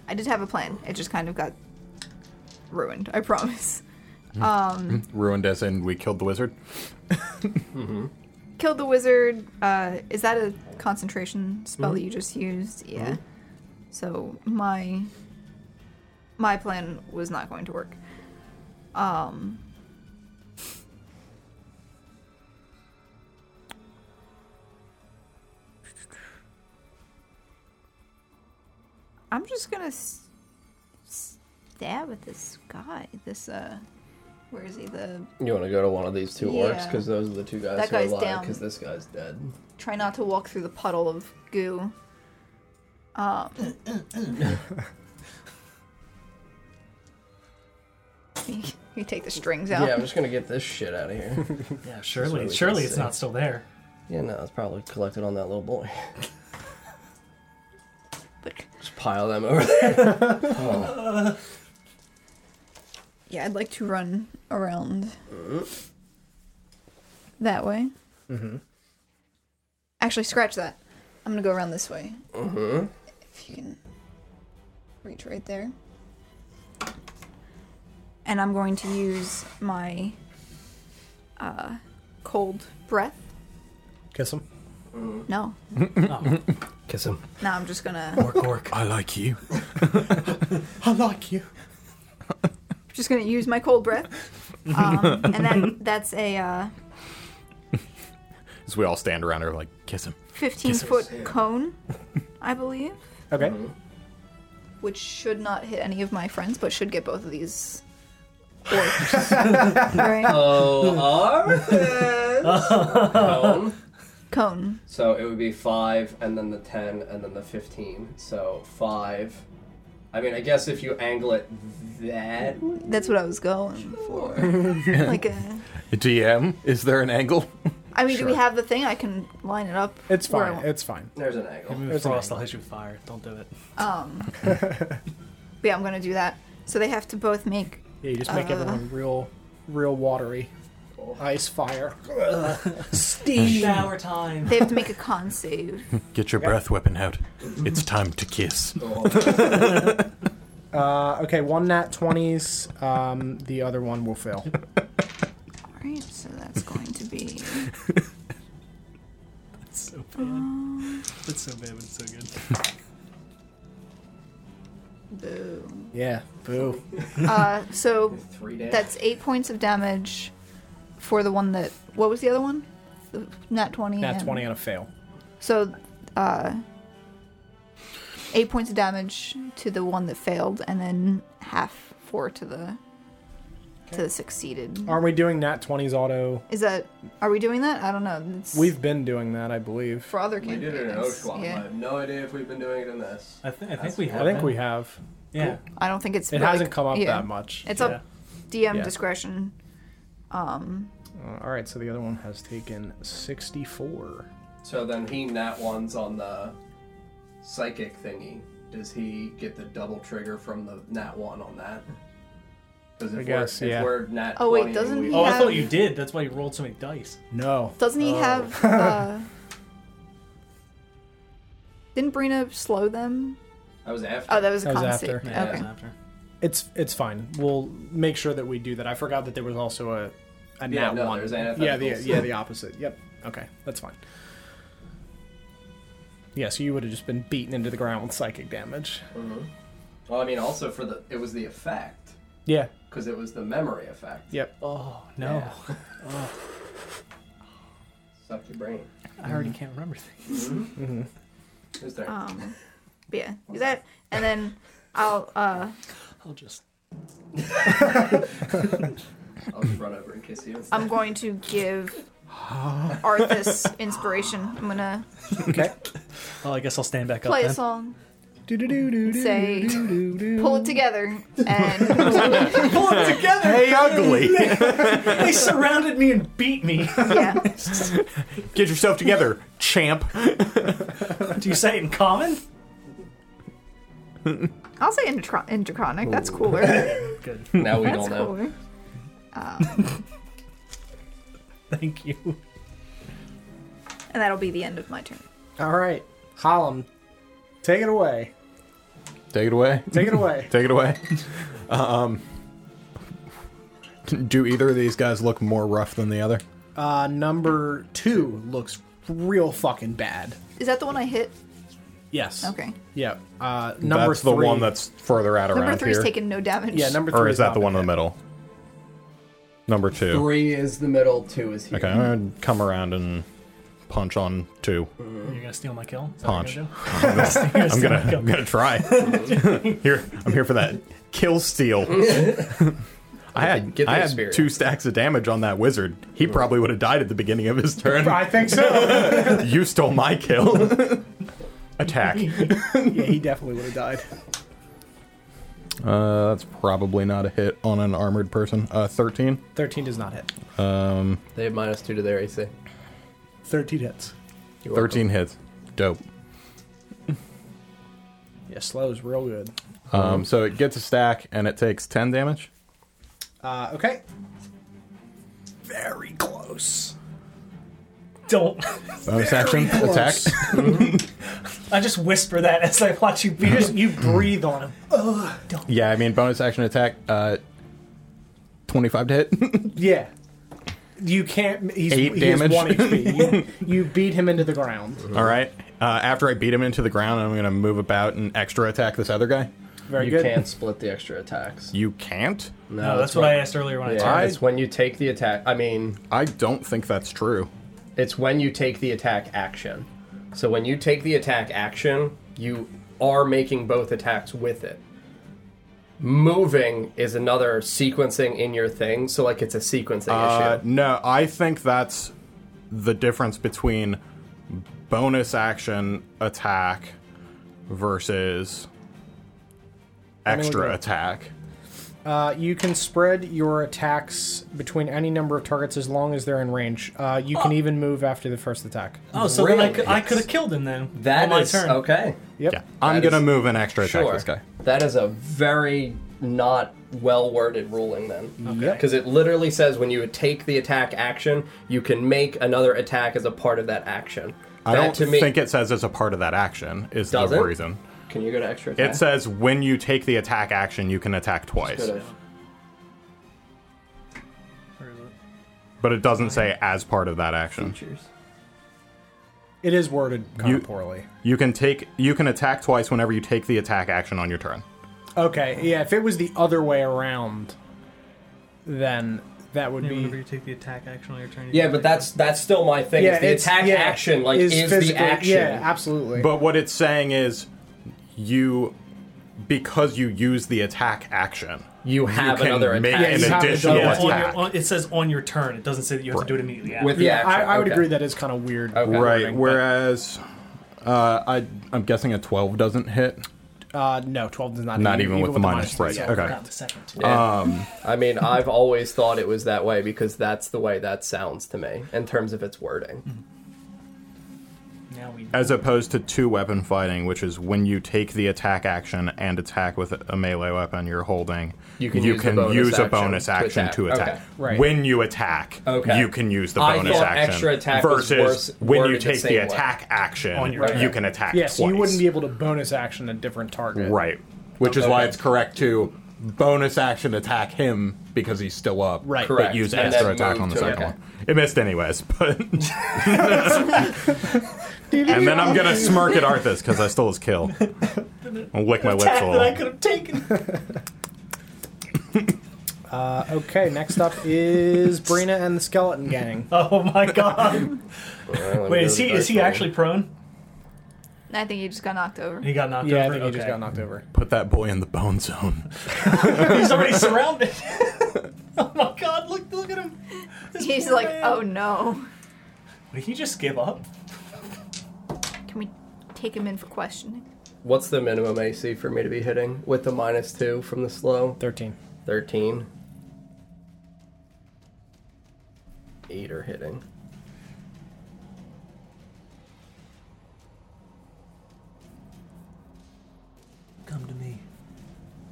Speaker 2: I did have a plan. It just kind of got ruined. I promise.
Speaker 5: Ruined as in we killed the wizard.
Speaker 2: Killed the wizard. Uh, is that a concentration spell that you just used? Yeah. So my my plan was not going to work. Um. I'm just gonna s- stab at this guy. This uh, where is he? The
Speaker 3: You want to go to one of these two orcs
Speaker 2: Yeah.
Speaker 3: because those are the two guys
Speaker 2: That
Speaker 3: who are
Speaker 2: guy's
Speaker 3: alive
Speaker 2: down.
Speaker 3: because this guy's dead.
Speaker 2: try not to walk through the puddle of goo. Um, you, you take the strings out.
Speaker 3: Yeah, I'm just gonna get this shit out of here.
Speaker 4: Yeah,
Speaker 3: what we
Speaker 4: surely
Speaker 3: can
Speaker 4: surely it's
Speaker 3: say.
Speaker 4: not still there.
Speaker 3: yeah, no, it's probably collected on that little boy.
Speaker 2: But
Speaker 3: Just pile them over there.
Speaker 2: yeah, I'd like to run around that way. Mm-hmm. Actually, scratch that. I'm gonna go around this way. Mm-hmm. If you can reach right there. And I'm going to use my uh, cold breath.
Speaker 1: Kiss him.
Speaker 2: No,
Speaker 3: Kiss him.
Speaker 2: No, I'm just gonna
Speaker 8: I like you.
Speaker 1: I like you.
Speaker 2: just gonna use my cold breath, um, and that that's a uh,
Speaker 8: As we all stand around her, like kiss him.
Speaker 2: 15 foot cone, I believe,
Speaker 1: Okay.
Speaker 3: Mm-hmm.
Speaker 2: which should not hit any of my friends, but should get both of these. Orcs. right?
Speaker 1: Uh,
Speaker 3: Oh, Arthas!
Speaker 2: Cone.
Speaker 3: So it would be five, and then the ten, and then the fifteen. So five. I mean, I guess if you angle it that
Speaker 2: That's what I was going for. like a.
Speaker 5: DM, is there an angle?
Speaker 2: I mean, do we have the thing? I can line it up.
Speaker 1: It's
Speaker 2: where I
Speaker 1: fine.
Speaker 2: want.
Speaker 1: It's fine.
Speaker 3: there's an angle.
Speaker 1: It's
Speaker 4: Frost,
Speaker 1: an
Speaker 4: I'll hit you with fire. Don't do it.
Speaker 2: Um. but yeah, I'm gonna do that. So they have to both make.
Speaker 1: Yeah, you just make
Speaker 2: Uh.
Speaker 3: uh-huh.
Speaker 1: everyone real, real watery.
Speaker 3: Oh.
Speaker 1: Ice fire.
Speaker 4: Steam hour time.
Speaker 2: They have to make a con save.
Speaker 8: Get your breath weapon out. It's time to kiss.
Speaker 1: Uh, okay, one nat 20s. Um, the other one will fail.
Speaker 2: Alright, so that's going to be.
Speaker 4: That's so bad. That's so bad, but it's so good.
Speaker 2: Boo.
Speaker 1: Yeah. Boo.
Speaker 2: Uh, so
Speaker 3: Three days.
Speaker 2: that's eight points of damage for the one that. What was the other one? The Nat 20.
Speaker 1: Nat
Speaker 2: and-
Speaker 1: 20 on a fail.
Speaker 2: So, uh, eight points of damage to the one that failed, and then half four to the to the succeeded.
Speaker 1: Aren't we doing Nat 20's auto?
Speaker 2: Is that? Are we doing that? I don't know. It's
Speaker 1: We've been doing that, I believe.
Speaker 2: for other
Speaker 3: We
Speaker 2: campaigns.
Speaker 3: did it in Oshkosh. I
Speaker 2: yeah.
Speaker 3: have no idea if we've been doing it in this.
Speaker 4: I, th- I think we have.
Speaker 1: I think
Speaker 4: that.
Speaker 1: we have.
Speaker 4: Yeah.
Speaker 2: I don't think it's.
Speaker 1: It
Speaker 2: like-
Speaker 1: hasn't come up
Speaker 2: yeah.
Speaker 1: that much.
Speaker 2: It's
Speaker 4: Yeah.
Speaker 2: up DM
Speaker 1: Yeah.
Speaker 2: discretion. Um,
Speaker 1: Uh, all right, so the other one has taken 64.
Speaker 3: So then he nat ones on the psychic thingy. Does he get the double trigger from the nat one on that? Because
Speaker 1: I
Speaker 3: if, we're-
Speaker 1: guess,
Speaker 3: if
Speaker 1: yeah.
Speaker 3: we're nat
Speaker 2: Oh, wait,
Speaker 3: 20,
Speaker 2: doesn't
Speaker 3: we-
Speaker 2: he
Speaker 4: Oh, I
Speaker 2: have-
Speaker 4: thought you did. That's why you rolled so many dice.
Speaker 1: No.
Speaker 2: doesn't he
Speaker 4: Oh.
Speaker 2: have? Uh, didn't Brina slow them?
Speaker 3: I was after.
Speaker 2: Oh, that was a
Speaker 1: That was
Speaker 2: con
Speaker 1: after.
Speaker 2: save.
Speaker 4: Yeah, it
Speaker 2: Okay.
Speaker 4: was after.
Speaker 1: It's it's fine. We'll make sure that we do that. I forgot that there was also a, a
Speaker 3: Yeah,
Speaker 1: nat
Speaker 3: no,
Speaker 1: one.
Speaker 3: there's
Speaker 1: yeah, the
Speaker 3: antithetical.
Speaker 1: yeah the opposite. Yep. Okay, that's fine. Yeah, so you would have just been beaten into the ground with psychic damage.
Speaker 3: Well, I mean, also for the it was the effect
Speaker 1: Yeah.
Speaker 3: because it was the memory effect.
Speaker 1: Yep.
Speaker 4: Oh no,
Speaker 3: Suck your brain.
Speaker 4: I already can't remember things.
Speaker 3: Is there?
Speaker 2: Um, but yeah, do that, and then I'll uh,
Speaker 4: I'll just.
Speaker 3: I'll just run over and kiss you.
Speaker 2: I'm going to give Arthas inspiration. I'm gonna
Speaker 1: Okay.
Speaker 4: Oh, I guess I'll stand back
Speaker 2: play a
Speaker 4: up. Then.
Speaker 2: song,
Speaker 1: do do do do
Speaker 2: Say,
Speaker 1: do.
Speaker 2: pull it together, and
Speaker 4: Pull it together.
Speaker 5: Hey, ugly!
Speaker 4: They surrounded me and beat me.
Speaker 2: yeah,
Speaker 5: Get yourself together, champ.
Speaker 4: Do you say it in common?
Speaker 2: I'll say in, Dra- in Draconic. That's cooler.
Speaker 4: Good.
Speaker 3: now we
Speaker 2: That's
Speaker 3: don't know.
Speaker 2: cooler.
Speaker 4: Thank you.
Speaker 2: And that'll be the end of my turn.
Speaker 1: All right, Hollum, take it away.
Speaker 5: Take it away.
Speaker 1: Take it away.
Speaker 5: Take it away. um, do either of these guys look more rough than the other?
Speaker 1: Uh, number two looks real fucking bad.
Speaker 2: Is that the one I hit?
Speaker 1: Yes.
Speaker 2: Okay.
Speaker 1: Yeah. Uh, number
Speaker 5: that's the
Speaker 1: three-
Speaker 5: one that's further out
Speaker 2: Number
Speaker 5: around
Speaker 2: three's
Speaker 5: here.
Speaker 2: taken no damage.
Speaker 1: Yeah. Number three.
Speaker 5: or is that
Speaker 1: not
Speaker 5: the one in the
Speaker 1: bad.
Speaker 5: middle? Number two.
Speaker 3: Three is the middle. Two is here.
Speaker 5: Okay, I'm gonna come around and punch on two.
Speaker 4: You're gonna steal my kill. Is that what
Speaker 5: Punch.
Speaker 4: you're gonna
Speaker 5: I'm gonna, I'm gonna try. here, I'm here for that kill steal. I had,
Speaker 3: Get the
Speaker 5: I had
Speaker 3: experience.
Speaker 5: two stacks of damage on that wizard. He probably would have died at the beginning of his turn.
Speaker 1: I think so.
Speaker 5: you stole my kill. Attack.
Speaker 1: yeah, he definitely would have died.
Speaker 5: Uh, that's probably not a hit on an armored person. Uh, 13.
Speaker 1: Thirteen does not hit.
Speaker 5: Um,
Speaker 3: They have minus two to their AC.
Speaker 1: Thirteen hits.
Speaker 3: You're
Speaker 5: 13 hits. Dope.
Speaker 1: Yeah, slows real good.
Speaker 5: Um, so it gets a stack and it takes 10 damage.
Speaker 1: Uh, okay. Very close.
Speaker 4: do? Don't.
Speaker 5: Bonus action. Attack.
Speaker 1: Close.
Speaker 4: I just whisper that as I watch you beat
Speaker 1: You
Speaker 4: us.
Speaker 1: just you breathe on him.
Speaker 5: Yeah, I mean, bonus action attack. Uh, 25 to hit.
Speaker 1: Yeah. You can't. He's,
Speaker 5: Eight
Speaker 1: he
Speaker 5: damage.
Speaker 1: Has one HP. You, you beat him into the ground.
Speaker 5: All right. Uh, after I beat him into the ground, I'm going to move about and extra attack this other guy.
Speaker 1: Very
Speaker 3: You
Speaker 1: good.
Speaker 3: can't split the extra attacks.
Speaker 5: You can't?
Speaker 4: No, that's what I asked earlier when I
Speaker 3: Yeah,
Speaker 4: turned.
Speaker 3: it's when you take the attack. I mean,
Speaker 5: I don't think that's true.
Speaker 3: it's when you take the attack action. So when you take the attack action, you are making both attacks with it. Moving is another sequencing in your thing, so like it's a sequencing
Speaker 5: Uh,
Speaker 3: issue.
Speaker 5: no, I think that's the difference between bonus action attack versus extra
Speaker 1: good.
Speaker 5: attack.
Speaker 1: Uh, you can spread your attacks between any number of targets as long as they're in range. Uh, you can even move after the first attack.
Speaker 4: Oh, so then I
Speaker 3: Really?
Speaker 4: could, I could have killed him then.
Speaker 3: That
Speaker 4: on my
Speaker 3: is-
Speaker 4: turn.
Speaker 3: okay.
Speaker 1: Yep.
Speaker 5: Yeah, I'm
Speaker 3: That
Speaker 5: gonna
Speaker 3: is-
Speaker 5: move an extra attack
Speaker 3: Sure.
Speaker 5: this guy.
Speaker 3: That is a very not well worded ruling then.
Speaker 1: Yep.
Speaker 3: Because it literally says when you take the attack action, you can make another attack as a part of that action.
Speaker 5: I
Speaker 3: that
Speaker 5: don't
Speaker 3: to me,
Speaker 5: think it says it's a part of that action. Is
Speaker 3: Does
Speaker 5: the
Speaker 3: it?
Speaker 5: reason
Speaker 3: Can you go to extra attack?
Speaker 5: it says when you take the attack action, you can attack twice,
Speaker 3: Good.
Speaker 4: Where is it?
Speaker 5: but it doesn't say as part of that action.
Speaker 1: It is worded kind
Speaker 5: You-
Speaker 1: of poorly.
Speaker 5: You can take you can attack twice whenever you take the attack action on your turn.
Speaker 1: Okay, yeah. If it was the other way around, then that would
Speaker 4: Yeah, whenever
Speaker 1: be.
Speaker 4: you take the attack action on your turn. you
Speaker 3: Yeah,
Speaker 4: can
Speaker 3: but
Speaker 4: take
Speaker 3: that's that's still my thing.
Speaker 1: Yeah,
Speaker 3: is the
Speaker 1: it's-
Speaker 3: attack
Speaker 1: yeah,
Speaker 3: action like is, the
Speaker 1: physical-
Speaker 3: action.
Speaker 1: Yeah, absolutely.
Speaker 6: But what it's saying is, you, because you use the attack action,
Speaker 3: you have
Speaker 6: can
Speaker 3: another
Speaker 6: make
Speaker 3: attack.
Speaker 1: Yeah,
Speaker 6: an
Speaker 1: you have
Speaker 6: additional
Speaker 1: another
Speaker 4: that. On
Speaker 6: attack.
Speaker 4: your, on, it says on your turn. It doesn't say that you have to do it immediately. After.
Speaker 3: with the
Speaker 1: yeah,
Speaker 3: action.
Speaker 1: I, I would
Speaker 3: okay.
Speaker 1: agree that is kind of weird.
Speaker 3: Okay.
Speaker 6: right.
Speaker 1: wording,
Speaker 6: Whereas, uh, I I'm guessing a twelve doesn't hit.
Speaker 1: but, uh, no, twelve does not.
Speaker 6: Not
Speaker 1: hit,
Speaker 6: even with the minus, right,
Speaker 1: yeah.
Speaker 6: okay.
Speaker 4: Not the second.
Speaker 3: Yeah.
Speaker 5: Um,
Speaker 3: I mean, I've always thought it was that way because that's the way that sounds to me in terms of its wording.
Speaker 4: Now we.
Speaker 6: As opposed to two weapon fighting, which is when you take the attack action and attack with a melee weapon you're holding,
Speaker 3: You can use the bonus
Speaker 6: use a
Speaker 3: action
Speaker 6: bonus
Speaker 3: to
Speaker 6: action
Speaker 3: attack.
Speaker 6: to
Speaker 3: Okay.
Speaker 6: attack.
Speaker 1: Right.
Speaker 6: When you attack,
Speaker 3: Okay.
Speaker 6: you can use the
Speaker 3: I
Speaker 6: bonus
Speaker 3: thought
Speaker 6: action.
Speaker 3: extra attack was
Speaker 6: versus
Speaker 3: worse
Speaker 6: when you
Speaker 3: worded the
Speaker 6: take the,
Speaker 3: same way.
Speaker 6: attack action,
Speaker 4: On your
Speaker 6: you
Speaker 3: turn.
Speaker 6: can attack
Speaker 1: Yes,
Speaker 6: twice.
Speaker 1: you wouldn't be able to bonus action a different target.
Speaker 6: Right. Which is why
Speaker 3: Okay.
Speaker 6: it's correct to bonus action attack him because he's still up.
Speaker 1: Right.
Speaker 6: But
Speaker 3: Correct.
Speaker 6: use
Speaker 3: And then
Speaker 6: extra attack
Speaker 3: move
Speaker 6: on the
Speaker 3: to-
Speaker 6: second
Speaker 3: okay.
Speaker 6: one. It missed anyways, but. and then I'm gonna smirk at Arthas because I stole his kill. I'll lick my lips a
Speaker 4: Attack that I
Speaker 6: little.
Speaker 4: could have taken.
Speaker 1: Okay. Next up is Brina and the Skeleton Gang.
Speaker 4: Oh my god!
Speaker 3: Well, let me
Speaker 4: Wait,
Speaker 3: go
Speaker 4: is
Speaker 3: to
Speaker 4: he
Speaker 3: the
Speaker 4: is he
Speaker 3: first
Speaker 4: actually prone?
Speaker 2: I think you just got knocked over.
Speaker 4: He got knocked
Speaker 1: yeah, I
Speaker 4: over.
Speaker 1: think he just
Speaker 4: Okay.
Speaker 1: got knocked over.
Speaker 6: Put that boy in the bone zone.
Speaker 4: He's already surrounded. oh my god! Look look at him. This
Speaker 2: He's
Speaker 4: poor
Speaker 2: like,
Speaker 4: man.
Speaker 2: oh no.
Speaker 4: Did he just give up?
Speaker 2: Can we take him in for questioning?
Speaker 3: one. What's the minimum AC for me to be hitting with the minus two from the slow?
Speaker 1: Thirteen.
Speaker 3: Thirteen. Eight are hitting.
Speaker 4: Come to me.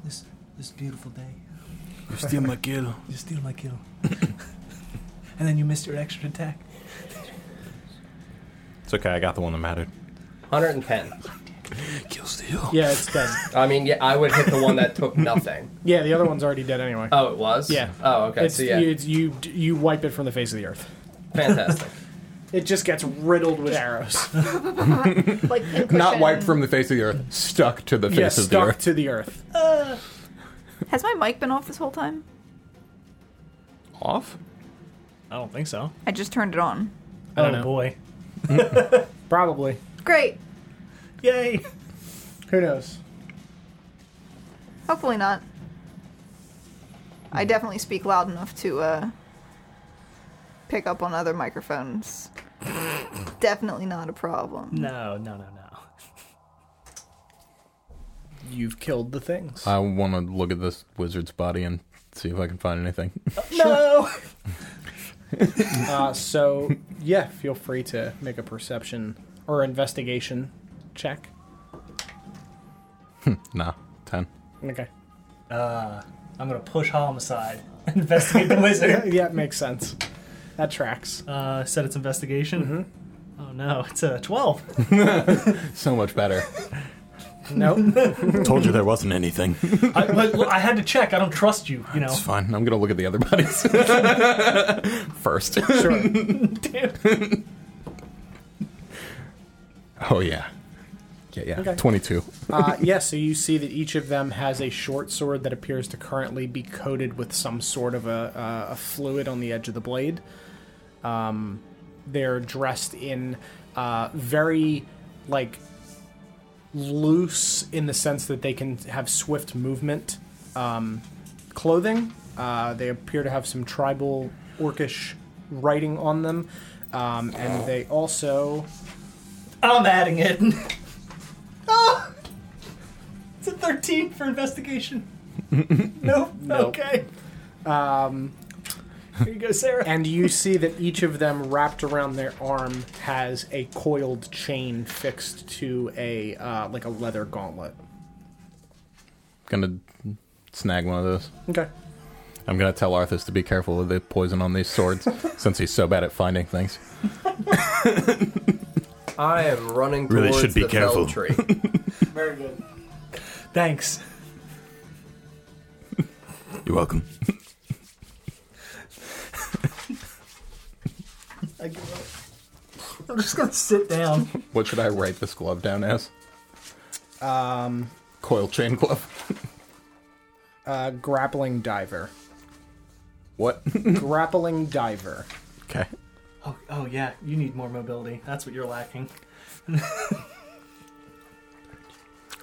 Speaker 4: This this beautiful day.
Speaker 5: You steal my kill.
Speaker 4: You steal my kill. and then you missed your extra attack.
Speaker 6: It's okay, I got the one that mattered.
Speaker 3: 110.
Speaker 5: Kill
Speaker 3: Oh.
Speaker 5: steal.
Speaker 1: Yeah, it's dead.
Speaker 3: I mean, yeah, I would hit the one that took nothing.
Speaker 1: yeah, the other one's already dead anyway.
Speaker 3: Oh, it was?
Speaker 1: Yeah.
Speaker 3: Oh, okay.
Speaker 1: it's,
Speaker 3: so, yeah.
Speaker 1: you, it's, you you wipe it from the face of the earth.
Speaker 3: Fantastic.
Speaker 1: It just gets riddled with arrows.
Speaker 2: Like pincushion.
Speaker 5: Not wiped from the face of the earth. Stuck to the face
Speaker 1: yeah,
Speaker 5: of
Speaker 1: stuck
Speaker 5: the earth.
Speaker 1: to the earth.
Speaker 2: Has my mic been off this whole time?
Speaker 5: Off.
Speaker 4: I don't think so.
Speaker 2: I just turned it on.
Speaker 1: I don't
Speaker 4: oh
Speaker 1: know.
Speaker 4: boy.
Speaker 1: Probably.
Speaker 2: Great.
Speaker 4: Yay!
Speaker 1: Who knows?
Speaker 2: Hopefully not. I definitely speak loud enough to uh, pick up on other microphones. definitely not a problem.
Speaker 4: No, no, no, no.
Speaker 1: You've killed the things.
Speaker 3: Uh,
Speaker 5: I want to look at this wizard's body and see if I can find anything.
Speaker 4: No!
Speaker 1: Uh, so yeah, feel free to make a perception or investigation check.
Speaker 5: nah. Ten.
Speaker 1: Okay.
Speaker 4: I'm gonna push Halm aside. Investigate the wizard.
Speaker 1: Yeah, it makes sense. That tracks.
Speaker 4: Uh, said it's investigation.
Speaker 1: Mm-hmm.
Speaker 4: Oh no, it's a 12.
Speaker 5: So much better.
Speaker 1: Nope.
Speaker 6: Told you there wasn't anything.
Speaker 4: I, but look, I had to check. I don't trust you, you know.
Speaker 5: It's fine. I'm gonna look at the other bodies first.
Speaker 1: sure.
Speaker 5: Oh yeah. Yeah, yeah.
Speaker 1: Okay.
Speaker 5: Twenty-two.
Speaker 1: Uh, yeah, so you see that each of them has a short sword that appears to currently be coated with some sort of a, uh, a fluid on the edge of the blade. Um, they're dressed in uh, very, like, loose in the sense that they can have swift movement um, clothing. Uh, they appear to have some tribal orcish writing on them. Um, and they also.
Speaker 4: I'm adding it. oh! It's a 13 for investigation. nope. Okay. Um, Here you go, Sarah.
Speaker 1: and you see that each of them wrapped around their arm has a coiled chain fixed to a uh, like a leather gauntlet.
Speaker 5: Gonna snag one of those.
Speaker 1: Okay.
Speaker 5: I'm gonna tell Arthas to be careful of the poison on these swords, since he's so bad at finding things.
Speaker 3: I am running towards
Speaker 6: Really should be
Speaker 3: the fell
Speaker 6: careful.
Speaker 3: tree.
Speaker 1: Very good.
Speaker 4: Thanks.
Speaker 5: You're welcome.
Speaker 4: I give up. I'm just gonna sit down.
Speaker 5: What should I write this glove down as? Um, coil chain glove.
Speaker 1: uh, grappling diver.
Speaker 5: What?
Speaker 1: grappling diver.
Speaker 5: okay.
Speaker 4: Oh, oh yeah, you need more mobility. That's what you're lacking.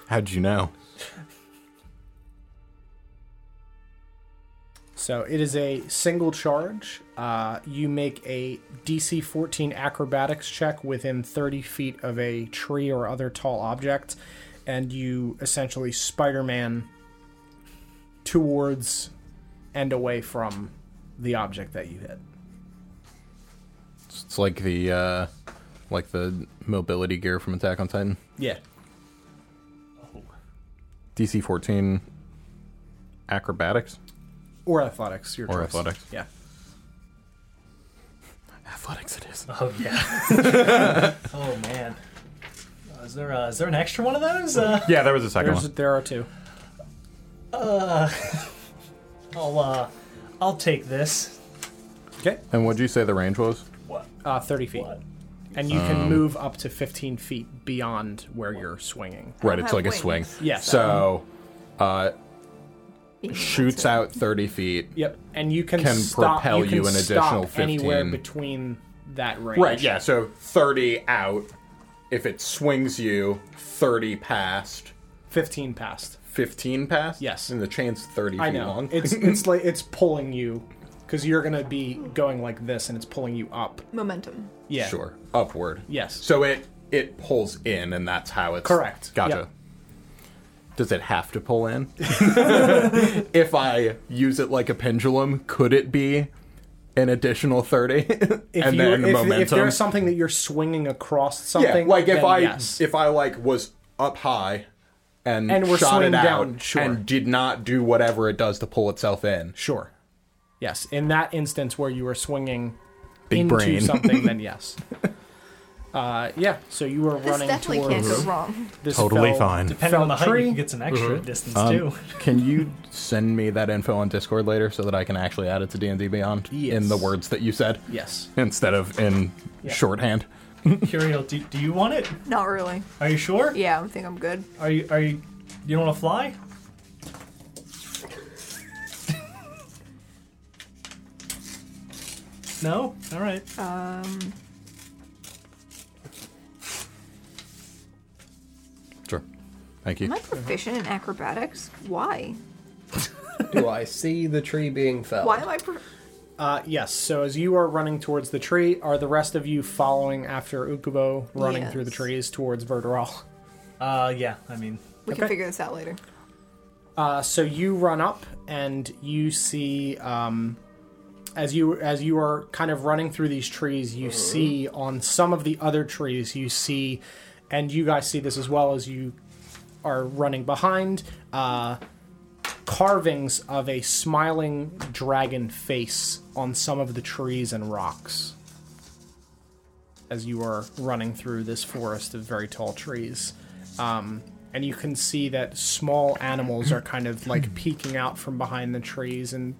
Speaker 5: How'd you know?
Speaker 1: So it is a single charge. Uh, you make a DC 14 acrobatics check within 30 feet of a tree or other tall object, and you essentially Spider Man towards and away from the object that you hit.
Speaker 5: It's like the uh, like the mobility gear from Attack on Titan.
Speaker 1: Yeah.
Speaker 5: DC 14 acrobatics
Speaker 1: Or athletics. Your
Speaker 5: or
Speaker 1: choice.
Speaker 5: athletics.
Speaker 1: Yeah.
Speaker 5: Athletics it is.
Speaker 4: Oh yeah. oh man. Uh, Is there uh, is there an extra one of those? Uh,
Speaker 5: Yeah, there was a second
Speaker 1: There's,
Speaker 5: one.
Speaker 1: there are two.
Speaker 4: I'll uh, I'll take this.
Speaker 1: Okay.
Speaker 5: And what'd you say the range was?
Speaker 4: What?
Speaker 1: Uh, 30 feet.
Speaker 4: What?
Speaker 1: And you
Speaker 5: Um,
Speaker 1: can move up to 15 feet beyond where you're swinging.
Speaker 5: Right, it's
Speaker 2: have
Speaker 5: like a
Speaker 2: wings.
Speaker 5: swing.
Speaker 1: Yes.
Speaker 5: So, uh,
Speaker 2: Being
Speaker 5: shoots
Speaker 2: able
Speaker 5: out 30 feet.
Speaker 1: Yep, and you can
Speaker 5: Can
Speaker 1: stop,
Speaker 5: propel
Speaker 1: you, can
Speaker 5: you an additional
Speaker 1: stop anywhere
Speaker 5: 15.
Speaker 1: between that range.
Speaker 5: Right, yeah, so 30 out. If it swings you, 30 past,
Speaker 1: fifteen past.
Speaker 5: 15 past?
Speaker 1: Yes.
Speaker 5: And the chain's 30
Speaker 1: I
Speaker 5: feet
Speaker 1: know
Speaker 5: long.
Speaker 1: it's it's like it's pulling you because you're gonna be going like this, and it's pulling you up.
Speaker 2: to- Momentum.
Speaker 1: Yeah,
Speaker 5: Sure. Upward.
Speaker 1: Yes.
Speaker 5: So it it pulls in, and that's how it's
Speaker 1: Correct.
Speaker 5: Gotcha.
Speaker 1: Yep.
Speaker 5: Does it have to pull in? if I use it like a pendulum, could it be an additional thirty?
Speaker 1: If
Speaker 5: and
Speaker 1: you,
Speaker 5: then
Speaker 1: if,
Speaker 5: momentum.
Speaker 1: if there's something that you're swinging across
Speaker 5: yeah,
Speaker 1: something,
Speaker 5: like if
Speaker 1: then
Speaker 5: I
Speaker 1: yes.
Speaker 5: if I like was up high and,
Speaker 1: And we're
Speaker 5: shot it
Speaker 1: swinging
Speaker 5: out
Speaker 1: down, sure.
Speaker 5: and did not do whatever it does to pull itself in.
Speaker 1: sure, yes, in that instance where you were swinging
Speaker 5: Big
Speaker 1: into
Speaker 5: brain.
Speaker 1: something, then yes. Uh, yeah, so you were
Speaker 2: This
Speaker 1: running
Speaker 2: definitely
Speaker 1: towards
Speaker 2: can't go wrong.
Speaker 1: this
Speaker 5: Totally
Speaker 1: fell-
Speaker 5: fine.
Speaker 4: Depending
Speaker 1: fell
Speaker 4: on the height,
Speaker 1: tree.
Speaker 4: you can get some extra distance too.
Speaker 5: Can you send me that info on Discord later so that I can actually add it to D and D Beyond in the
Speaker 1: Yes.
Speaker 5: words that you said
Speaker 1: Yes.
Speaker 5: instead of in shorthand?
Speaker 4: Curio, do, do you want it?
Speaker 2: Not really.
Speaker 4: Are you sure?
Speaker 2: Yeah, I think I'm good.
Speaker 4: Are you are you? You don't want to fly? no. All right.
Speaker 5: Sure. Thank you.
Speaker 2: Am I proficient in acrobatics? Why?
Speaker 3: Do I see the tree being felled?
Speaker 2: Why am I? Pro-
Speaker 1: Uh, yes. So as you are running towards the tree, are the rest of you following after Ukubo running through the
Speaker 2: Yes.
Speaker 1: trees towards Verderal?
Speaker 4: Uh, yeah. I mean,
Speaker 2: we can figure this out later.
Speaker 1: Uh, so you run up and you see um, as you as you are kind of running through these trees, you see on some of the other trees you see, and you guys see this as well as you are running behind uh, carvings of a smiling dragon face on some of the trees and rocks. As you are running through this forest of very tall trees and you can see that small animals are kind of like peeking out from behind the trees and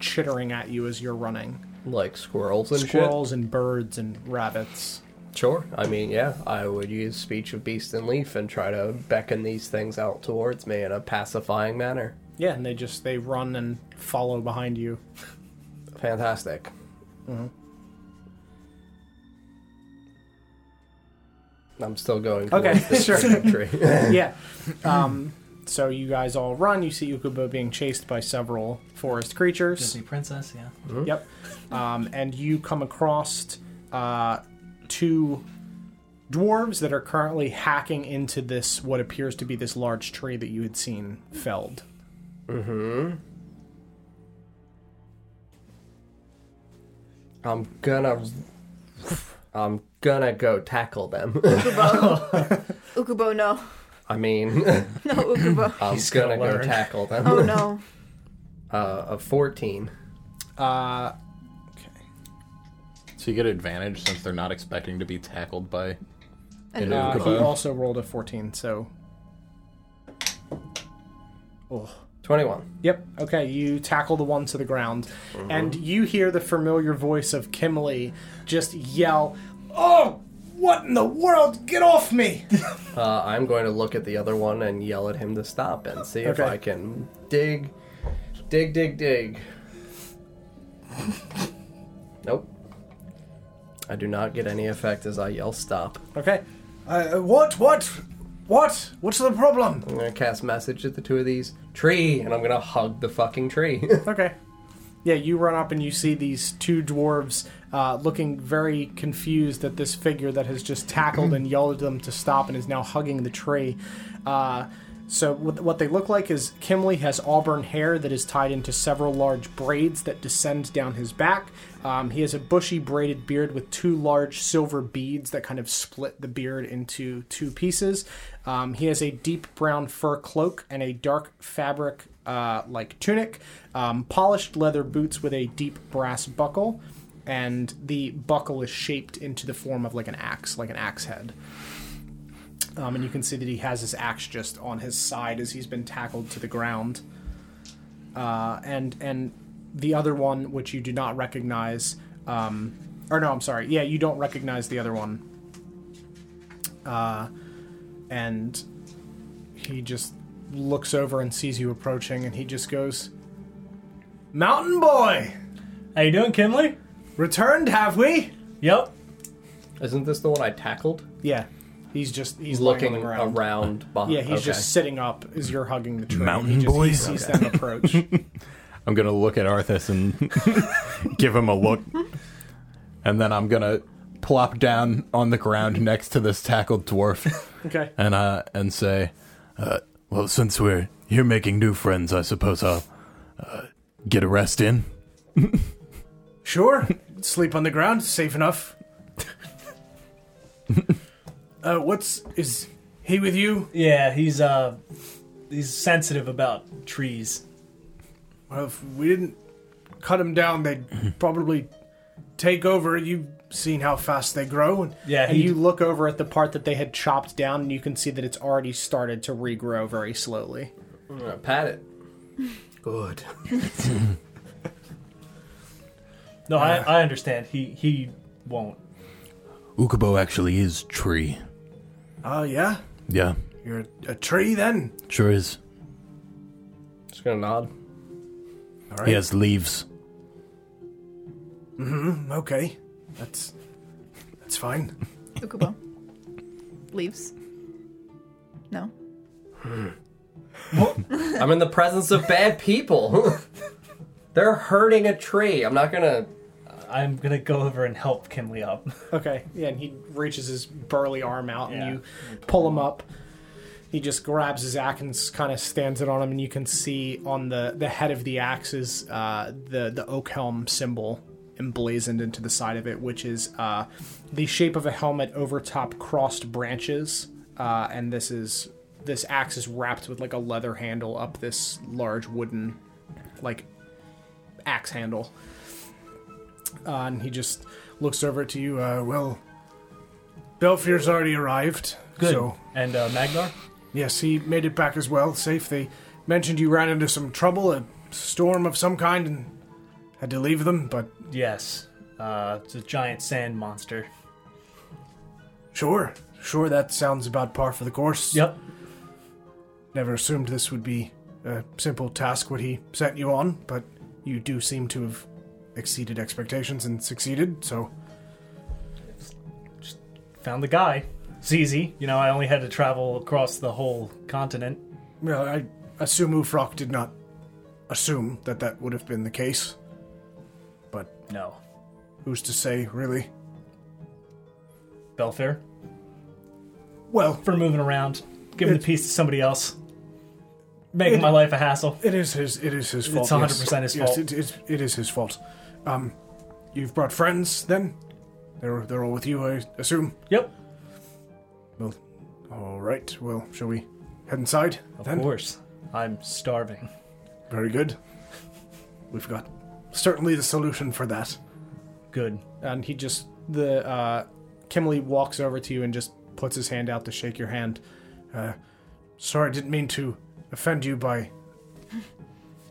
Speaker 1: chittering at you as you're running.
Speaker 3: Like squirrels and
Speaker 1: Squirrels and birds and rabbits.
Speaker 3: shit. Sure. I mean, yeah, I would use speech of beast and leaf and try to beckon these things out towards me in a pacifying manner.
Speaker 1: Yeah, and they just they run and follow behind you.
Speaker 3: Fantastic. Mm-hmm. I'm still going. Towards
Speaker 1: Okay,
Speaker 3: this
Speaker 1: sure.
Speaker 3: tree.
Speaker 1: yeah. Um, so you guys all run. You see Ukubo being chased by several forest creatures.
Speaker 4: Disney princess. Yeah.
Speaker 1: Yep. Um, and you come across uh, two dwarves that are currently hacking into this, what appears to be this large tree that you had seen felled.
Speaker 3: I'm gonna. I'm gonna go tackle them.
Speaker 2: Ukubo, no,
Speaker 3: I mean,
Speaker 2: no Ukubo.
Speaker 3: I'm
Speaker 4: He's
Speaker 3: gonna,
Speaker 4: gonna
Speaker 3: go
Speaker 4: learn.
Speaker 3: tackle them.
Speaker 2: oh no.
Speaker 3: Uh, a 14.
Speaker 1: Uh,
Speaker 5: So you get advantage since they're not expecting to be tackled by
Speaker 2: And
Speaker 5: an
Speaker 1: uh, he
Speaker 5: Ukubo.
Speaker 1: also rolled a 14, so.
Speaker 3: 21.
Speaker 1: Yep, okay, you tackle the one to the ground, and you hear the familiar voice of Kimley just yell, Oh, What in the world? Get off me!
Speaker 3: Uh, I'm going to look at the other one and yell at him to stop and see if
Speaker 1: Okay.
Speaker 3: I can dig, dig, dig, dig. nope. I do not get any effect as I yell stop.
Speaker 1: Okay. Uh, what? What? What? What's the problem?
Speaker 3: I'm gonna cast message at the two of these tree, and I'm gonna hug the fucking tree.
Speaker 1: Okay. Yeah, you run up and you see these two dwarves uh, looking very confused at this figure that has just tackled and yelled at them to stop and is now hugging the tree. Uh, so what, what they look like is Kimley has auburn hair that is tied into several large braids that descend down his back. Um, he has a bushy braided beard with two large silver beads that kind of split the beard into two pieces. Um, he has a deep brown fur cloak and a dark fabric uh, like tunic, um, polished leather boots with a deep brass buckle, and the buckle is shaped into the form of like an axe, like an axe head. Um, and you can see that he has his axe just on his side as he's been tackled to the ground. Uh, and and the other one, which you do not recognize, um, or no, I'm sorry, yeah, you don't recognize the other one. Uh, and he just looks over and sees you approaching, and he just goes, "Mountain boy,
Speaker 4: How you doing, Kimley?
Speaker 1: returned, have we?"
Speaker 4: Yep.
Speaker 3: Isn't this the one I tackled?
Speaker 1: Yeah, he's just he's
Speaker 3: He's
Speaker 1: lying on
Speaker 3: looking
Speaker 1: the ground.
Speaker 3: around. behind.
Speaker 1: Yeah, he's
Speaker 3: okay.
Speaker 1: just sitting up as you're hugging the tree.
Speaker 5: Mountain
Speaker 1: he just,
Speaker 5: boy.
Speaker 1: He sees them approach.
Speaker 5: I'm gonna look at Arthas and give him a look, and then I'm gonna plop down on the ground next to this tackled dwarf
Speaker 1: okay.
Speaker 5: and uh and say, uh, "Well, since we're here making new friends, I suppose I'll uh, get a rest in."
Speaker 1: Sure. Sleep on the ground, safe enough. uh, what's is he with you?
Speaker 4: Yeah, he's uh, he's sensitive about trees.
Speaker 1: Well, if we didn't cut him down, they'd probably take over. You've seen how fast they grow. And,
Speaker 4: Yeah,
Speaker 1: and
Speaker 4: he-
Speaker 1: you look over at the part that they had chopped down, and you can see that it's already started to regrow very slowly.
Speaker 3: I'm gonna pat it. Good.
Speaker 4: No, I, I understand. He he won't.
Speaker 5: Ukubo actually is tree.
Speaker 1: Oh yeah,
Speaker 5: Yeah,
Speaker 1: you're a tree then.
Speaker 5: sure is.
Speaker 3: Just gonna nod.
Speaker 5: He has leaves.
Speaker 1: Mm, Okay, that's that's fine.
Speaker 7: Ukubo. Leaves. No.
Speaker 3: I'm in the presence of bad people. They're hurting a tree. I'm not gonna.
Speaker 4: I'm gonna go over and help Kimley up.
Speaker 1: Okay, yeah, and he reaches his burly arm out,
Speaker 4: Yeah.
Speaker 1: and you pull him up. He just grabs his axe and kind of stands it on him, and you can see on the, the head of the axe is uh, the the oak helm symbol emblazoned into the side of it, which is uh, the shape of a helmet over top crossed branches, uh, and this is this axe is wrapped with like a leather handle up this large wooden like axe handle. Uh, and he just looks over to you. Uh, well, Belfier's already arrived.
Speaker 4: Good.
Speaker 1: So,
Speaker 4: And uh, Magnar,
Speaker 1: yes, he made it back as well, safe. They mentioned you ran into some trouble, a storm of some kind, and had to leave them, but
Speaker 4: yes, uh, it's a giant sand monster.
Speaker 1: sure. Sure, that sounds about par for the course.
Speaker 4: Yep.
Speaker 1: Never assumed this would be a simple task what he sent you on, but you do seem to have exceeded expectations and succeeded, so
Speaker 4: Found the guy. It's easy. You know, I only had to travel across the whole continent.
Speaker 1: Well, I assume Ufrock did not assume that that would have been the case. But
Speaker 4: No.
Speaker 1: who's to say, really?
Speaker 4: Belfair.
Speaker 1: Well,
Speaker 4: For moving around, giving the piece to somebody else, making
Speaker 1: It-
Speaker 4: my life a hassle.
Speaker 1: it is his. It is his fault.
Speaker 4: 100% his
Speaker 1: yes.
Speaker 4: fault.
Speaker 1: Yes, it, it, it is his fault. Um, you've brought friends, then? They're they're all with you, I assume.
Speaker 4: Yep.
Speaker 1: Well, all right. Well, shall we head inside?
Speaker 4: Of
Speaker 1: then?
Speaker 4: course. I'm starving.
Speaker 1: Very good. We've got certainly the solution for that.
Speaker 4: Good.
Speaker 1: and he just the uh, Kimberly walks over to you and just puts his hand out to shake your hand. Uh, sorry, didn't mean to offend you by.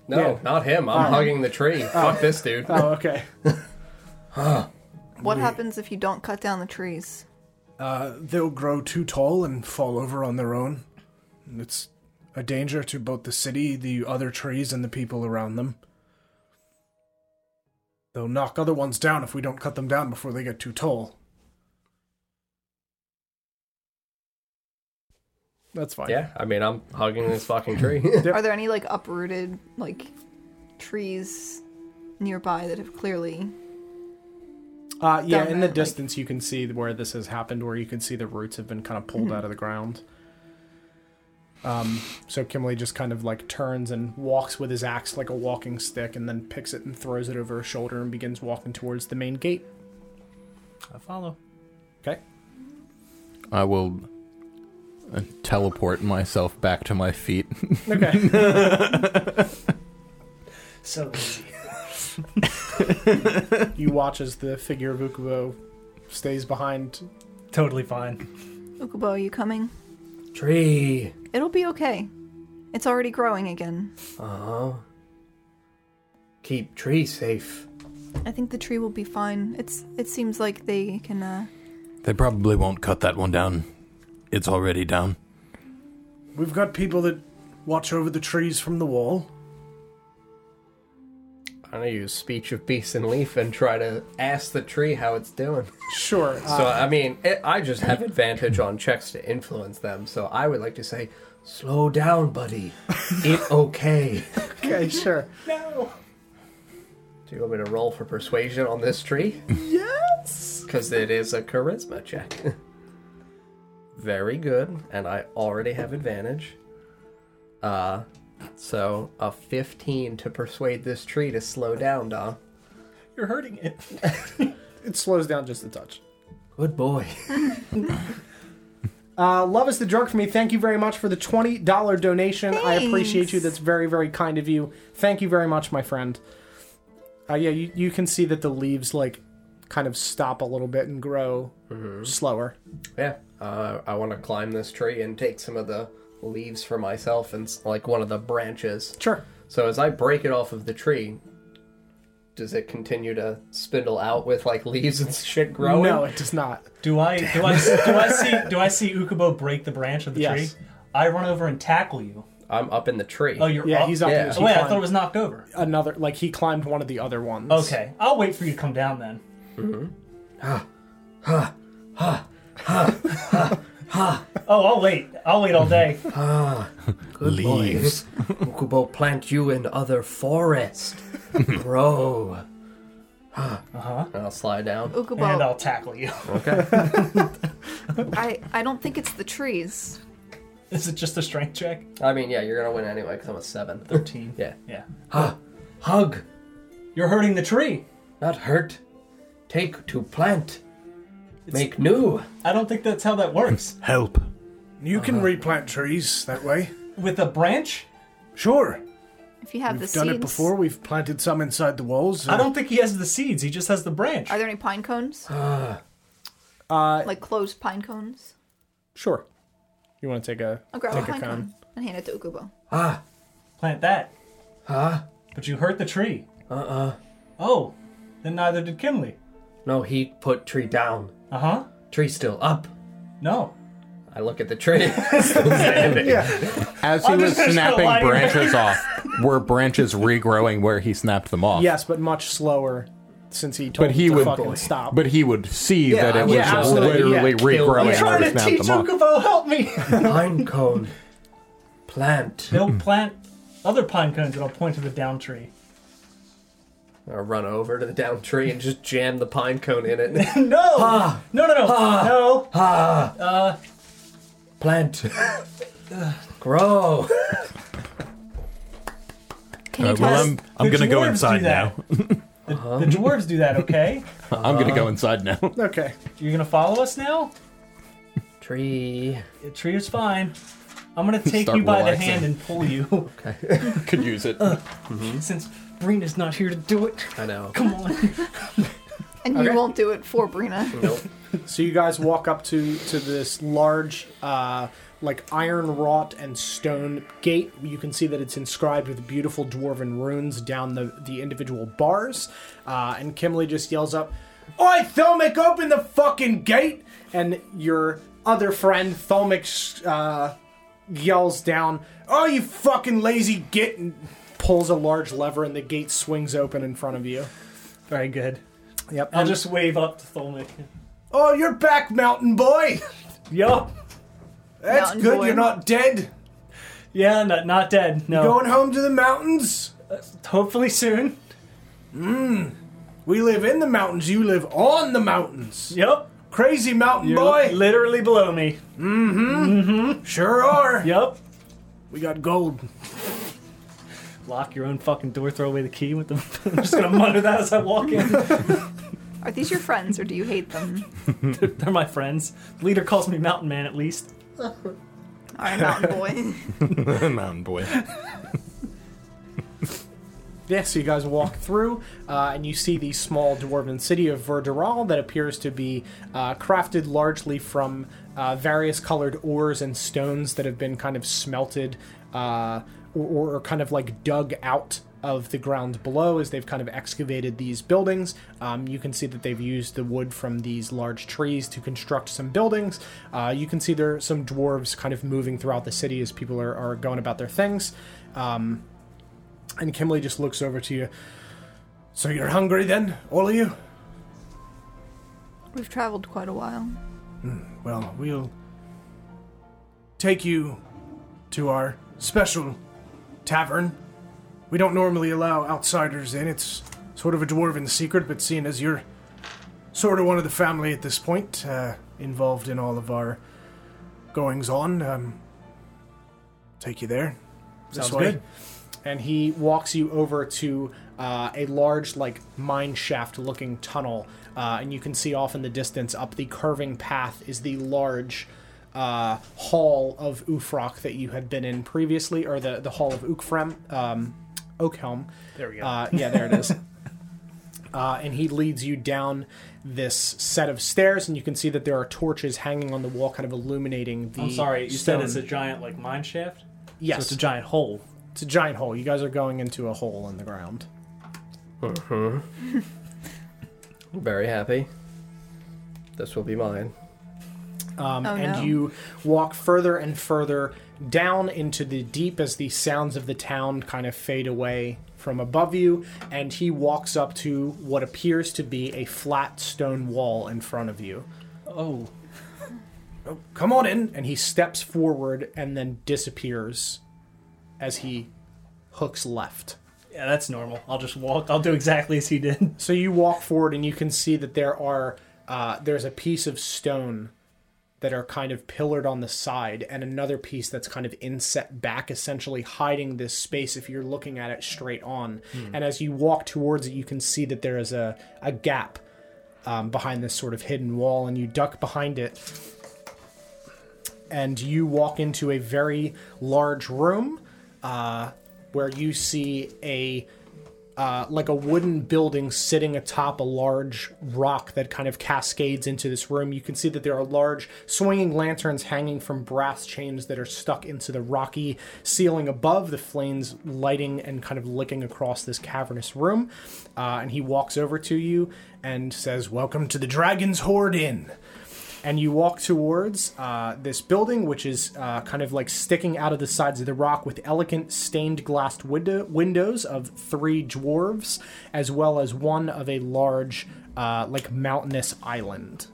Speaker 3: No,
Speaker 1: Yeah.
Speaker 3: not him. I'm hugging the tree. Fuck this dude.
Speaker 1: Oh, okay.
Speaker 2: What happens if you don't cut down the trees?
Speaker 1: uh, they'll grow too tall and fall over on their own. And It's a danger to both the city, the other trees, and the people around them. They'll knock other ones down if we don't cut them down before they get too tall. That's fine.
Speaker 3: Yeah, I mean, I'm hugging this fucking tree.
Speaker 2: Are there any like uprooted like trees nearby that have clearly?
Speaker 1: Uh, yeah,
Speaker 2: Down
Speaker 1: in the
Speaker 2: that, like-
Speaker 1: distance you can see where this has happened, where you can see the roots have been kind of pulled out of the ground. Um, so Kimberly just kind of like turns and walks with his axe like a walking stick, and then picks it and throws it over her shoulder and begins walking towards the main gate.
Speaker 4: I follow.
Speaker 1: Okay.
Speaker 5: I will uh, teleport myself back to my feet.
Speaker 1: Okay.
Speaker 4: So
Speaker 1: you watch as the figure of Ukubo stays behind.
Speaker 4: totally fine.
Speaker 2: Ukubo, are you coming?
Speaker 3: tree.
Speaker 2: It'll be okay. It's already growing again.
Speaker 3: Uh huh. Keep tree safe.
Speaker 2: I think the tree will be fine. It's it seems like they can uh
Speaker 5: They probably won't cut that one down. It's already down.
Speaker 1: We've got people that watch over the trees from the wall.
Speaker 3: I'm gonna use speech of beast and leaf and try to ask the tree how it's doing.
Speaker 1: Sure.
Speaker 3: So I mean, it, I just have advantage on checks to influence them. So I would like to say, slow down, buddy. It okay.
Speaker 1: okay, sure.
Speaker 3: Do you want me to roll for persuasion on this tree? yes. Because it is a charisma check. Very good, and I already have advantage. Uh, so a 15 to persuade this tree to slow down, Dom.
Speaker 4: You're hurting it.
Speaker 1: It slows down just a touch.
Speaker 3: Good boy.
Speaker 1: Uh, love is the drug for me. Thank you very much for the twenty dollar donation. I appreciate
Speaker 2: Thanks.
Speaker 1: you. That's very very kind of you. Thank you very much, my friend. Uh, yeah, you, you can see that the leaves like kind of stop a little bit and grow
Speaker 4: Mm-hmm.
Speaker 1: slower.
Speaker 3: Yeah, uh, I want to climb this tree and take some of the leaves for myself and s- like one of the branches.
Speaker 1: Sure.
Speaker 3: So as I break it off of the tree, does it continue to spindle out with like leaves and shit growing?
Speaker 1: No, it does not.
Speaker 4: Do I do I do I see do I see Ukubo break the branch of the
Speaker 1: Yes.
Speaker 4: tree? I run over and tackle you.
Speaker 3: I'm up in the tree.
Speaker 4: Oh, you're
Speaker 1: Yeah,
Speaker 4: up.
Speaker 1: he's up.
Speaker 3: yeah.
Speaker 1: He
Speaker 4: Oh, wait, I
Speaker 1: climbed
Speaker 4: thought it was knocked over.
Speaker 1: another. Like he climbed one of the other ones.
Speaker 4: Okay, I'll wait for you to come down then. Oh, I'll wait. I'll wait all day.
Speaker 3: Good leaves. Ukubo, plant you in other forest. Grow. Uh-huh. Uh huh. I'll slide down.
Speaker 4: And
Speaker 2: Ukubo.
Speaker 4: I'll tackle you.
Speaker 3: Okay.
Speaker 2: I I don't think it's the trees.
Speaker 4: Is it just a strength check?
Speaker 3: I mean, yeah, you're gonna win anyway because I'm a seven.
Speaker 4: 13.
Speaker 3: Yeah.
Speaker 4: Yeah.
Speaker 3: Hug,
Speaker 4: You're hurting the tree.
Speaker 3: not hurt. Take to plant. Make new.
Speaker 4: I don't think that's how that works.
Speaker 5: Help.
Speaker 10: You can
Speaker 1: Uh-huh.
Speaker 10: replant trees that way.
Speaker 4: With a branch?
Speaker 10: Sure.
Speaker 2: If you have
Speaker 10: We've
Speaker 2: the
Speaker 10: done
Speaker 2: seeds.
Speaker 10: it before. We've planted some inside the walls.
Speaker 4: I don't think he has the seeds. He just has the branch.
Speaker 2: Are there any pine cones?
Speaker 1: Uh,
Speaker 2: Like closed pine cones?
Speaker 1: sure. You want to take a
Speaker 2: I'll grab
Speaker 1: take
Speaker 2: a pine
Speaker 1: a
Speaker 2: cone.
Speaker 1: con?
Speaker 2: and hand it to
Speaker 5: Uh,
Speaker 2: Ukubo.
Speaker 4: Plant that. Huh? But you hurt the tree. Uh uh Oh, then neither did Kimley.
Speaker 3: No, he put tree down.
Speaker 4: Uh huh.
Speaker 3: Tree still up.
Speaker 4: No.
Speaker 3: I look at the tree. Still standing.
Speaker 5: As he
Speaker 4: I'm
Speaker 5: was
Speaker 4: just gonna
Speaker 5: snapping
Speaker 4: lie there.
Speaker 5: branches off, were branches regrowing where he snapped them off?
Speaker 1: Yes, but much slower since he told
Speaker 5: But he
Speaker 1: him to
Speaker 5: would,
Speaker 1: fucking stop.
Speaker 5: but he would see that it was
Speaker 1: yeah, absolutely,
Speaker 5: literally
Speaker 1: yeah.
Speaker 5: regrowing
Speaker 3: I'm
Speaker 5: where he snapped them off.
Speaker 4: Ukubo, help me!
Speaker 3: Pine cone. Plant.
Speaker 4: They'll plant other pine cones and I'll point to the down tree.
Speaker 3: I run over to the down tree and just jam the pine cone in it.
Speaker 4: No! no, no, no! no!
Speaker 3: Plant. Grow.
Speaker 2: Can you
Speaker 5: Uh,
Speaker 2: tell
Speaker 5: well,
Speaker 2: us?
Speaker 5: I'm, I'm
Speaker 4: The
Speaker 5: gonna go
Speaker 4: dwarves do
Speaker 5: inside now.
Speaker 4: that. The,
Speaker 5: Uh-huh.
Speaker 4: the dwarves do that, okay?
Speaker 5: I'm gonna go inside now.
Speaker 1: okay.
Speaker 4: You're gonna follow us now?
Speaker 3: Tree.
Speaker 4: The tree is fine. I'm gonna take
Speaker 5: Start
Speaker 4: you by the
Speaker 5: relaxing.
Speaker 4: hand and pull you,
Speaker 5: Could use it.
Speaker 4: since Brina's not here to do it.
Speaker 3: I know.
Speaker 4: Come on.
Speaker 2: and you won't do it for Brina.
Speaker 3: Nope.
Speaker 1: So you guys walk up to to this large, uh, like iron wrought and stone gate. You can see that it's inscribed with beautiful dwarven runes down the the individual bars. Uh, and Kimberly just yells up, Oi, Thelmic, open the fucking gate! And your other friend, Thelmic, uh, yells down, Oh, you fucking lazy git! And pulls a large lever and the gate swings open in front of you.
Speaker 4: Very good.
Speaker 1: Yep.
Speaker 4: I'll just wave up to Tholnik.
Speaker 1: Oh, you're back, mountain boy!
Speaker 4: Yup.
Speaker 1: That's
Speaker 7: Mountain
Speaker 1: good,
Speaker 7: boy.
Speaker 1: you're not dead.
Speaker 4: Yeah, not, not dead. No.
Speaker 1: Going home to the mountains?
Speaker 4: Hopefully soon.
Speaker 1: We live in the mountains, you live on the mountains.
Speaker 4: Yup.
Speaker 1: Crazy mountain
Speaker 4: You're
Speaker 1: boy!
Speaker 4: Literally below me.
Speaker 1: sure are!
Speaker 4: Yup.
Speaker 1: We got gold.
Speaker 4: Lock your own fucking door, throw away the key with the. I'm just gonna mutter that as I walk in.
Speaker 2: Are these your friends or do you hate them?
Speaker 4: They're my friends. The leader calls me Mountain Man at least.
Speaker 7: All right, mountain boy.
Speaker 5: Mountain boy.
Speaker 1: Yeah, so you guys walk through, uh, and you see the small dwarven city of Verderal that appears to be uh, crafted largely from uh, various colored ores and stones that have been kind of smelted uh, or, or kind of like dug out of the ground below as they've kind of excavated these buildings. Um, you can see that they've used the wood from these large trees to construct some buildings. Uh, you can see there are some dwarves kind of moving throughout the city as people are, are going about their things. And Kimberly just looks over to you. So you're hungry then, all of you?
Speaker 2: We've traveled quite a while.
Speaker 1: Well, we'll take you to our special tavern. We don't normally allow outsiders in. It's sort of a dwarven secret, but seeing as you're sort of one of the family at this point, uh, involved in all of our goings on, um, take you there. This
Speaker 4: Sounds
Speaker 1: way.
Speaker 4: good.
Speaker 1: And he walks you over to uh, a large, like, mine shaft looking tunnel. Uh, and you can see off in the distance, up the curving path, is the large uh, hall of Ufrock that you had been in previously, or the, the hall of Ukfrem, um, Oakhelm.
Speaker 4: There we go.
Speaker 1: Uh, yeah, there it is. Uh, and he leads you down this set of stairs, and you can see that there are torches hanging on the wall, kind of illuminating the.
Speaker 4: I'm sorry, you said it's a
Speaker 1: stone.
Speaker 4: giant like mine shaft? So
Speaker 1: yes,
Speaker 4: it's a giant hole.
Speaker 1: it's a giant hole. You guys are going into a hole in the ground.
Speaker 3: Very happy. This will be mine.
Speaker 1: Um,
Speaker 2: Oh,
Speaker 1: and
Speaker 2: no.
Speaker 1: you walk further and further down into the deep as the sounds of the town kind of fade away from above you. And he walks up to what appears to be a flat stone wall in front of you. Oh,
Speaker 4: Oh.
Speaker 1: Come on in. And he steps forward and then disappears as he hooks left.
Speaker 4: Yeah, that's normal. I'll just walk. I'll do exactly as he did.
Speaker 1: So you walk forward and you can see that there are uh, there's a piece of stone that are kind of pillared on the side and another piece that's kind of inset back essentially hiding this space if you're looking at it straight on and as you walk towards it you can see that there is a, a gap um, behind this sort of hidden wall and you duck behind it and you walk into a very large room uh, where you see a uh, like a wooden building sitting atop a large rock that kind of cascades into this room. You can see that there are large swinging lanterns hanging from brass chains that are stuck into the rocky ceiling above, the flames lighting and kind of licking across this cavernous room. Uh, and he walks over to you and says, Welcome to the Dragon's Horde Inn and you walk towards uh, this building, which is uh, kind of like sticking out of the sides of the rock with elegant stained glassed window- windows of three dwarves, as well as one of a large, uh, like, mountainous island.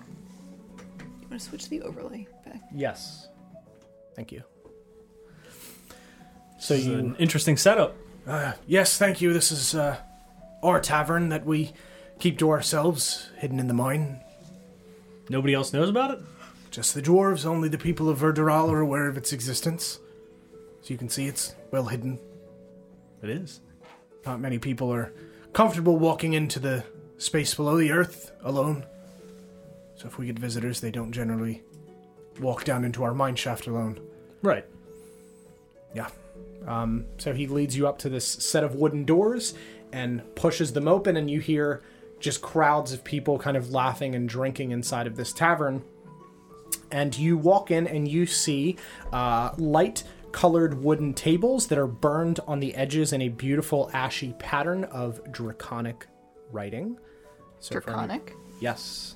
Speaker 7: I'm gonna switch the overlay back.
Speaker 1: Yes. Thank you. So
Speaker 4: This is
Speaker 1: you
Speaker 4: an interesting setup.
Speaker 1: Yes, thank you. This is uh, our tavern that we keep to ourselves, hidden in the mine.
Speaker 4: Nobody else knows about it?
Speaker 1: Just the dwarves, only the people of Verderal are aware of its existence. So you can see it's well hidden.
Speaker 4: It is.
Speaker 1: Not many people are comfortable walking into the space below the earth alone. So if we get visitors, they don't generally walk down into our mine shaft alone.
Speaker 4: Right.
Speaker 1: Yeah. Um, so he leads you up to this set of wooden doors and pushes them open, and you hear just crowds of people kind of laughing and drinking inside of this tavern. And you walk in and you see uh, light colored wooden tables that are burned on the edges in a beautiful ashy pattern of draconic writing. So for any-
Speaker 7: Draconic.
Speaker 1: yes.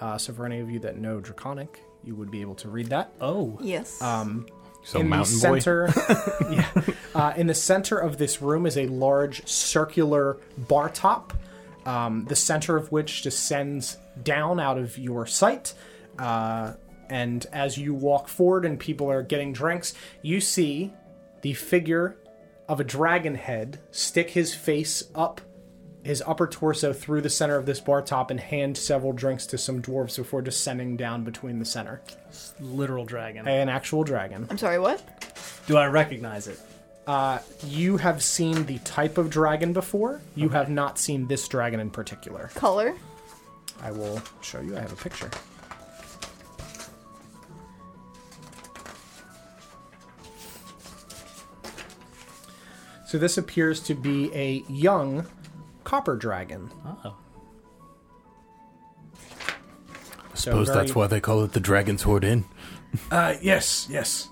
Speaker 1: Uh, so for any of you that know draconic, you would be able to read that.
Speaker 4: Oh.
Speaker 7: Yes.
Speaker 5: So
Speaker 1: in the
Speaker 5: mountain boy.
Speaker 1: center, yeah, uh, in the center of this room is a large circular bar top, um, the center of which descends down out of your sight. Uh, and as you walk forward and people are getting drinks, you see the figure of a dragon head stick his face up his upper torso through the center of this bar top and hand several drinks to some dwarves before descending down between the center.
Speaker 4: Literal dragon.
Speaker 1: An actual dragon.
Speaker 7: I'm sorry. What?
Speaker 4: Do I recognize it?
Speaker 1: You have seen the type of dragon before. You have not seen this dragon in particular.
Speaker 7: Color.
Speaker 1: I will show you. I have a picture. So this appears to be a young copper dragon.
Speaker 4: Oh.
Speaker 1: So
Speaker 5: Suppose
Speaker 1: very-
Speaker 5: that's why they call it the Dragon's Horde Inn.
Speaker 10: Uh, yes, yes.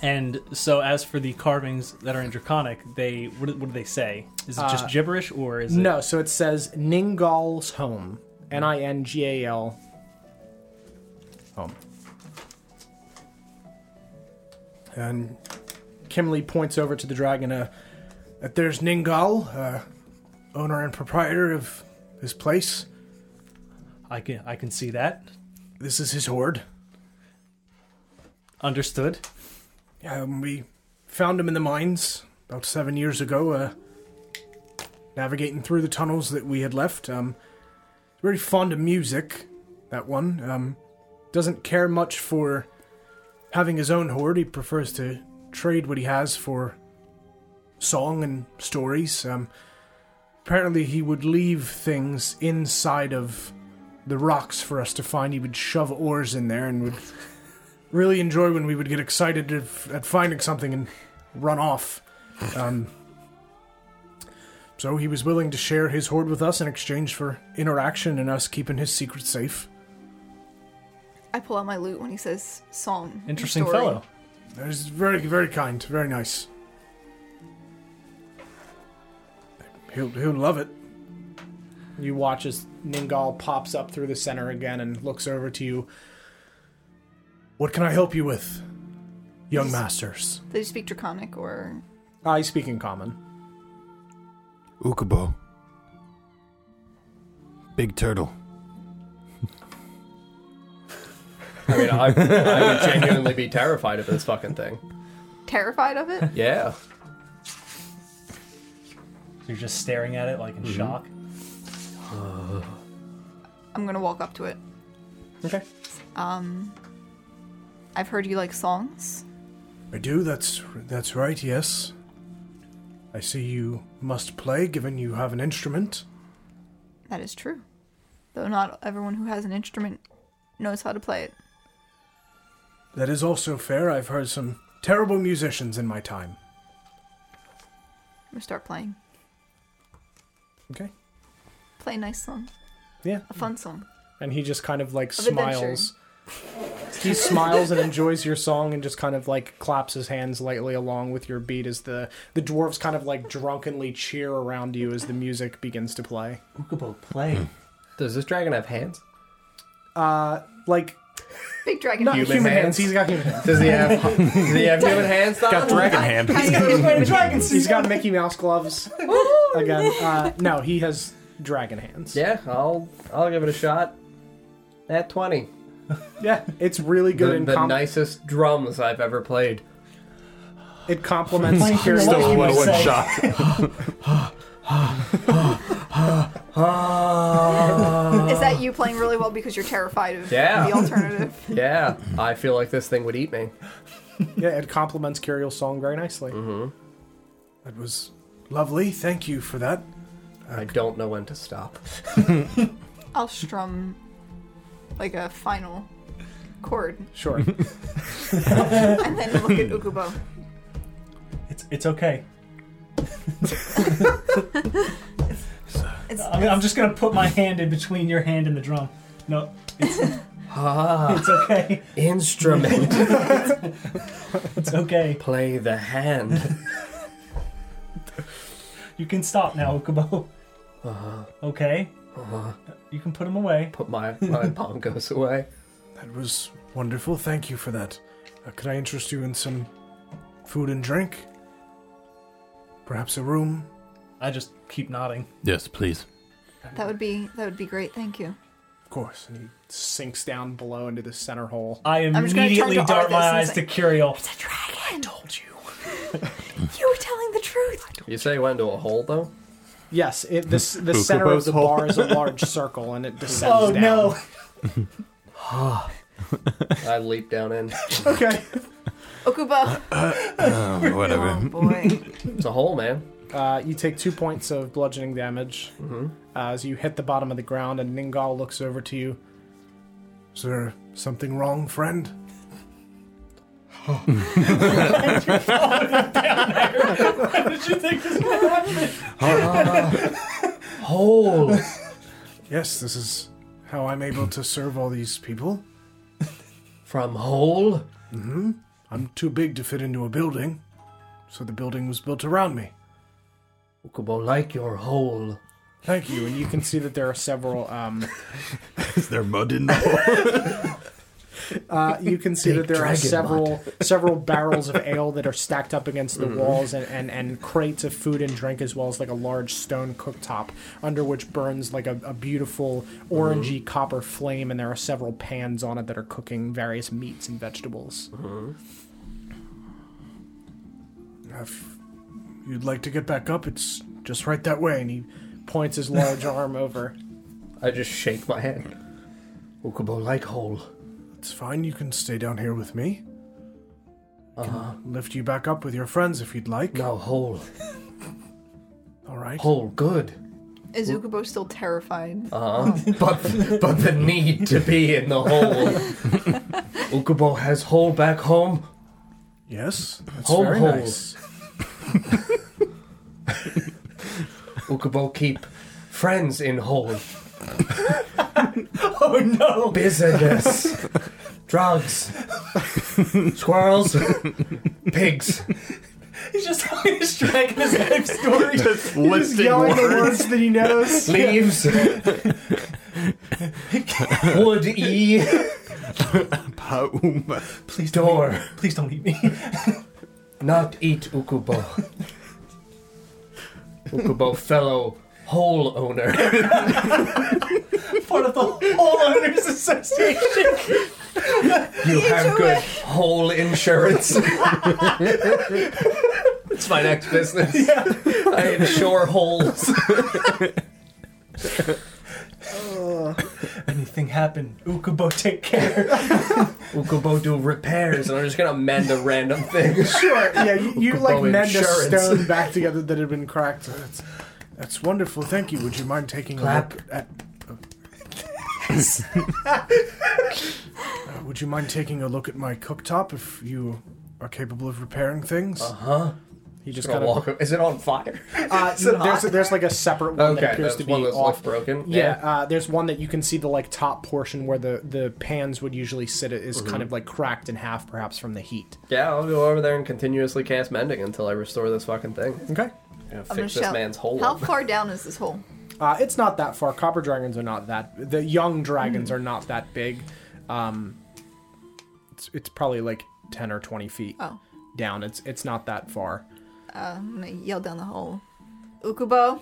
Speaker 4: And so, as for the carvings that are in Draconic, they what, do- what do they say? Is it just gibberish or is it
Speaker 1: Uh, No, so it says Ningal's home. N I N G A L. Home.
Speaker 10: And Kimley points over to the dragon uh, that there's Ningal, uh, owner and proprietor of this place.
Speaker 4: I can I can see that.
Speaker 10: This is his hoard.
Speaker 4: Understood.
Speaker 10: Um, we found him in the mines about seven years ago, uh, navigating through the tunnels that we had left. Um, very fond of music, that one. Um, doesn't care much for having his own hoard. He prefers to trade what he has for song and stories. Um, apparently, he would leave things inside of the rocks for us to find. He would shove oars in there and would really enjoy when we would get excited if, at finding something and run off. Um, so he was willing to share his hoard with us in exchange for interaction and us keeping his secret safe.
Speaker 7: I pull out my loot when he says song. and
Speaker 4: Interesting
Speaker 7: story.
Speaker 4: fellow.
Speaker 10: That is very, very kind, very nice. He'll, he'll love it.
Speaker 1: You watch as Ningal pops up through the center again and looks over to you.
Speaker 10: What can I help you with, young masters?
Speaker 7: Did you speak Draconic or?
Speaker 1: I speak in common.
Speaker 5: Ukubo. Big turtle.
Speaker 3: I mean, I, I would genuinely be terrified of this fucking thing.
Speaker 7: Terrified of it?
Speaker 3: Yeah.
Speaker 4: So you're just staring at it like in
Speaker 1: Mm-hmm.
Speaker 4: shock.
Speaker 7: I'm gonna walk up to it. Um,
Speaker 1: Okay.
Speaker 7: I've heard you like songs.
Speaker 10: I do. That's that's right. Yes. I see you must play, given you have an instrument.
Speaker 7: That is true. Though not everyone who has an instrument knows how to play it.
Speaker 10: That is also fair. I've heard some terrible musicians in my time.
Speaker 7: I'm gonna start playing.
Speaker 1: Okay.
Speaker 7: Play a nice song.
Speaker 1: Yeah.
Speaker 7: A fun song.
Speaker 1: and he just kind of like
Speaker 7: Of adventure.
Speaker 1: smiles. He smiles and enjoys your song and just kind of like claps his hands lightly along with your beat as the the dwarves kind of like drunkenly cheer around you as the music begins to play.
Speaker 4: Ukubo, play.
Speaker 3: Does this dragon have hands?
Speaker 1: Like
Speaker 7: Big dragon.
Speaker 1: not
Speaker 7: Heart.
Speaker 1: human,
Speaker 3: Human
Speaker 1: hands.
Speaker 3: hands.
Speaker 1: he's got human hands.
Speaker 3: Does he have? does he have human hands? Got
Speaker 5: Dragon hand.
Speaker 1: He's got Mickey Mouse gloves again. Uh, no, he has dragon hands.
Speaker 3: Yeah, I'll I'll give it a shot. At twenty,
Speaker 1: Yeah, it's really good
Speaker 3: the,
Speaker 1: and
Speaker 3: the
Speaker 1: com-
Speaker 3: nicest drums I've ever played.
Speaker 1: it complements
Speaker 4: Thank
Speaker 1: your
Speaker 4: you. Still
Speaker 5: One
Speaker 4: Say-
Speaker 5: one shot.
Speaker 7: Is that you playing really well because you're terrified of
Speaker 3: Yeah.
Speaker 7: the alternative?
Speaker 3: Yeah, I feel like this thing would eat me.
Speaker 1: yeah, it complements Kyriel's song very nicely.
Speaker 10: That was lovely. Thank you for that.
Speaker 3: I don't know when to stop.
Speaker 7: I'll strum like a final chord
Speaker 1: Sure.
Speaker 7: and then look at Ukubo.
Speaker 4: It's it's okay.
Speaker 7: It's,
Speaker 4: I mean, I'm just gonna put my hand in between your hand and the drum. No. It's, It's okay.
Speaker 3: Ah, Instrument.
Speaker 4: It's okay.
Speaker 3: Play the hand.
Speaker 4: You can stop now, Ukubo. Uh-huh. Okay. Uh-huh. You can put him away.
Speaker 3: Put my my bongos away.
Speaker 10: That was wonderful. Thank you for that. Uh, could I interest you in some food and drink? Perhaps a room?
Speaker 4: I just keep nodding.
Speaker 5: Yes, please.
Speaker 7: That would be that would be great. Thank you.
Speaker 10: Of course. And he
Speaker 1: Sinks down below into the center hole.
Speaker 4: I
Speaker 7: just gonna turn
Speaker 4: immediately
Speaker 7: to
Speaker 4: dart my
Speaker 7: Arthas and
Speaker 4: eyes
Speaker 7: say-
Speaker 4: to Curiel.
Speaker 7: It's a dragon. I told you. you were telling the truth.
Speaker 3: You say it went into a hole though?
Speaker 1: Yes, it, this the center of
Speaker 5: Ukubo's
Speaker 1: the
Speaker 5: hole.
Speaker 1: bar is a large circle, and it descends
Speaker 4: Oh
Speaker 1: down.
Speaker 4: no!
Speaker 3: I leap down in.
Speaker 1: Okay.
Speaker 7: Okubo.
Speaker 5: Whatever.
Speaker 7: Oh boy.
Speaker 3: It's a hole, man.
Speaker 1: Uh, you take two points of bludgeoning damage uh, as you hit the bottom of the ground, and Ningal looks over to you.
Speaker 10: Is there something wrong, friend?
Speaker 4: Did you think this
Speaker 3: Hole.
Speaker 10: Yes, this is how I'm able to serve all these people.
Speaker 3: From hole?
Speaker 10: I'm too big to fit into a building, so the building was built around me.
Speaker 3: Ukubo, like your hole.
Speaker 10: Thank you.
Speaker 1: You and you can see that there are several. Um,
Speaker 5: Is there mud in the hole?
Speaker 1: uh, you can see that there are
Speaker 3: dragon
Speaker 1: several several barrels of ale that are stacked up against the walls, and, and and crates of food and drink, as well as like a large stone cooktop under which burns like a, a beautiful orangey copper flame, and there are several pans on it that are cooking various meats and vegetables.
Speaker 10: If you'd like to get back up, it's just right that way. And he
Speaker 1: Points his large arm over.
Speaker 3: I just shake my head. Ukubo, like hole.
Speaker 10: It's fine, you can stay down here with me. Can lift you back up with your friends if you'd like.
Speaker 3: Uh-huh. No, hole.
Speaker 10: All right.
Speaker 3: Hole, good.
Speaker 7: Is Ukubo still terrified?
Speaker 3: But but the need to be in the hole. Ukubo has hole back home.
Speaker 10: Yes, that's
Speaker 3: Hole
Speaker 10: very
Speaker 3: hole.
Speaker 10: nice.
Speaker 3: Ukubo keep friends in hole.
Speaker 4: Oh no!
Speaker 3: Business. Drugs. Squirrels. Pigs.
Speaker 4: He's just telling his dragon his life story.
Speaker 5: Listing words.
Speaker 1: that he knows.
Speaker 3: Leaves. Wood E.
Speaker 5: Home.
Speaker 4: Please
Speaker 3: Door.
Speaker 4: Don't eat me. Please don't eat me.
Speaker 3: Not eat Ukubo. Ukubo, fellow hole owner.
Speaker 4: Part of the whole owners association.
Speaker 3: You have good hole insurance. it's my next business. I insure holes.
Speaker 4: Anything happen? Ukubo, take care.
Speaker 3: Ukubo do repairs, and I'm just gonna mend a random thing.
Speaker 1: Sure. Yeah, you, you
Speaker 3: Ukubo
Speaker 1: like mend a
Speaker 3: insurance.
Speaker 1: stone back together that had been cracked.
Speaker 10: That's, that's wonderful. Thank you. Would you mind taking
Speaker 3: Clap.
Speaker 10: a look at? Uh, would you mind taking a look at my cooktop if you are capable of repairing things?
Speaker 1: He just
Speaker 3: Just
Speaker 1: kind
Speaker 3: gonna
Speaker 1: of.
Speaker 3: walk. Is it on fire?
Speaker 1: Uh, there's there's like a separate one that
Speaker 3: Okay,
Speaker 1: appears
Speaker 3: that's
Speaker 1: to be
Speaker 3: one that's
Speaker 1: off.
Speaker 3: like broken.
Speaker 1: Yeah, uh, there's one that you can see the like top portion where the the pans would usually sit is
Speaker 3: Mm-hmm.
Speaker 1: kind of like cracked in half, perhaps from the heat.
Speaker 3: Yeah, I'll go over there and continuously cast mending until I restore this fucking thing.
Speaker 1: Okay,
Speaker 7: I'm
Speaker 3: Yeah,
Speaker 7: gonna
Speaker 3: fix this
Speaker 7: shout,
Speaker 3: man's hole.
Speaker 7: How
Speaker 3: up.
Speaker 7: far down is this hole?
Speaker 1: uh, it's not that far. Copper dragons are not that. The young dragons
Speaker 10: Hmm.
Speaker 1: are not that big. Um, it's it's probably like ten or twenty feet
Speaker 7: Oh,
Speaker 1: down. It's it's not that far.
Speaker 7: I'm gonna yell down the hole. Ukubo,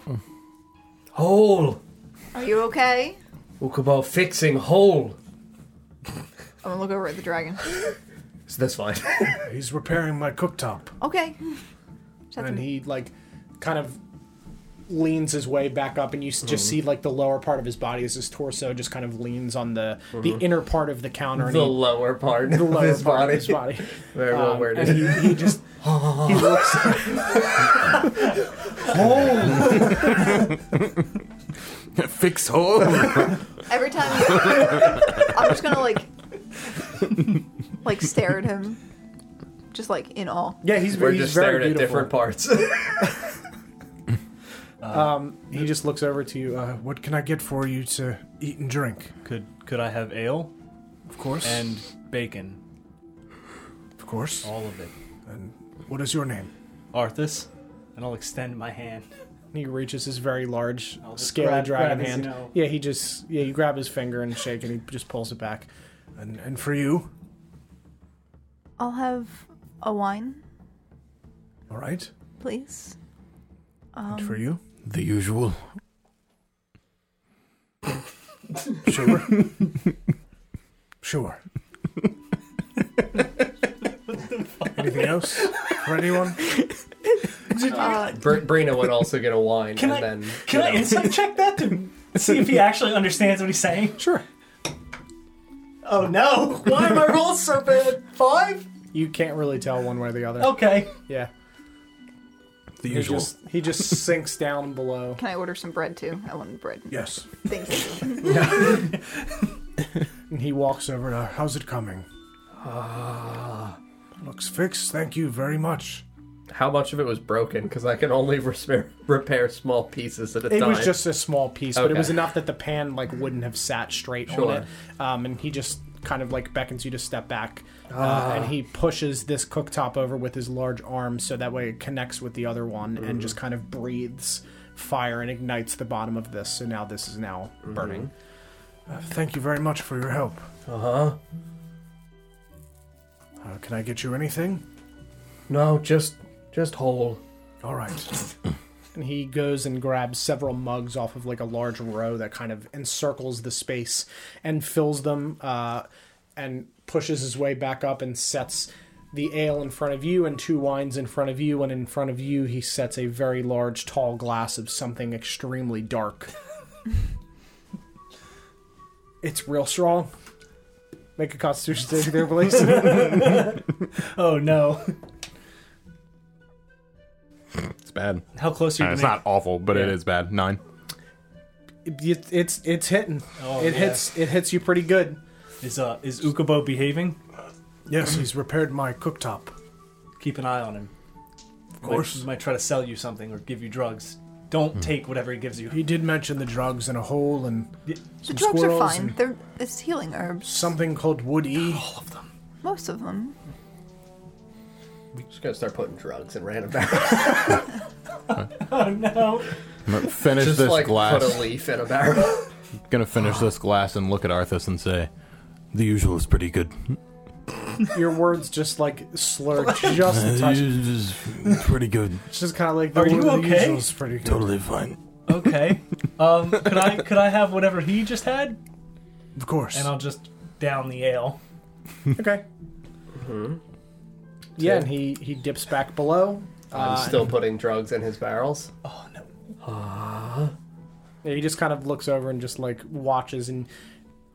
Speaker 3: Hole.
Speaker 7: are you okay?
Speaker 3: Ukubo fixing hole.
Speaker 7: I'm gonna look over at the dragon.
Speaker 3: Is this fine?
Speaker 10: He's repairing my cooktop.
Speaker 7: Okay. Shut
Speaker 1: and
Speaker 7: the-
Speaker 1: he like kind of leans his way back up and you s-
Speaker 3: Mm-hmm.
Speaker 1: just see like the lower part of his body as his torso just kind of leans on the the inner part of the counter and
Speaker 3: Mm-hmm. the
Speaker 1: he,
Speaker 3: lower part.
Speaker 1: the lower
Speaker 3: of his
Speaker 1: part
Speaker 3: body.
Speaker 1: of his body
Speaker 3: Very well
Speaker 1: Um,
Speaker 3: worded.
Speaker 1: and he, he just he looks Oh!
Speaker 3: hole.
Speaker 5: Fix home.
Speaker 7: Every time you, I'm just gonna like like stare at him. Just like in awe.
Speaker 1: yeah he's,
Speaker 3: We're
Speaker 1: he's
Speaker 3: just
Speaker 1: very
Speaker 3: staring at
Speaker 1: beautiful.
Speaker 3: different parts.
Speaker 1: he just looks over to you uh,
Speaker 10: Uh, what can I get for you to eat and drink?
Speaker 4: Could could I have ale?
Speaker 10: Of Of course.
Speaker 4: and bacon.
Speaker 10: of course.
Speaker 4: All of it.
Speaker 10: What is your name?
Speaker 4: Arthas, and I'll extend my hand.
Speaker 1: He reaches his very large,
Speaker 4: just
Speaker 1: scaly
Speaker 4: grab-
Speaker 1: dragon
Speaker 4: grab his,
Speaker 1: hand.
Speaker 4: you know-
Speaker 1: Yeah, he just yeah, you grab his finger and shake, and he just pulls it back.
Speaker 10: And and for you?
Speaker 7: I'll have a wine,
Speaker 10: All right.
Speaker 7: please.
Speaker 10: and for you?
Speaker 5: The usual.
Speaker 10: Sure. sure. Anything else for anyone?
Speaker 7: Uh,
Speaker 3: Br- Brina would also get a wine,
Speaker 4: Can
Speaker 3: and
Speaker 4: I
Speaker 3: then
Speaker 4: can
Speaker 3: you
Speaker 4: I
Speaker 3: know.
Speaker 4: insight check that to see if he actually understands what he's saying?
Speaker 1: Sure.
Speaker 4: Oh no! Why are my rolls so bad? Five?
Speaker 1: You can't really tell one way or the other.
Speaker 4: Okay.
Speaker 1: Yeah.
Speaker 5: The
Speaker 1: He
Speaker 5: usual.
Speaker 1: just he just sinks down below.
Speaker 7: can I order some bread too? I want bread.
Speaker 10: Yes.
Speaker 7: Thank you.
Speaker 1: And he walks over.
Speaker 10: Over to- How's it coming? Ah. Looks fixed. Thank you very much.
Speaker 3: how much of it was broken? Because I can only repair repair small pieces at a
Speaker 1: It
Speaker 3: time.
Speaker 1: was just a small piece, but it
Speaker 3: Okay.
Speaker 1: was enough that the pan like wouldn't have sat straight
Speaker 3: Sure.
Speaker 1: on it. Um, and he just kind of like beckons you to step back,
Speaker 3: Ah.
Speaker 1: uh, and he pushes this cooktop over with his large arm so that way it connects with the other one and
Speaker 3: Mm.
Speaker 1: just kind of breathes fire and ignites the bottom of this. So now this is now burning.
Speaker 10: Uh, thank you very much for your help.
Speaker 3: uh-huh.
Speaker 10: Uh, can I get you anything?
Speaker 3: No, just just whole.
Speaker 10: All right.
Speaker 1: And he goes and grabs several mugs off of like a large row that kind of encircles the space and fills them uh, and pushes his way back up and sets the ale in front of you and two wines in front of you. And in front of you, he sets a very large, tall glass of something extremely dark. it's real strong. Make a constitution saving there, please.
Speaker 4: Oh no.
Speaker 5: It's bad.
Speaker 4: How close are you
Speaker 5: And it's
Speaker 4: to me?
Speaker 5: not awful, but it
Speaker 4: Yeah.
Speaker 5: is bad. Nine.
Speaker 1: It- it's it's hitting.
Speaker 4: Oh,
Speaker 1: it
Speaker 4: yeah.
Speaker 1: hits it hits you pretty good.
Speaker 4: Is uh is Ukubo behaving?
Speaker 10: Yes, he's repaired my cooktop.
Speaker 4: Keep an eye on him.
Speaker 10: Of course.
Speaker 4: Might, might try to sell you something or give you drugs. Don't take whatever he gives you.
Speaker 10: He did mention the drugs in a hole and
Speaker 7: The
Speaker 10: some
Speaker 7: drugs are
Speaker 10: squirrels
Speaker 7: fine.
Speaker 10: and
Speaker 7: They're it's healing herbs.
Speaker 10: something called wood E.
Speaker 7: Most of them.
Speaker 3: Just gonna start putting drugs in random barrels.
Speaker 4: Oh no.
Speaker 5: I'm gonna finish
Speaker 3: just
Speaker 5: this
Speaker 3: like
Speaker 5: glass.
Speaker 3: put a leaf in a barrel.
Speaker 5: Gonna finish this glass and look at Arthas and say, "The usual is pretty good.
Speaker 1: your words just like slur just
Speaker 5: Uh,
Speaker 1: a touch.
Speaker 5: It's pretty good.
Speaker 1: It's just kind of like the
Speaker 4: Are you
Speaker 1: word of the
Speaker 4: okay?
Speaker 1: usual's pretty good.
Speaker 5: Totally fine.
Speaker 4: Okay. Um could I could I have whatever he just had?
Speaker 10: Of course.
Speaker 4: And I'll just down the ale.
Speaker 1: Okay.
Speaker 4: Mm-hmm.
Speaker 1: Yeah, and he he dips back below.
Speaker 3: I'm
Speaker 4: Uh,
Speaker 3: still putting drugs in his barrels.
Speaker 4: Oh,
Speaker 1: Yeah, He just kind of looks over and just like watches, and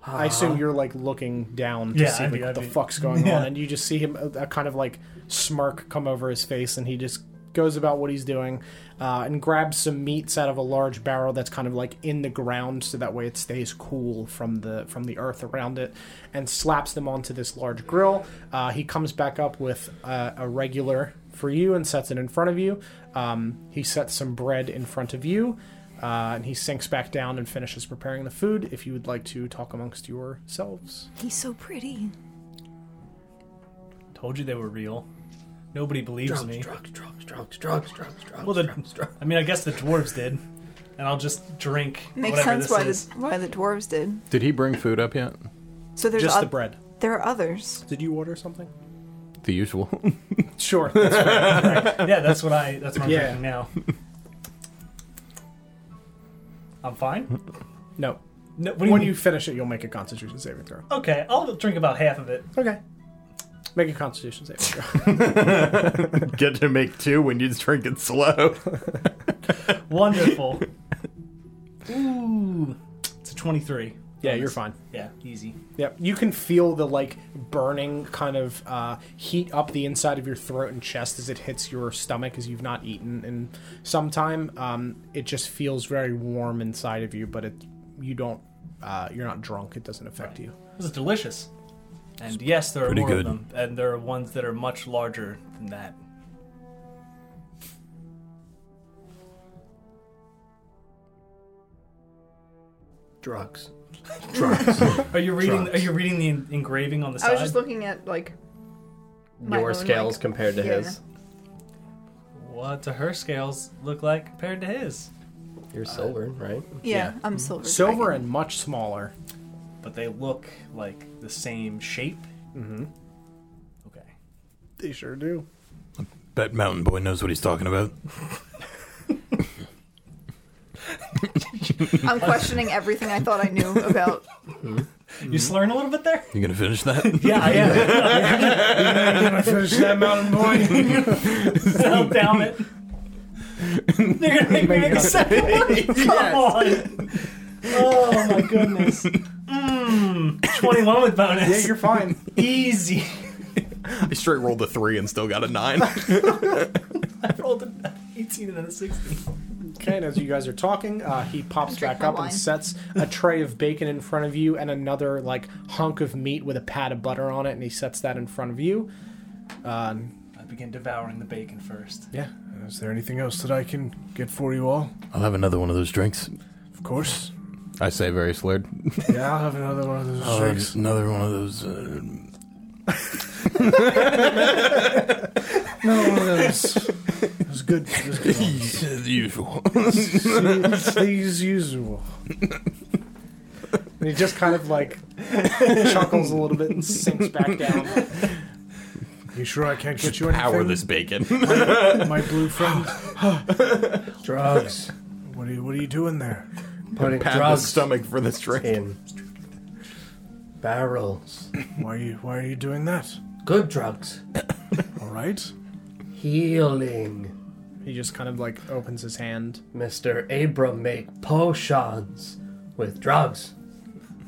Speaker 1: I assume you're like looking down to
Speaker 4: Uh-huh. Yeah,
Speaker 1: see
Speaker 4: I'd
Speaker 1: like,
Speaker 4: be-
Speaker 1: what
Speaker 4: I'd
Speaker 1: the
Speaker 4: be-
Speaker 1: fuck's going
Speaker 4: Yeah.
Speaker 1: on, and you just see him a, a kind of like smirk come over his face, and he just goes about what he's doing, uh, and grabs some meats out of a large barrel that's kind of like in the ground, so that way it stays cool from the from the earth around it, and slaps them onto this large grill. Uh, he comes back up with uh, a regular for you and sets it in front of you. Um, he sets some bread in front of you. Uh, and he sinks back down and finishes preparing the food. If you would like to talk amongst yourselves,
Speaker 2: He's so pretty.
Speaker 4: Told you they were real. Nobody believes
Speaker 3: Drugs,
Speaker 4: me.
Speaker 3: drugs, drugs, drugs, drugs, drugs, drugs,
Speaker 4: Well, the-
Speaker 3: drugs, drugs.
Speaker 4: I mean, I guess the dwarves did, and I'll just drink
Speaker 2: Makes
Speaker 4: whatever
Speaker 2: sense
Speaker 4: this
Speaker 2: why
Speaker 4: is.
Speaker 2: the, why the dwarves did.
Speaker 5: Did he bring food up yet?
Speaker 2: So there's
Speaker 1: just
Speaker 2: oth-
Speaker 1: the bread.
Speaker 2: there are others.
Speaker 1: Did you order something?
Speaker 5: The usual.
Speaker 1: Sure. that's fine.
Speaker 4: yeah, that's what I. That's what I'm
Speaker 1: Yeah.
Speaker 4: drinking now. I'm fine.
Speaker 1: no.
Speaker 4: No, what do you
Speaker 1: When
Speaker 4: mean?
Speaker 1: you finish it, you'll make a Constitution saving throw.
Speaker 4: Okay, I'll drink about half of it.
Speaker 1: Okay. Make a Constitution saving throw.
Speaker 5: Get to make two when you drink it slow.
Speaker 4: Wonderful. Ooh, it's a twenty-three.
Speaker 1: yeah, you're fine.
Speaker 4: Yeah, easy.
Speaker 1: Yep. You can feel the like burning kind of uh, heat up the inside of your throat and chest as it hits your stomach as you've not eaten in some time. Um, it just feels very warm inside of you, but it you don't uh, you're not drunk. It doesn't affect you.
Speaker 4: This is delicious. And yes, there are
Speaker 5: pretty
Speaker 4: more
Speaker 5: good.
Speaker 4: of them, and there are ones that are much larger than that.
Speaker 11: Drugs.
Speaker 4: Are you reading? Are you reading the en- engraving on the side?
Speaker 7: I was just looking at like my
Speaker 3: Your
Speaker 7: own,
Speaker 3: scales
Speaker 7: like-
Speaker 3: compared to
Speaker 7: yeah.
Speaker 3: his.
Speaker 4: what do her scales look like compared to his?
Speaker 3: You're
Speaker 11: Uh,
Speaker 3: silver, right?
Speaker 2: Yeah, I'm silver.
Speaker 1: Silver
Speaker 2: dragon.
Speaker 1: and much smaller.
Speaker 4: But they look like the same shape. Mm-hmm. Okay.
Speaker 10: They sure do.
Speaker 5: Bet Mountain Boy knows what he's talking about.
Speaker 7: I'm questioning everything I thought I knew about.
Speaker 4: You slurring a little bit there?
Speaker 5: You gonna finish that?
Speaker 4: Yeah, I am.
Speaker 10: I finish that mountain boy.
Speaker 4: Settle down it. They're gonna make me make a second one. Come on. Oh my goodness. Mmm. Twenty-one with bonus.
Speaker 1: Yeah, you're fine.
Speaker 4: easy.
Speaker 5: I straight rolled a three and still got a nine.
Speaker 4: I rolled an eighteen and then a sixteen.
Speaker 1: Okay, and as you guys are talking, uh, he pops
Speaker 7: Drink
Speaker 1: back
Speaker 7: my
Speaker 1: up
Speaker 7: wine.
Speaker 1: and sets a tray of bacon in front of you and another like hunk of meat with a pat of butter on it, and he sets that in front of you. Um,
Speaker 4: I begin devouring the bacon first.
Speaker 10: Yeah. Is there anything else that I can get for you all?
Speaker 5: I'll have another one of those drinks.
Speaker 10: Of course.
Speaker 5: I say very slurred.
Speaker 10: Yeah, I'll have another one of those
Speaker 5: I'll
Speaker 10: drinks.
Speaker 5: have another one of those. Uh,
Speaker 10: No, one of those. Those good. Those good ones.
Speaker 5: the usual.
Speaker 10: It's these usual.
Speaker 1: And he just kind of like chuckles a little bit and sinks back down.
Speaker 10: You sure I can't get you anything?
Speaker 5: Power this bacon.
Speaker 10: my blue friend.
Speaker 11: Drugs.
Speaker 10: What are you, what are you doing there?
Speaker 11: Putting
Speaker 5: Have the stomach for this drink.
Speaker 11: in barrels.
Speaker 10: Why are you why are you doing that?
Speaker 11: Good drugs.
Speaker 10: All right.
Speaker 11: Healing.
Speaker 1: He just kind of like opens his hand.
Speaker 11: Mr. Abram make potions with drugs.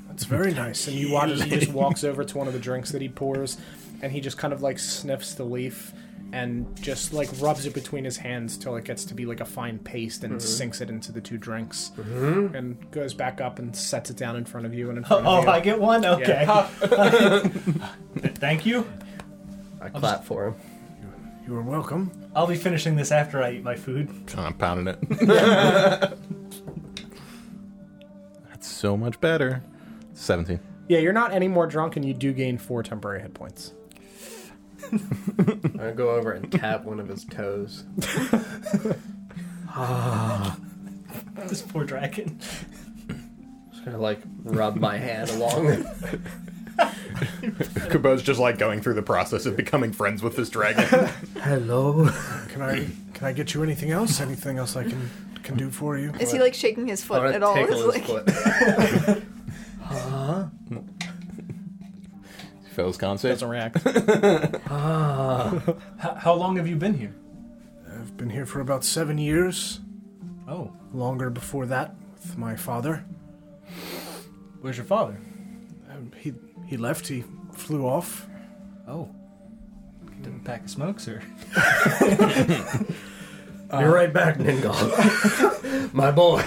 Speaker 10: That's very nice.
Speaker 1: And
Speaker 10: And
Speaker 1: you watch as he just walks over to one of the drinks that he pours, and he just kind of like sniffs the leaf and just like rubs it between his hands till it gets to be like a fine paste and sinks it into the two drinks and goes back up and sets it down in front of you and in front
Speaker 4: Oh,
Speaker 1: of you.
Speaker 4: I get one. Okay. Thank you.
Speaker 3: I clap for him.
Speaker 10: you are welcome.
Speaker 4: I'll be finishing this after I eat my food.
Speaker 5: I'm pounding it. That's so much better. 17.
Speaker 1: Yeah, you're not any more drunk and you do gain four temporary hit points.
Speaker 3: I'm gonna go over and tap one of his toes.
Speaker 4: This poor dragon.
Speaker 3: Just gonna like rub my hand along. it.
Speaker 5: Kubo's just like going through the process of becoming friends with this dragon.
Speaker 11: Hello.
Speaker 10: Can I can I get you anything else? Anything else I can can do for you?
Speaker 7: Is he like shaking his foot
Speaker 3: I'm
Speaker 7: at all?
Speaker 3: gonna
Speaker 7: It's
Speaker 3: tickle
Speaker 7: like
Speaker 3: his foot.
Speaker 5: Phil's concert.
Speaker 1: Doesn't react.
Speaker 4: How, how long have you been here?
Speaker 10: I've been here for about 7 years,
Speaker 4: Oh,
Speaker 10: longer before that with my father.
Speaker 4: where's your father?
Speaker 10: Um, he he left, he flew off.
Speaker 4: Oh, didn't pack of smokes or?
Speaker 11: Be right back, Ningal. My boy.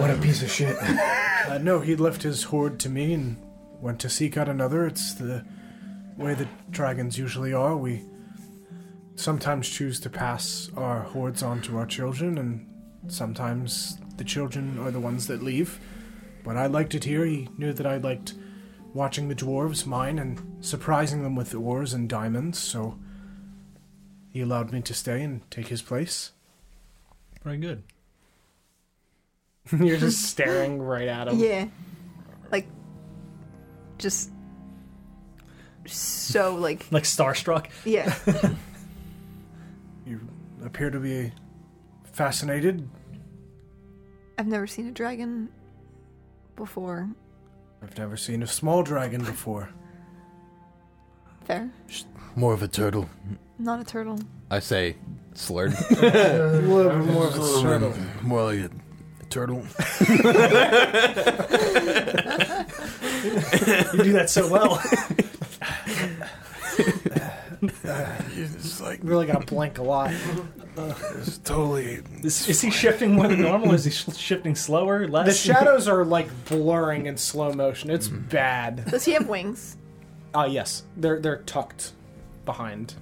Speaker 11: what a piece of shit.
Speaker 10: Uh, no, he left his hoard to me and went to seek out another. It's the way that dragons usually are. We sometimes choose to pass our hoards on to our children, and sometimes the children are the ones that leave. But I liked it here. He knew that I liked watching the dwarves mine and surprising them with ores and diamonds, so he allowed me to stay and take his place.
Speaker 4: Very good.
Speaker 1: you're just staring right at him.
Speaker 7: yeah, like just so like
Speaker 4: Like starstruck.
Speaker 7: yeah.
Speaker 10: You appear to be fascinated.
Speaker 7: I've never seen a dragon before.
Speaker 10: I've never seen a small dragon before.
Speaker 7: Fair,
Speaker 5: More of a turtle.
Speaker 7: not a turtle.
Speaker 5: I say slurred.
Speaker 10: More of a turtle.
Speaker 5: More like a, a turtle.
Speaker 4: You do that so well.
Speaker 5: It's like
Speaker 1: Really gotta blink a lot.
Speaker 5: it's totally.
Speaker 4: is, is he shifting more than normal? Is he sh- shifting slower? Less?
Speaker 1: The shadows are like blurring in slow motion. It's
Speaker 4: Mm-hmm.
Speaker 1: bad.
Speaker 7: Does he have wings?
Speaker 1: Ah, yes, they're they're tucked behind.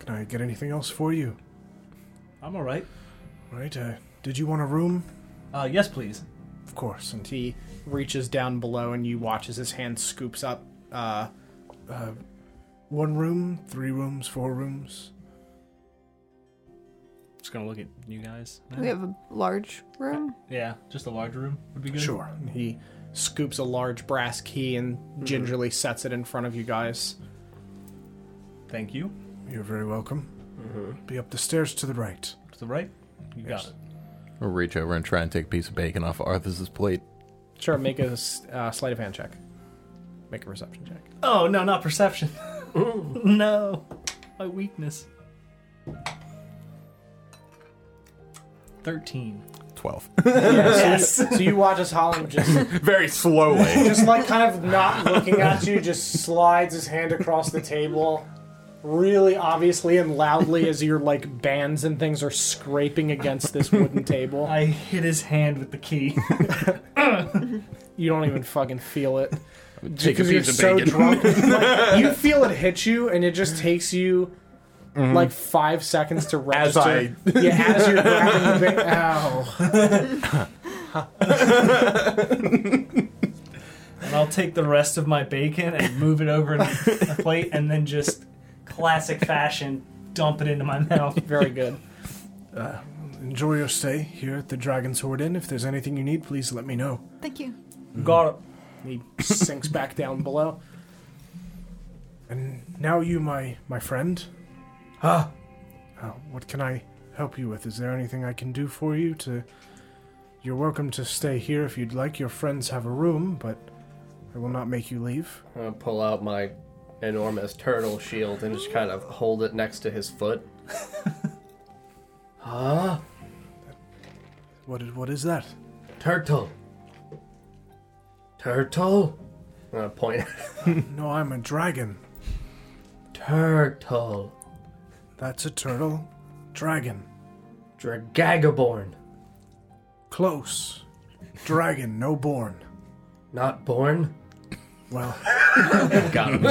Speaker 10: Can I get anything else for you?
Speaker 4: I'm all right.
Speaker 10: Right, uh, did you want a room?
Speaker 4: Uh, yes, please.
Speaker 10: Of course. And
Speaker 1: He reaches down below and you watch as his hand scoops up. Uh,
Speaker 10: one room, three rooms, four rooms.
Speaker 4: Just gonna look at you guys.
Speaker 7: We have a large room.
Speaker 4: Yeah, just a large room would be good.
Speaker 10: Sure.
Speaker 1: and he scoops a large brass key and gingerly sets it in front of you guys.
Speaker 4: Thank you.
Speaker 10: You're very welcome. Be up the stairs to the right.
Speaker 4: To the right. You got it.
Speaker 5: I'll reach over and try and take a piece of bacon off of Arthur's plate.
Speaker 1: Sure, make a s- uh, sleight of hand check. Make a reception check.
Speaker 4: Oh no, not perception. no, my weakness. Thirteen.
Speaker 5: 12.
Speaker 4: Yes.
Speaker 1: So you watch as Holland just,
Speaker 5: Very slowly.
Speaker 1: just like kind of not looking at you, just slides his hand across the table, really obviously and loudly as your like bands and things are scraping against this wooden table.
Speaker 4: I hit his hand with the key.
Speaker 1: You don't even fucking feel it.
Speaker 5: take a
Speaker 1: Because you're
Speaker 5: piece of
Speaker 1: so
Speaker 5: bacon.
Speaker 1: drunk. Like, you feel it hit you, and it just takes you like five seconds to
Speaker 5: As
Speaker 1: register. yeah, as you're grabbing the Oh, ba- Ow.
Speaker 4: and I'll take the rest of my bacon and move it over in a plate, and then just classic fashion dump it into my mouth.
Speaker 1: Very good.
Speaker 10: Enjoy your stay here at the Dragon's Sword Inn. If there's anything you need, please let me know.
Speaker 7: Thank you.
Speaker 4: Got
Speaker 1: He sinks back down below.
Speaker 10: And now you, my my friend.
Speaker 4: Huh?
Speaker 10: Uh, what can I help you with? Is there anything I can do for you? To you're welcome to stay here if you'd like. Your friends have a room, but I will not make you leave.
Speaker 3: I pull out my enormous turtle shield and just kind of hold it next to his foot. Ah,
Speaker 10: What is, what is that?
Speaker 3: turtle. Turtle. And I point.
Speaker 10: No, I'm a dragon.
Speaker 3: Turtle.
Speaker 10: That's a turtle. Dragon.
Speaker 3: Dragagaborn.
Speaker 10: Close. Dragon, no born.
Speaker 3: Not born.
Speaker 10: Well,
Speaker 5: Dragon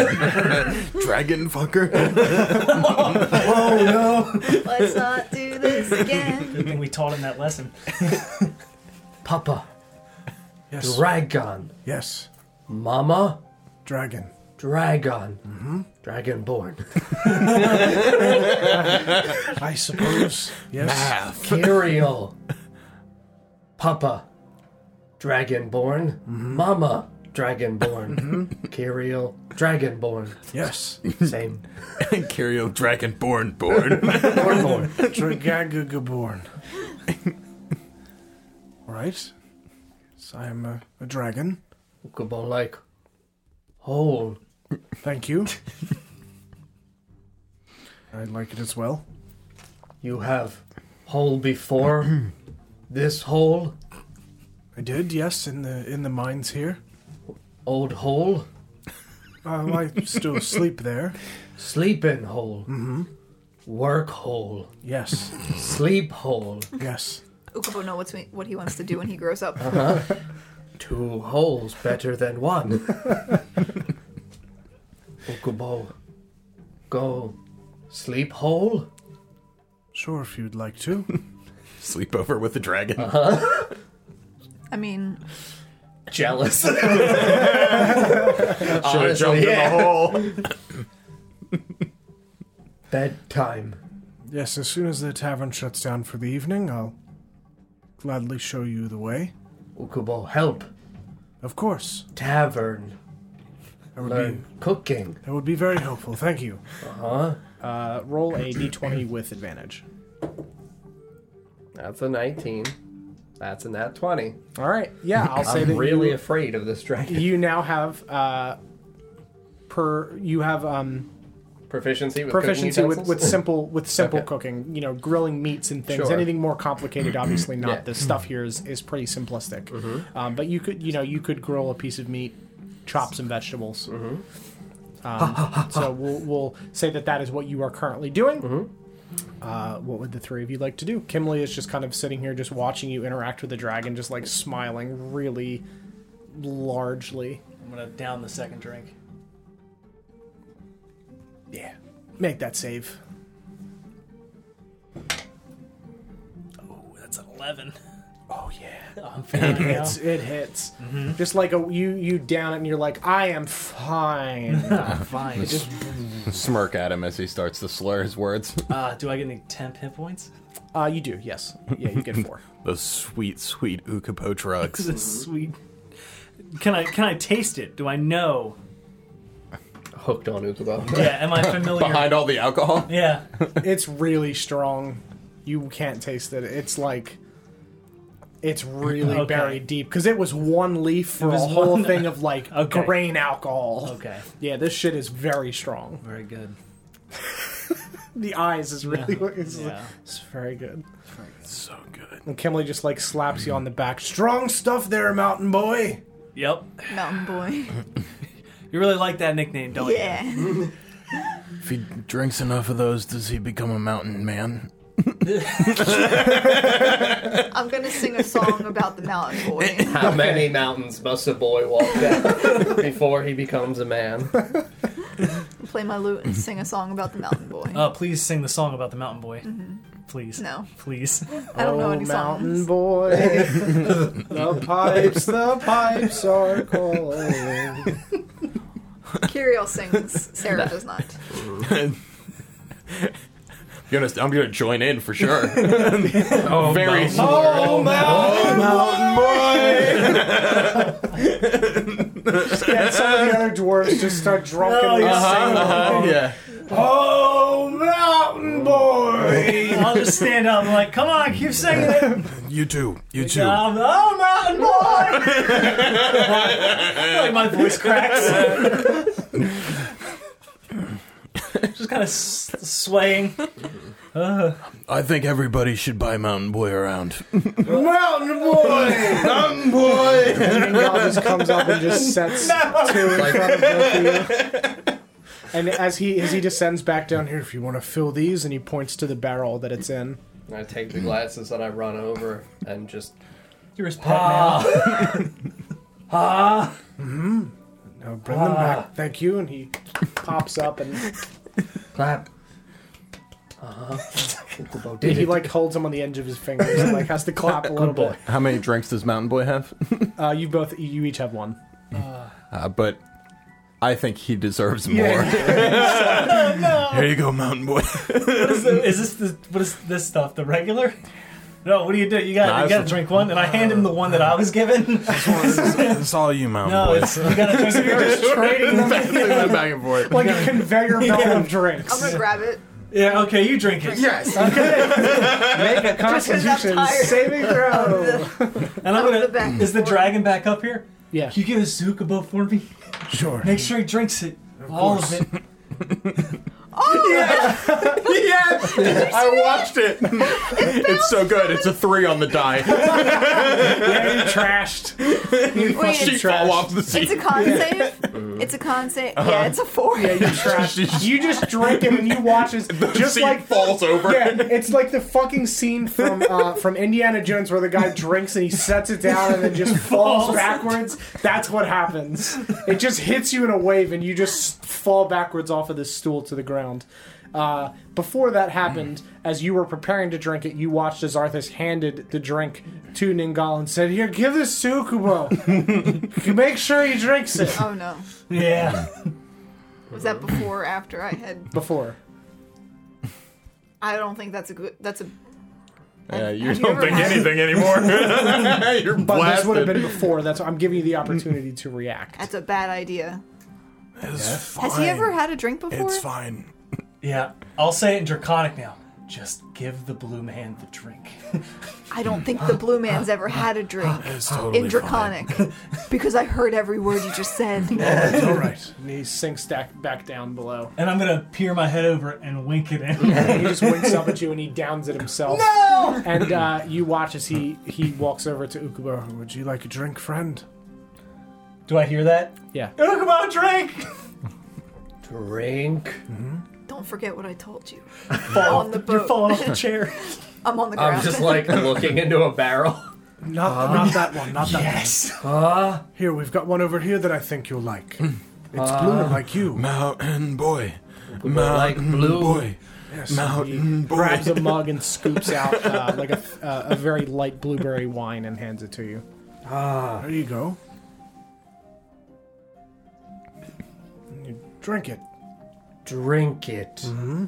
Speaker 5: fucker.
Speaker 7: Let's not do this again.
Speaker 4: Good thing we taught him that lesson.
Speaker 3: Papa.
Speaker 10: yes.
Speaker 3: Dragon.
Speaker 10: yes.
Speaker 3: Mama.
Speaker 10: Dragon.
Speaker 3: Dragon. Mm-hmm. Dragonborn.
Speaker 10: I suppose. Yes.
Speaker 5: Half.
Speaker 3: Kiriel. Papa. Dragonborn. Mama. Dragonborn. Kiriel. Dragonborn.
Speaker 10: Yes.
Speaker 3: Same.
Speaker 5: And Kirio Dragonborn born.
Speaker 3: Bornborn.
Speaker 10: Dragagigaborn. All right. So I'm a, a dragon.
Speaker 3: Ukubon like. Whole.
Speaker 10: Thank you. I'd like it as well.
Speaker 3: You have hole before this hole.
Speaker 10: I did, yes, in the in the mines here.
Speaker 3: Old hole.
Speaker 10: Uh, I still sleep there.
Speaker 3: Sleeping hole. Mm-hmm. Work hole.
Speaker 10: Yes,
Speaker 3: Sleep hole.
Speaker 10: yes.
Speaker 2: Ukubo knows what's, what he wants to do when he grows up.
Speaker 3: Two holes better than one. Oh, Ukubo, go sleep hole?
Speaker 10: Sure, if you'd like to.
Speaker 5: Sleep over with the dragon.
Speaker 2: I mean,
Speaker 3: Jealous.
Speaker 5: Should have jumped in the hole.
Speaker 3: Bedtime.
Speaker 10: Yes, as soon as the tavern shuts down for the evening, I'll gladly show you the way.
Speaker 3: Ukubo, Oh, help.
Speaker 10: Of course,
Speaker 3: Tavern.
Speaker 10: that would
Speaker 3: Learn cooking.
Speaker 10: be that would be very helpful. Thank you.
Speaker 1: Uh, roll a d20 with advantage.
Speaker 3: That's a 19. That's a nat 20.
Speaker 1: All right. Yeah, I'll say that
Speaker 3: I'm really
Speaker 1: you,
Speaker 3: afraid of this dragon.
Speaker 1: you now have uh, per you have um,
Speaker 3: Proficiency with cooking
Speaker 1: proficiency with,
Speaker 3: utensils?
Speaker 1: with simple with simple
Speaker 3: Okay.
Speaker 1: cooking. You know, grilling meats and things.
Speaker 3: Sure.
Speaker 1: Anything more complicated, obviously not.
Speaker 3: Yeah. Mm-hmm.
Speaker 1: The stuff here is is pretty simplistic. Um, but you could you know you could grill a piece of meat, chop some vegetables.
Speaker 3: Mm-hmm.
Speaker 1: Um, so we'll, we'll say that that is what you are currently doing.
Speaker 3: Mm-hmm.
Speaker 1: Uh, what would the three of you like to do? Kimley is just kind of sitting here, just watching you interact with the dragon, just like smiling really largely.
Speaker 4: I'm gonna down the second drink.
Speaker 1: Yeah, make that save.
Speaker 4: eleven.
Speaker 1: Oh yeah.
Speaker 4: Oh, I'm feeling it now.
Speaker 1: It's, it hits.
Speaker 4: Mm-hmm.
Speaker 1: Just like a you you down it and you're like, I am fine.
Speaker 4: Ah, fine. Just,
Speaker 5: Smirk at him as he starts to slur his words.
Speaker 4: uh, do I get any temp hit points?
Speaker 1: uh, you do, yes. Yeah, you get four.
Speaker 5: Those sweet, sweet Ukupo drugs.
Speaker 4: This is sweet. Can I can I taste it? Do I know?
Speaker 3: Hooked on Ukubo.
Speaker 4: Yeah. Am I familiar?
Speaker 5: Behind all the alcohol?
Speaker 4: yeah.
Speaker 1: it's really strong. You can't taste it. It's like it's really
Speaker 4: Okay.
Speaker 1: buried deep because it was one leaf for
Speaker 4: was
Speaker 1: a whole
Speaker 4: one-
Speaker 1: thing of like
Speaker 4: Okay.
Speaker 1: grain alcohol.
Speaker 4: Okay.
Speaker 1: Yeah, this shit is very strong.
Speaker 4: Very good.
Speaker 1: The eyes is really it's,
Speaker 4: Yeah.
Speaker 1: it's very good.
Speaker 5: So good.
Speaker 1: And Kimberly just like slaps you on the back. Strong stuff there, mountain boy.
Speaker 4: Yep.
Speaker 2: Mountain boy.
Speaker 4: You really like that nickname, don't
Speaker 2: Yeah.
Speaker 5: If he drinks enough of those, does he become a mountain man?
Speaker 2: I'm gonna sing a song about the mountain boy.
Speaker 3: How many mountains must a boy walk down before he becomes a man?
Speaker 2: Play my lute and sing a song about the mountain boy.
Speaker 4: you? Uh, please sing the song about the mountain boy. Please.
Speaker 2: Mm-hmm. No.
Speaker 4: Please.
Speaker 2: I don't know
Speaker 1: oh,
Speaker 2: any
Speaker 1: mountain
Speaker 2: songs.
Speaker 1: boy. the pipes, the pipes are calling.
Speaker 2: Kirill sings. Sarah does not.
Speaker 5: Gonna, I'm gonna join in for sure.
Speaker 3: Oh,
Speaker 5: Very Oh,
Speaker 3: mountain-
Speaker 5: slow.
Speaker 1: And some of the other dwarves just start
Speaker 4: Oh,
Speaker 1: drunkenly singing.
Speaker 5: yeah.
Speaker 1: Oh, mountain boy!
Speaker 4: I'll just stand up. I'm like, come on, keep singing it. Um,
Speaker 5: You too. You too.
Speaker 4: oh, mountain boy. like my voice cracks. just kind of s- swaying.
Speaker 5: I think everybody should buy Mountain Boy around.
Speaker 1: mountain boy!
Speaker 5: Mountain Boy.
Speaker 1: And y'all just comes up and just sets two in front of both of you. And as he as he descends back down here, if you want to fill these, and he points to the barrel that it's in.
Speaker 3: I take the glasses and I run over and just
Speaker 4: You're his pet now.
Speaker 1: Now bring them back, thank you. And he pops up and
Speaker 3: clap. Uh huh. did
Speaker 1: Uh-huh. he
Speaker 3: it.
Speaker 1: like holds them on the edge of his fingers and like has to clap a little bit.
Speaker 5: How many drinks does Mountain Boy have?
Speaker 1: Uh, you both you each have one.
Speaker 5: Uh, but I think he deserves more. Here you go, Mountain Boy.
Speaker 4: Is the- is this the, what is this stuff? The regular? No, what do you do? You got
Speaker 5: Nah,
Speaker 4: you
Speaker 5: it's
Speaker 4: got to
Speaker 5: the-
Speaker 4: drink one, and I hand him the one that I was given.
Speaker 5: it's all you, Mountain
Speaker 4: No,
Speaker 5: Boy.
Speaker 4: it's you got to drink it first.
Speaker 5: back and forth.
Speaker 1: Like a conveyor belt of
Speaker 2: I'm
Speaker 1: drinks.
Speaker 2: gonna grab it.
Speaker 4: Yeah, okay, you drink it,
Speaker 2: Yes.
Speaker 1: Make a
Speaker 2: because I'm
Speaker 1: constitution
Speaker 2: tired.
Speaker 1: saving throw.
Speaker 4: and I'm
Speaker 2: Out the
Speaker 4: gonna.
Speaker 2: back
Speaker 4: is the
Speaker 2: door.
Speaker 4: dragon back up here?
Speaker 1: Yeah.
Speaker 4: Can you get a Zukubo for me?
Speaker 1: Sure.
Speaker 4: Make sure he drinks it, all of it.
Speaker 5: Yes! I watched it. it's so good. It's a three on the die.
Speaker 1: Getting trashed.
Speaker 2: Wait,
Speaker 5: She
Speaker 2: it's,
Speaker 5: fall off the
Speaker 2: it's a
Speaker 5: seat.
Speaker 2: con
Speaker 3: Mm-hmm.
Speaker 2: save. It's a con save.
Speaker 5: Uh-huh.
Speaker 2: Yeah, it's a four.
Speaker 5: She-
Speaker 1: You just drink it and you watch as just
Speaker 5: seat
Speaker 1: like
Speaker 5: falls over.
Speaker 1: Yeah, it's like the fucking scene from uh, from Indiana Jones where the guy drinks and he sets it down and then just falls backwards. That's what happens. It just hits you in a wave and you just fall backwards off of this stool to the ground. Uh, before that happened, as you were preparing to drink it, you watched as Arthas handed the drink to Ningal and said, "Here, give this to Ukubo. Make sure he drinks it."
Speaker 2: Oh no.
Speaker 4: Yeah.
Speaker 2: Was that before or after I had?
Speaker 1: Before.
Speaker 2: I don't think that's a good. That's a.
Speaker 5: Yeah, you
Speaker 2: Have you
Speaker 5: don't
Speaker 2: ever
Speaker 5: think
Speaker 2: had-
Speaker 5: anything anymore. You're
Speaker 1: But this would have
Speaker 5: blasted.
Speaker 1: been before. That's I'm giving you the opportunity to react.
Speaker 2: That's a bad idea.
Speaker 5: It's
Speaker 2: Has he ever had a drink before?
Speaker 5: fine.
Speaker 4: Yeah. I'll say it in Draconic now. Just give the blue man the drink.
Speaker 2: I don't think the blue man's ever had a drink
Speaker 5: It's totally
Speaker 2: in Draconic because I heard every word you just said.
Speaker 1: All right. And he sinks back, back down below.
Speaker 4: And I'm gonna peer my head over and wink at him.
Speaker 1: And he just winks up at you and he downs it himself.
Speaker 4: No!
Speaker 1: And uh, you watch as he, he walks over to Ukubo.
Speaker 10: Uh, Would you like a drink, friend?
Speaker 4: Do I hear that?
Speaker 1: Yeah.
Speaker 4: Ukubo, drink!
Speaker 3: drink.
Speaker 2: don't forget what I told you.
Speaker 4: Fall
Speaker 2: On the
Speaker 4: You're
Speaker 2: boat.
Speaker 4: falling off the chair.
Speaker 2: I'm on the ground.
Speaker 3: I'm just like looking into a barrel.
Speaker 10: Not, not that one. Not that
Speaker 4: yes.
Speaker 10: one. Here, we've got one over here that I think you'll like. It's blue like you.
Speaker 5: Mountain boy.
Speaker 3: like blue.
Speaker 5: mountain boy.
Speaker 1: grabs a mug and scoops out uh, like a, uh, a very light blueberry wine and hands it to you.
Speaker 10: There you go. And You drink it.
Speaker 3: Drink it.
Speaker 1: Mm-hmm.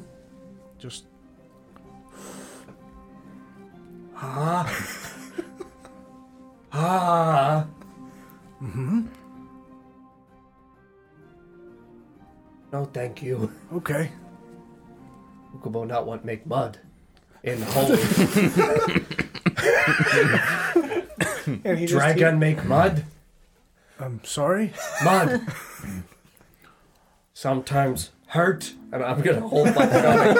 Speaker 10: Just
Speaker 3: Ah.
Speaker 1: Mm-hmm.
Speaker 3: Hmm. No, thank you.
Speaker 10: okay.
Speaker 3: Ukubo not want make mud in hole.
Speaker 1: And he
Speaker 3: Dragon make mud.
Speaker 10: I'm sorry.
Speaker 3: Mud. Sometimes hurt, and I'm gonna hold my stomach.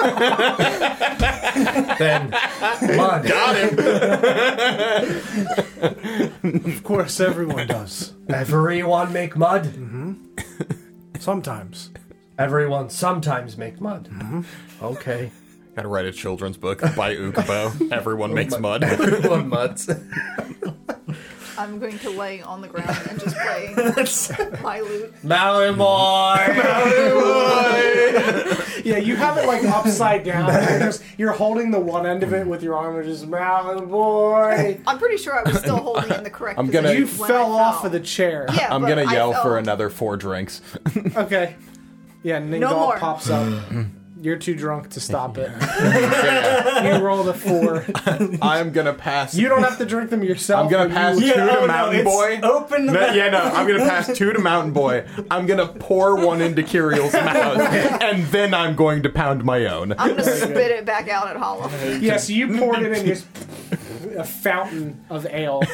Speaker 3: then mud.
Speaker 10: Of course, everyone does.
Speaker 3: Everyone make mud.
Speaker 10: Sometimes.
Speaker 3: Everyone sometimes make mud. Okay.
Speaker 5: Gotta write a children's book by Ukubo. Everyone
Speaker 2: Oh
Speaker 5: makes mud.
Speaker 12: Everyone muds.
Speaker 2: I'm going to lay on the ground and just play my lute.
Speaker 1: Yeah, you have it like upside down. You're, just, you're holding the one end of it with your arm, and just Mountain Boy.
Speaker 2: I'm pretty sure I was still holding in the correct
Speaker 5: I'm gonna-
Speaker 2: position
Speaker 1: You
Speaker 2: when
Speaker 1: fell
Speaker 2: I
Speaker 1: off of the chair.
Speaker 2: Yeah,
Speaker 5: I'm
Speaker 2: but
Speaker 5: gonna
Speaker 2: I
Speaker 5: yell
Speaker 2: fell.
Speaker 5: for another four drinks.
Speaker 1: Okay. Yeah, Ningal
Speaker 2: more.
Speaker 1: pops up.
Speaker 5: Mm-hmm.
Speaker 1: You're too drunk to stop it. you roll the four.
Speaker 5: I'm gonna pass.
Speaker 1: You don't have to drink them yourself.
Speaker 5: I'm gonna
Speaker 1: but
Speaker 5: pass
Speaker 1: you-
Speaker 5: two to Mountain Boy.
Speaker 1: oh.
Speaker 4: Open the
Speaker 5: No, yeah, no, I'm gonna pass two to Mountain Boy. I'm gonna pour one into Kiriel's mouth, and then I'm going to pound my own.
Speaker 2: I'm gonna spit it back out at Hollow.
Speaker 1: Yes, you poured it in just a fountain of ale.
Speaker 2: Oh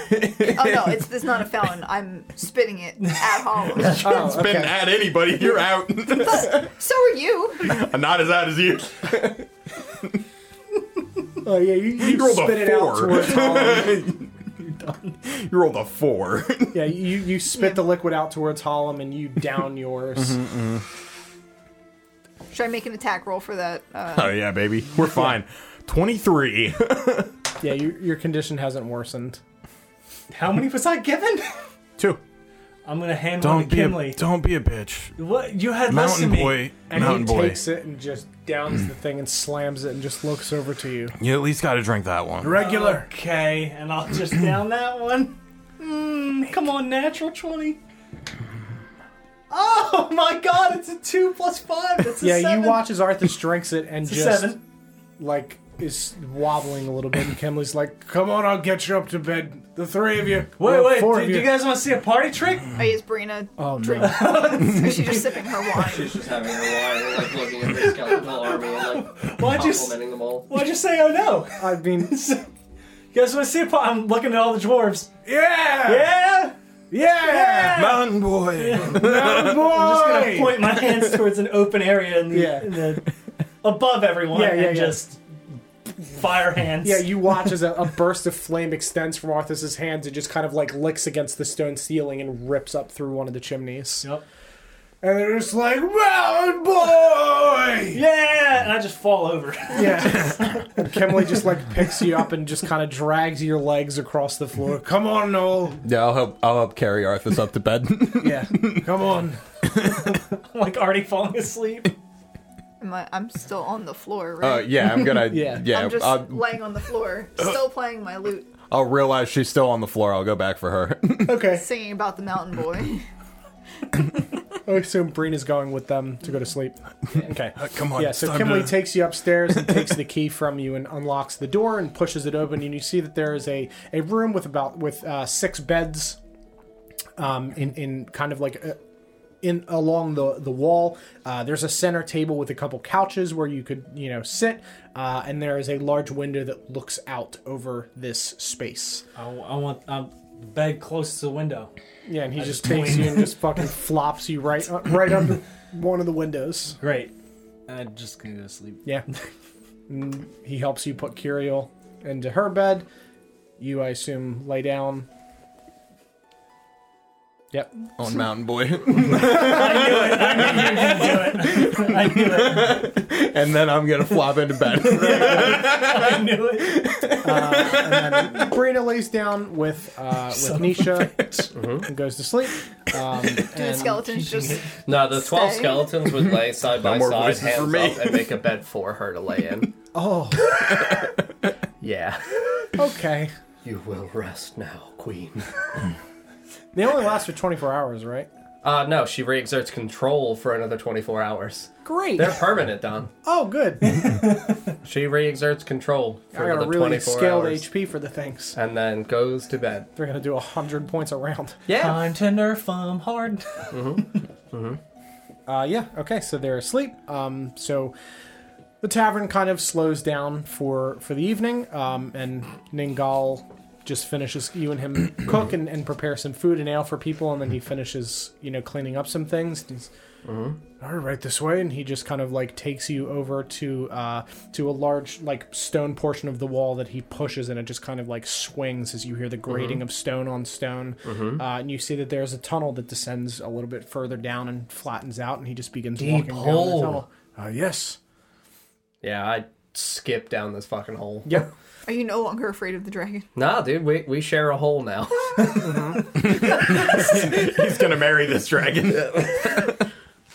Speaker 2: no, it's this not a fountain. I'm spitting it at Hollow.
Speaker 1: Oh,
Speaker 5: Been
Speaker 1: okay.
Speaker 5: at anybody, you're out.
Speaker 2: So are you.
Speaker 5: Not as out as you.
Speaker 1: Oh yeah, you, you
Speaker 5: rolled a
Speaker 1: spit it out
Speaker 5: four.
Speaker 1: towards Holland.
Speaker 5: You rolled a four.
Speaker 1: Yeah, you, you spit the liquid out towards Hollum and you down yours.
Speaker 4: Mm-hmm.
Speaker 2: Should I make an attack roll for that? Uh,
Speaker 5: Oh yeah, baby, we're fine. Twenty-three.
Speaker 1: Yeah, you, your condition hasn't worsened.
Speaker 4: How many was I given?
Speaker 5: Two.
Speaker 4: I'm gonna hand one to Kinley.
Speaker 5: don't be a bitch,
Speaker 4: what you had less than me.
Speaker 1: And he takes it and just downs the thing and slams it and just looks over to you.
Speaker 5: You at least got to drink that one.
Speaker 10: Regular.
Speaker 4: Okay, and I'll just down that one. Mm, come on, natural twenty. Oh my God! It's a two plus five. That's a
Speaker 1: yeah,
Speaker 4: seven.
Speaker 1: you watch as Arthas drinks it and
Speaker 4: It's a
Speaker 1: just
Speaker 4: seven.
Speaker 1: like is wobbling a little bit. And Kimley's like,
Speaker 10: Come on, I'll get you up to bed. The three of you.
Speaker 4: Wait,
Speaker 10: Well,
Speaker 4: wait.
Speaker 10: Four of
Speaker 4: Do, do you guys want to see a party trick?
Speaker 2: I use Brina.
Speaker 1: "Oh no,
Speaker 2: Is she just sipping her wine?
Speaker 12: She's just having her wine, like looking at her skeletal army and like
Speaker 4: Why'd you, s-
Speaker 12: complimenting them all.
Speaker 4: why'd you say? Oh no!
Speaker 1: I mean,
Speaker 4: You guys want to see a party? I'm looking at all the dwarves.
Speaker 10: Yeah!
Speaker 4: Yeah.
Speaker 10: Yeah!
Speaker 5: Mountain Boy.
Speaker 4: I'm gonna point my hands towards an open area in the,
Speaker 1: Yeah.
Speaker 4: in the above everyone
Speaker 1: Yeah, yeah,
Speaker 4: and
Speaker 1: yeah.
Speaker 4: just fire hands.
Speaker 1: Yeah, you watch as a, a burst of flame extends from Arthas's hands and just kind of like licks against the stone ceiling and rips up through one of the chimneys.
Speaker 4: Yep.
Speaker 10: And they're just like, Mountain Boy!
Speaker 4: Yeah, and I just fall over.
Speaker 1: Yeah. and Kimley just like picks you up and just kind of drags your legs across the floor.
Speaker 10: Come on, Noel.
Speaker 5: Yeah, I'll help. I'll help carry Arthas up to bed.
Speaker 1: Yeah.
Speaker 10: Come on.
Speaker 4: I'm like already falling asleep.
Speaker 2: Am I, I'm still on the floor,
Speaker 5: Uh,
Speaker 2: right?
Speaker 5: yeah, I'm gonna.
Speaker 1: Yeah.
Speaker 5: yeah,
Speaker 2: I'm just
Speaker 5: I'll,
Speaker 2: laying on the floor, still playing my lute,
Speaker 5: I'll realize she's still on the floor. I'll go back for her.
Speaker 1: Okay.
Speaker 2: singing about the mountain boy.
Speaker 1: I assume Breen is going with them to go to sleep. Okay.
Speaker 5: Come on.
Speaker 1: Yeah, so Kimley takes you upstairs and takes the key from you and unlocks the door and pushes it open, and you see that there is a, a room with about with uh, six beds, um, in in kind of like a, in along the the wall. Uh, there's a center table with a couple couches where you could you know sit, uh, and there is a large window that looks out over this space.
Speaker 4: I, I want um, bed close to the window.
Speaker 1: Yeah, and he just takes you and just fucking flops you right right under one of the windows.
Speaker 4: Great. I'm just gonna go to sleep.
Speaker 1: Yeah. Mm, he helps you put Curiel into her bed. You, I assume, lay down. Yep.
Speaker 5: on Mountain Boy.
Speaker 4: I knew it.
Speaker 5: and then I'm gonna flop into bed.
Speaker 4: I knew it.
Speaker 1: Uh, Brina lays down with uh, with Nisha and goes to sleep. Um,
Speaker 7: The
Speaker 1: and
Speaker 7: skeleton's just
Speaker 3: No, the twelve
Speaker 7: Stay.
Speaker 3: skeletons would lay side by
Speaker 5: more
Speaker 3: side,
Speaker 5: voices for
Speaker 3: hands
Speaker 5: me.
Speaker 3: up, and make a bed for her to lay in.
Speaker 1: Oh,
Speaker 3: Yeah.
Speaker 1: okay.
Speaker 3: You will rest now, queen.
Speaker 1: They only last for 24 hours, right?
Speaker 3: Uh, no, she re-exerts control for another 24 hours.
Speaker 1: Great.
Speaker 3: They're permanent, Don.
Speaker 1: Oh, good. I
Speaker 3: She re-exerts control for
Speaker 1: got a
Speaker 3: another
Speaker 1: really
Speaker 3: 24
Speaker 1: scaled
Speaker 3: hours.
Speaker 1: HP for the things.
Speaker 3: And then goes to bed.
Speaker 1: They're gonna do hundred points a round.
Speaker 3: Yeah.
Speaker 4: Time to nerf 'em hard.
Speaker 1: Uh, yeah. Okay. So they're asleep. Um, so the tavern kind of slows down for for the evening, um, and Ningal just finishes. You and him cook and, and prepare some food and ale for people, and then he finishes, you know, cleaning up some things. And he's, "All right, this way, and he just kind of like takes you over to uh, to a large like stone portion of the wall that he pushes, and it just kind of like swings as you hear the grating of stone on stone, uh, and you see that there's a tunnel that descends a little bit further down and flattens out, and he just begins walking down
Speaker 3: hole.
Speaker 1: the tunnel. Uh, yes.
Speaker 3: Yeah, I skip down this fucking hole.
Speaker 1: Yep.
Speaker 7: Are you no longer afraid of the dragon?
Speaker 3: Nah, dude, we, we share a hole now.
Speaker 5: He's gonna marry this dragon.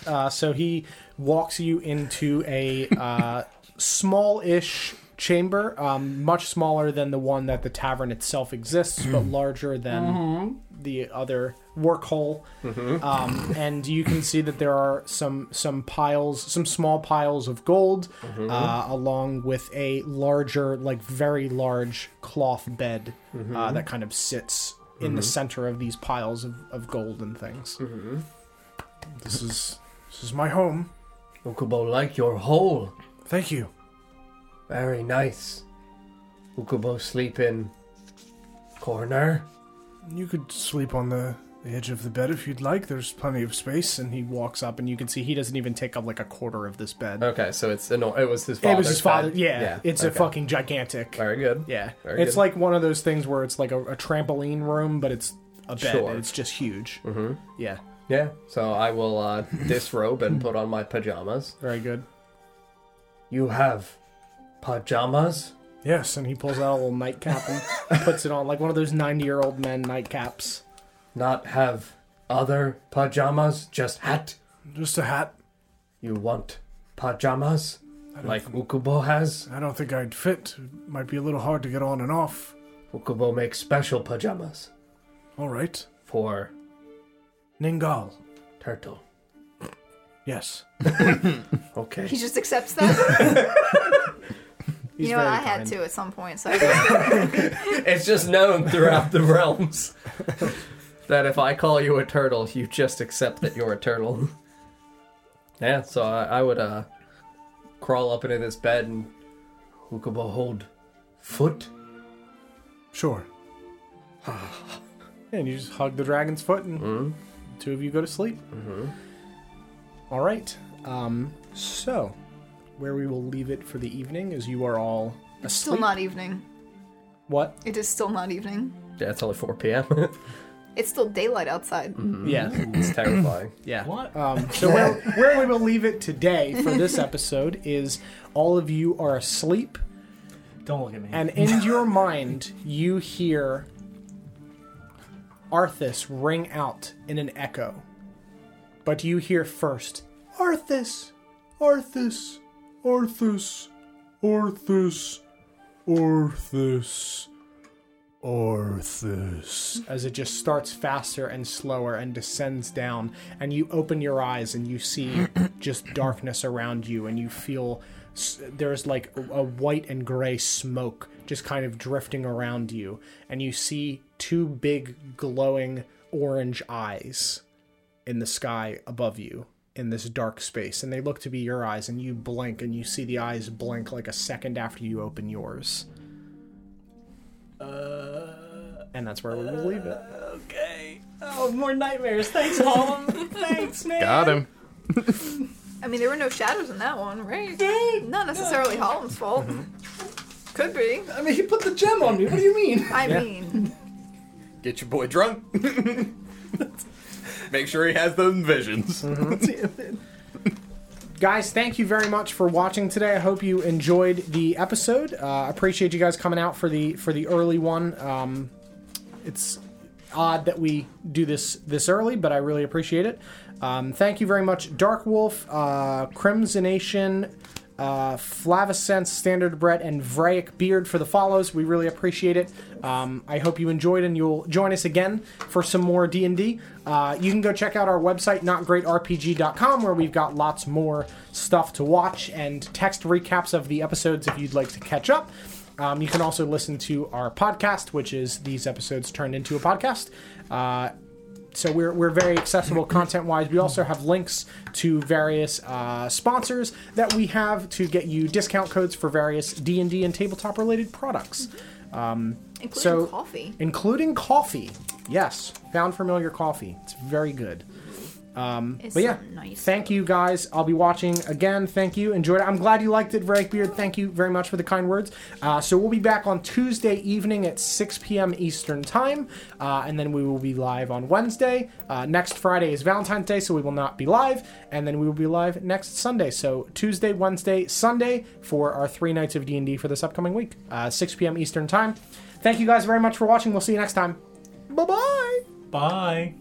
Speaker 1: Uh, so he walks you into a uh, small-ish chamber, um, much smaller than the one that the tavern itself exists, but larger than the other work hole. Um, and you can see that there are some some piles, some small piles of gold, uh, along with a larger, like very large cloth bed uh, that kind of sits. In the center of these piles of, of gold and things.
Speaker 10: This is this is my home.
Speaker 3: Ukubo, like your hole.
Speaker 10: Thank you.
Speaker 3: Very nice. Ukubo, sleep in corner.
Speaker 10: You could sleep on the, the edge of the bed if you'd like. There's plenty of space.
Speaker 1: and he walks up and you can see he doesn't even take up like a quarter of this bed.
Speaker 3: Okay, so it's no, it was his father.
Speaker 1: it was his father. Yeah, it's a
Speaker 3: okay.
Speaker 1: fucking gigantic.
Speaker 3: Very good.
Speaker 1: Yeah,
Speaker 3: Very
Speaker 1: it's
Speaker 3: good.
Speaker 1: like one of those things where it's like a, a trampoline room, but it's a bed.
Speaker 3: Sure.
Speaker 1: And it's just huge. Mm-hmm. Yeah,
Speaker 3: Yeah. So I will uh, disrobe and put on my pajamas.
Speaker 1: very good.
Speaker 3: You have pajamas?
Speaker 1: Yes, and he pulls out a little nightcap and puts it on, like one of those ninety-year-old men nightcaps.
Speaker 3: Not have other pajamas, just hat.
Speaker 10: Just a hat.
Speaker 3: You want pajamas? Like Ukubo has?
Speaker 10: I don't think I'd fit. It might be a little hard to get on and off.
Speaker 3: Ukubo makes special pajamas
Speaker 10: All right.
Speaker 3: for
Speaker 10: Ningal.
Speaker 3: Turtle.
Speaker 10: Yes.
Speaker 3: Okay.
Speaker 7: He just accepts that.
Speaker 1: He's
Speaker 7: you know what?
Speaker 1: very
Speaker 7: I had
Speaker 1: kind.
Speaker 7: to at some point. So I
Speaker 3: It's just known throughout the realms that if I call you a turtle, you just accept that you're a turtle. Yeah, so I, I would uh, crawl up into this bed and Ukubo hold foot.
Speaker 10: Sure.
Speaker 1: And you just hug the dragon's foot, and two of you go to sleep. All right. Um, so, where we will leave it for the evening is you are all
Speaker 7: it's still not evening.
Speaker 1: what?
Speaker 7: It is still not evening.
Speaker 3: Yeah, it's only 4 p.m.
Speaker 7: It's still daylight outside.
Speaker 3: Mm-hmm.
Speaker 1: Yeah.
Speaker 3: it's terrifying.
Speaker 1: Yeah.
Speaker 4: What?
Speaker 1: Um, so where, where we will leave it today for this episode is all of you are asleep,
Speaker 4: Don't look at me.
Speaker 1: and in your mind you hear Arthas ring out in an echo, but you hear first Arthas,
Speaker 10: Arthas. Arthas. Arthas. Arthas. Arthas.
Speaker 1: as it just starts faster and slower and descends down, and you open your eyes and you see just darkness around you, and you feel s- there's like a, a white and gray smoke just kind of drifting around you, and you see two big glowing orange eyes in the sky above you in this dark space, and they look to be your eyes, and you blink and you see the eyes blink like a second after you open yours. And that's where we will leave it.
Speaker 4: Okay. Oh, more nightmares. Thanks, Hollum. Thanks, man.
Speaker 5: Got him.
Speaker 7: I mean, there were no shadows in that one, right?
Speaker 4: Dude.
Speaker 7: Not necessarily Holland's fault.
Speaker 1: Mm-hmm.
Speaker 7: Could be.
Speaker 4: I mean, he put the gem on me. What do you mean?
Speaker 7: I mean,
Speaker 5: Get your boy drunk.
Speaker 6: Make sure he has those visions.
Speaker 1: guys thank you very much for watching today i hope you enjoyed the episode uh, appreciate you guys coming out for the for the early one um, it's odd that we do this this early but i really appreciate it um, thank you very much dark wolf uh, crimsonation uh, Flavisense, Standard Brett, and Vraic Beard for the follows. We really appreciate it. Um, I hope you enjoyed, and you'll join us again for some more D and D. Uh, You can go check out our website, notgreatrpg.com, where we've got lots more stuff to watch and text recaps of the episodes if you'd like to catch up. Um, you can also listen to our podcast, which is these episodes turned into a podcast. Uh, so we're, we're very accessible content wise. We also have links to various uh, sponsors that we have to get you discount codes for various D and D and tabletop related products,
Speaker 7: Including
Speaker 1: So-
Speaker 7: coffee.
Speaker 1: including coffee. Yes, found familiar coffee. It's very good.
Speaker 7: It's
Speaker 1: But yeah,
Speaker 7: so nice.
Speaker 1: thank you guys. I'll be watching again. Thank you. Enjoyed it. I'm glad you liked it, Beard. Thank you very much for the kind words. Uh, so we'll be back on Tuesday evening at 6 p.m. Eastern Time, uh, and then we will be live on Wednesday. Uh, next Friday is Valentine's Day, so we will not be live, and then we will be live next Sunday. So Tuesday, Wednesday, Sunday for our three nights of D&D for this upcoming week, uh, 6 p.m. Eastern Time. Thank you guys very much for watching. We'll see you next time. Bye bye.
Speaker 4: Bye.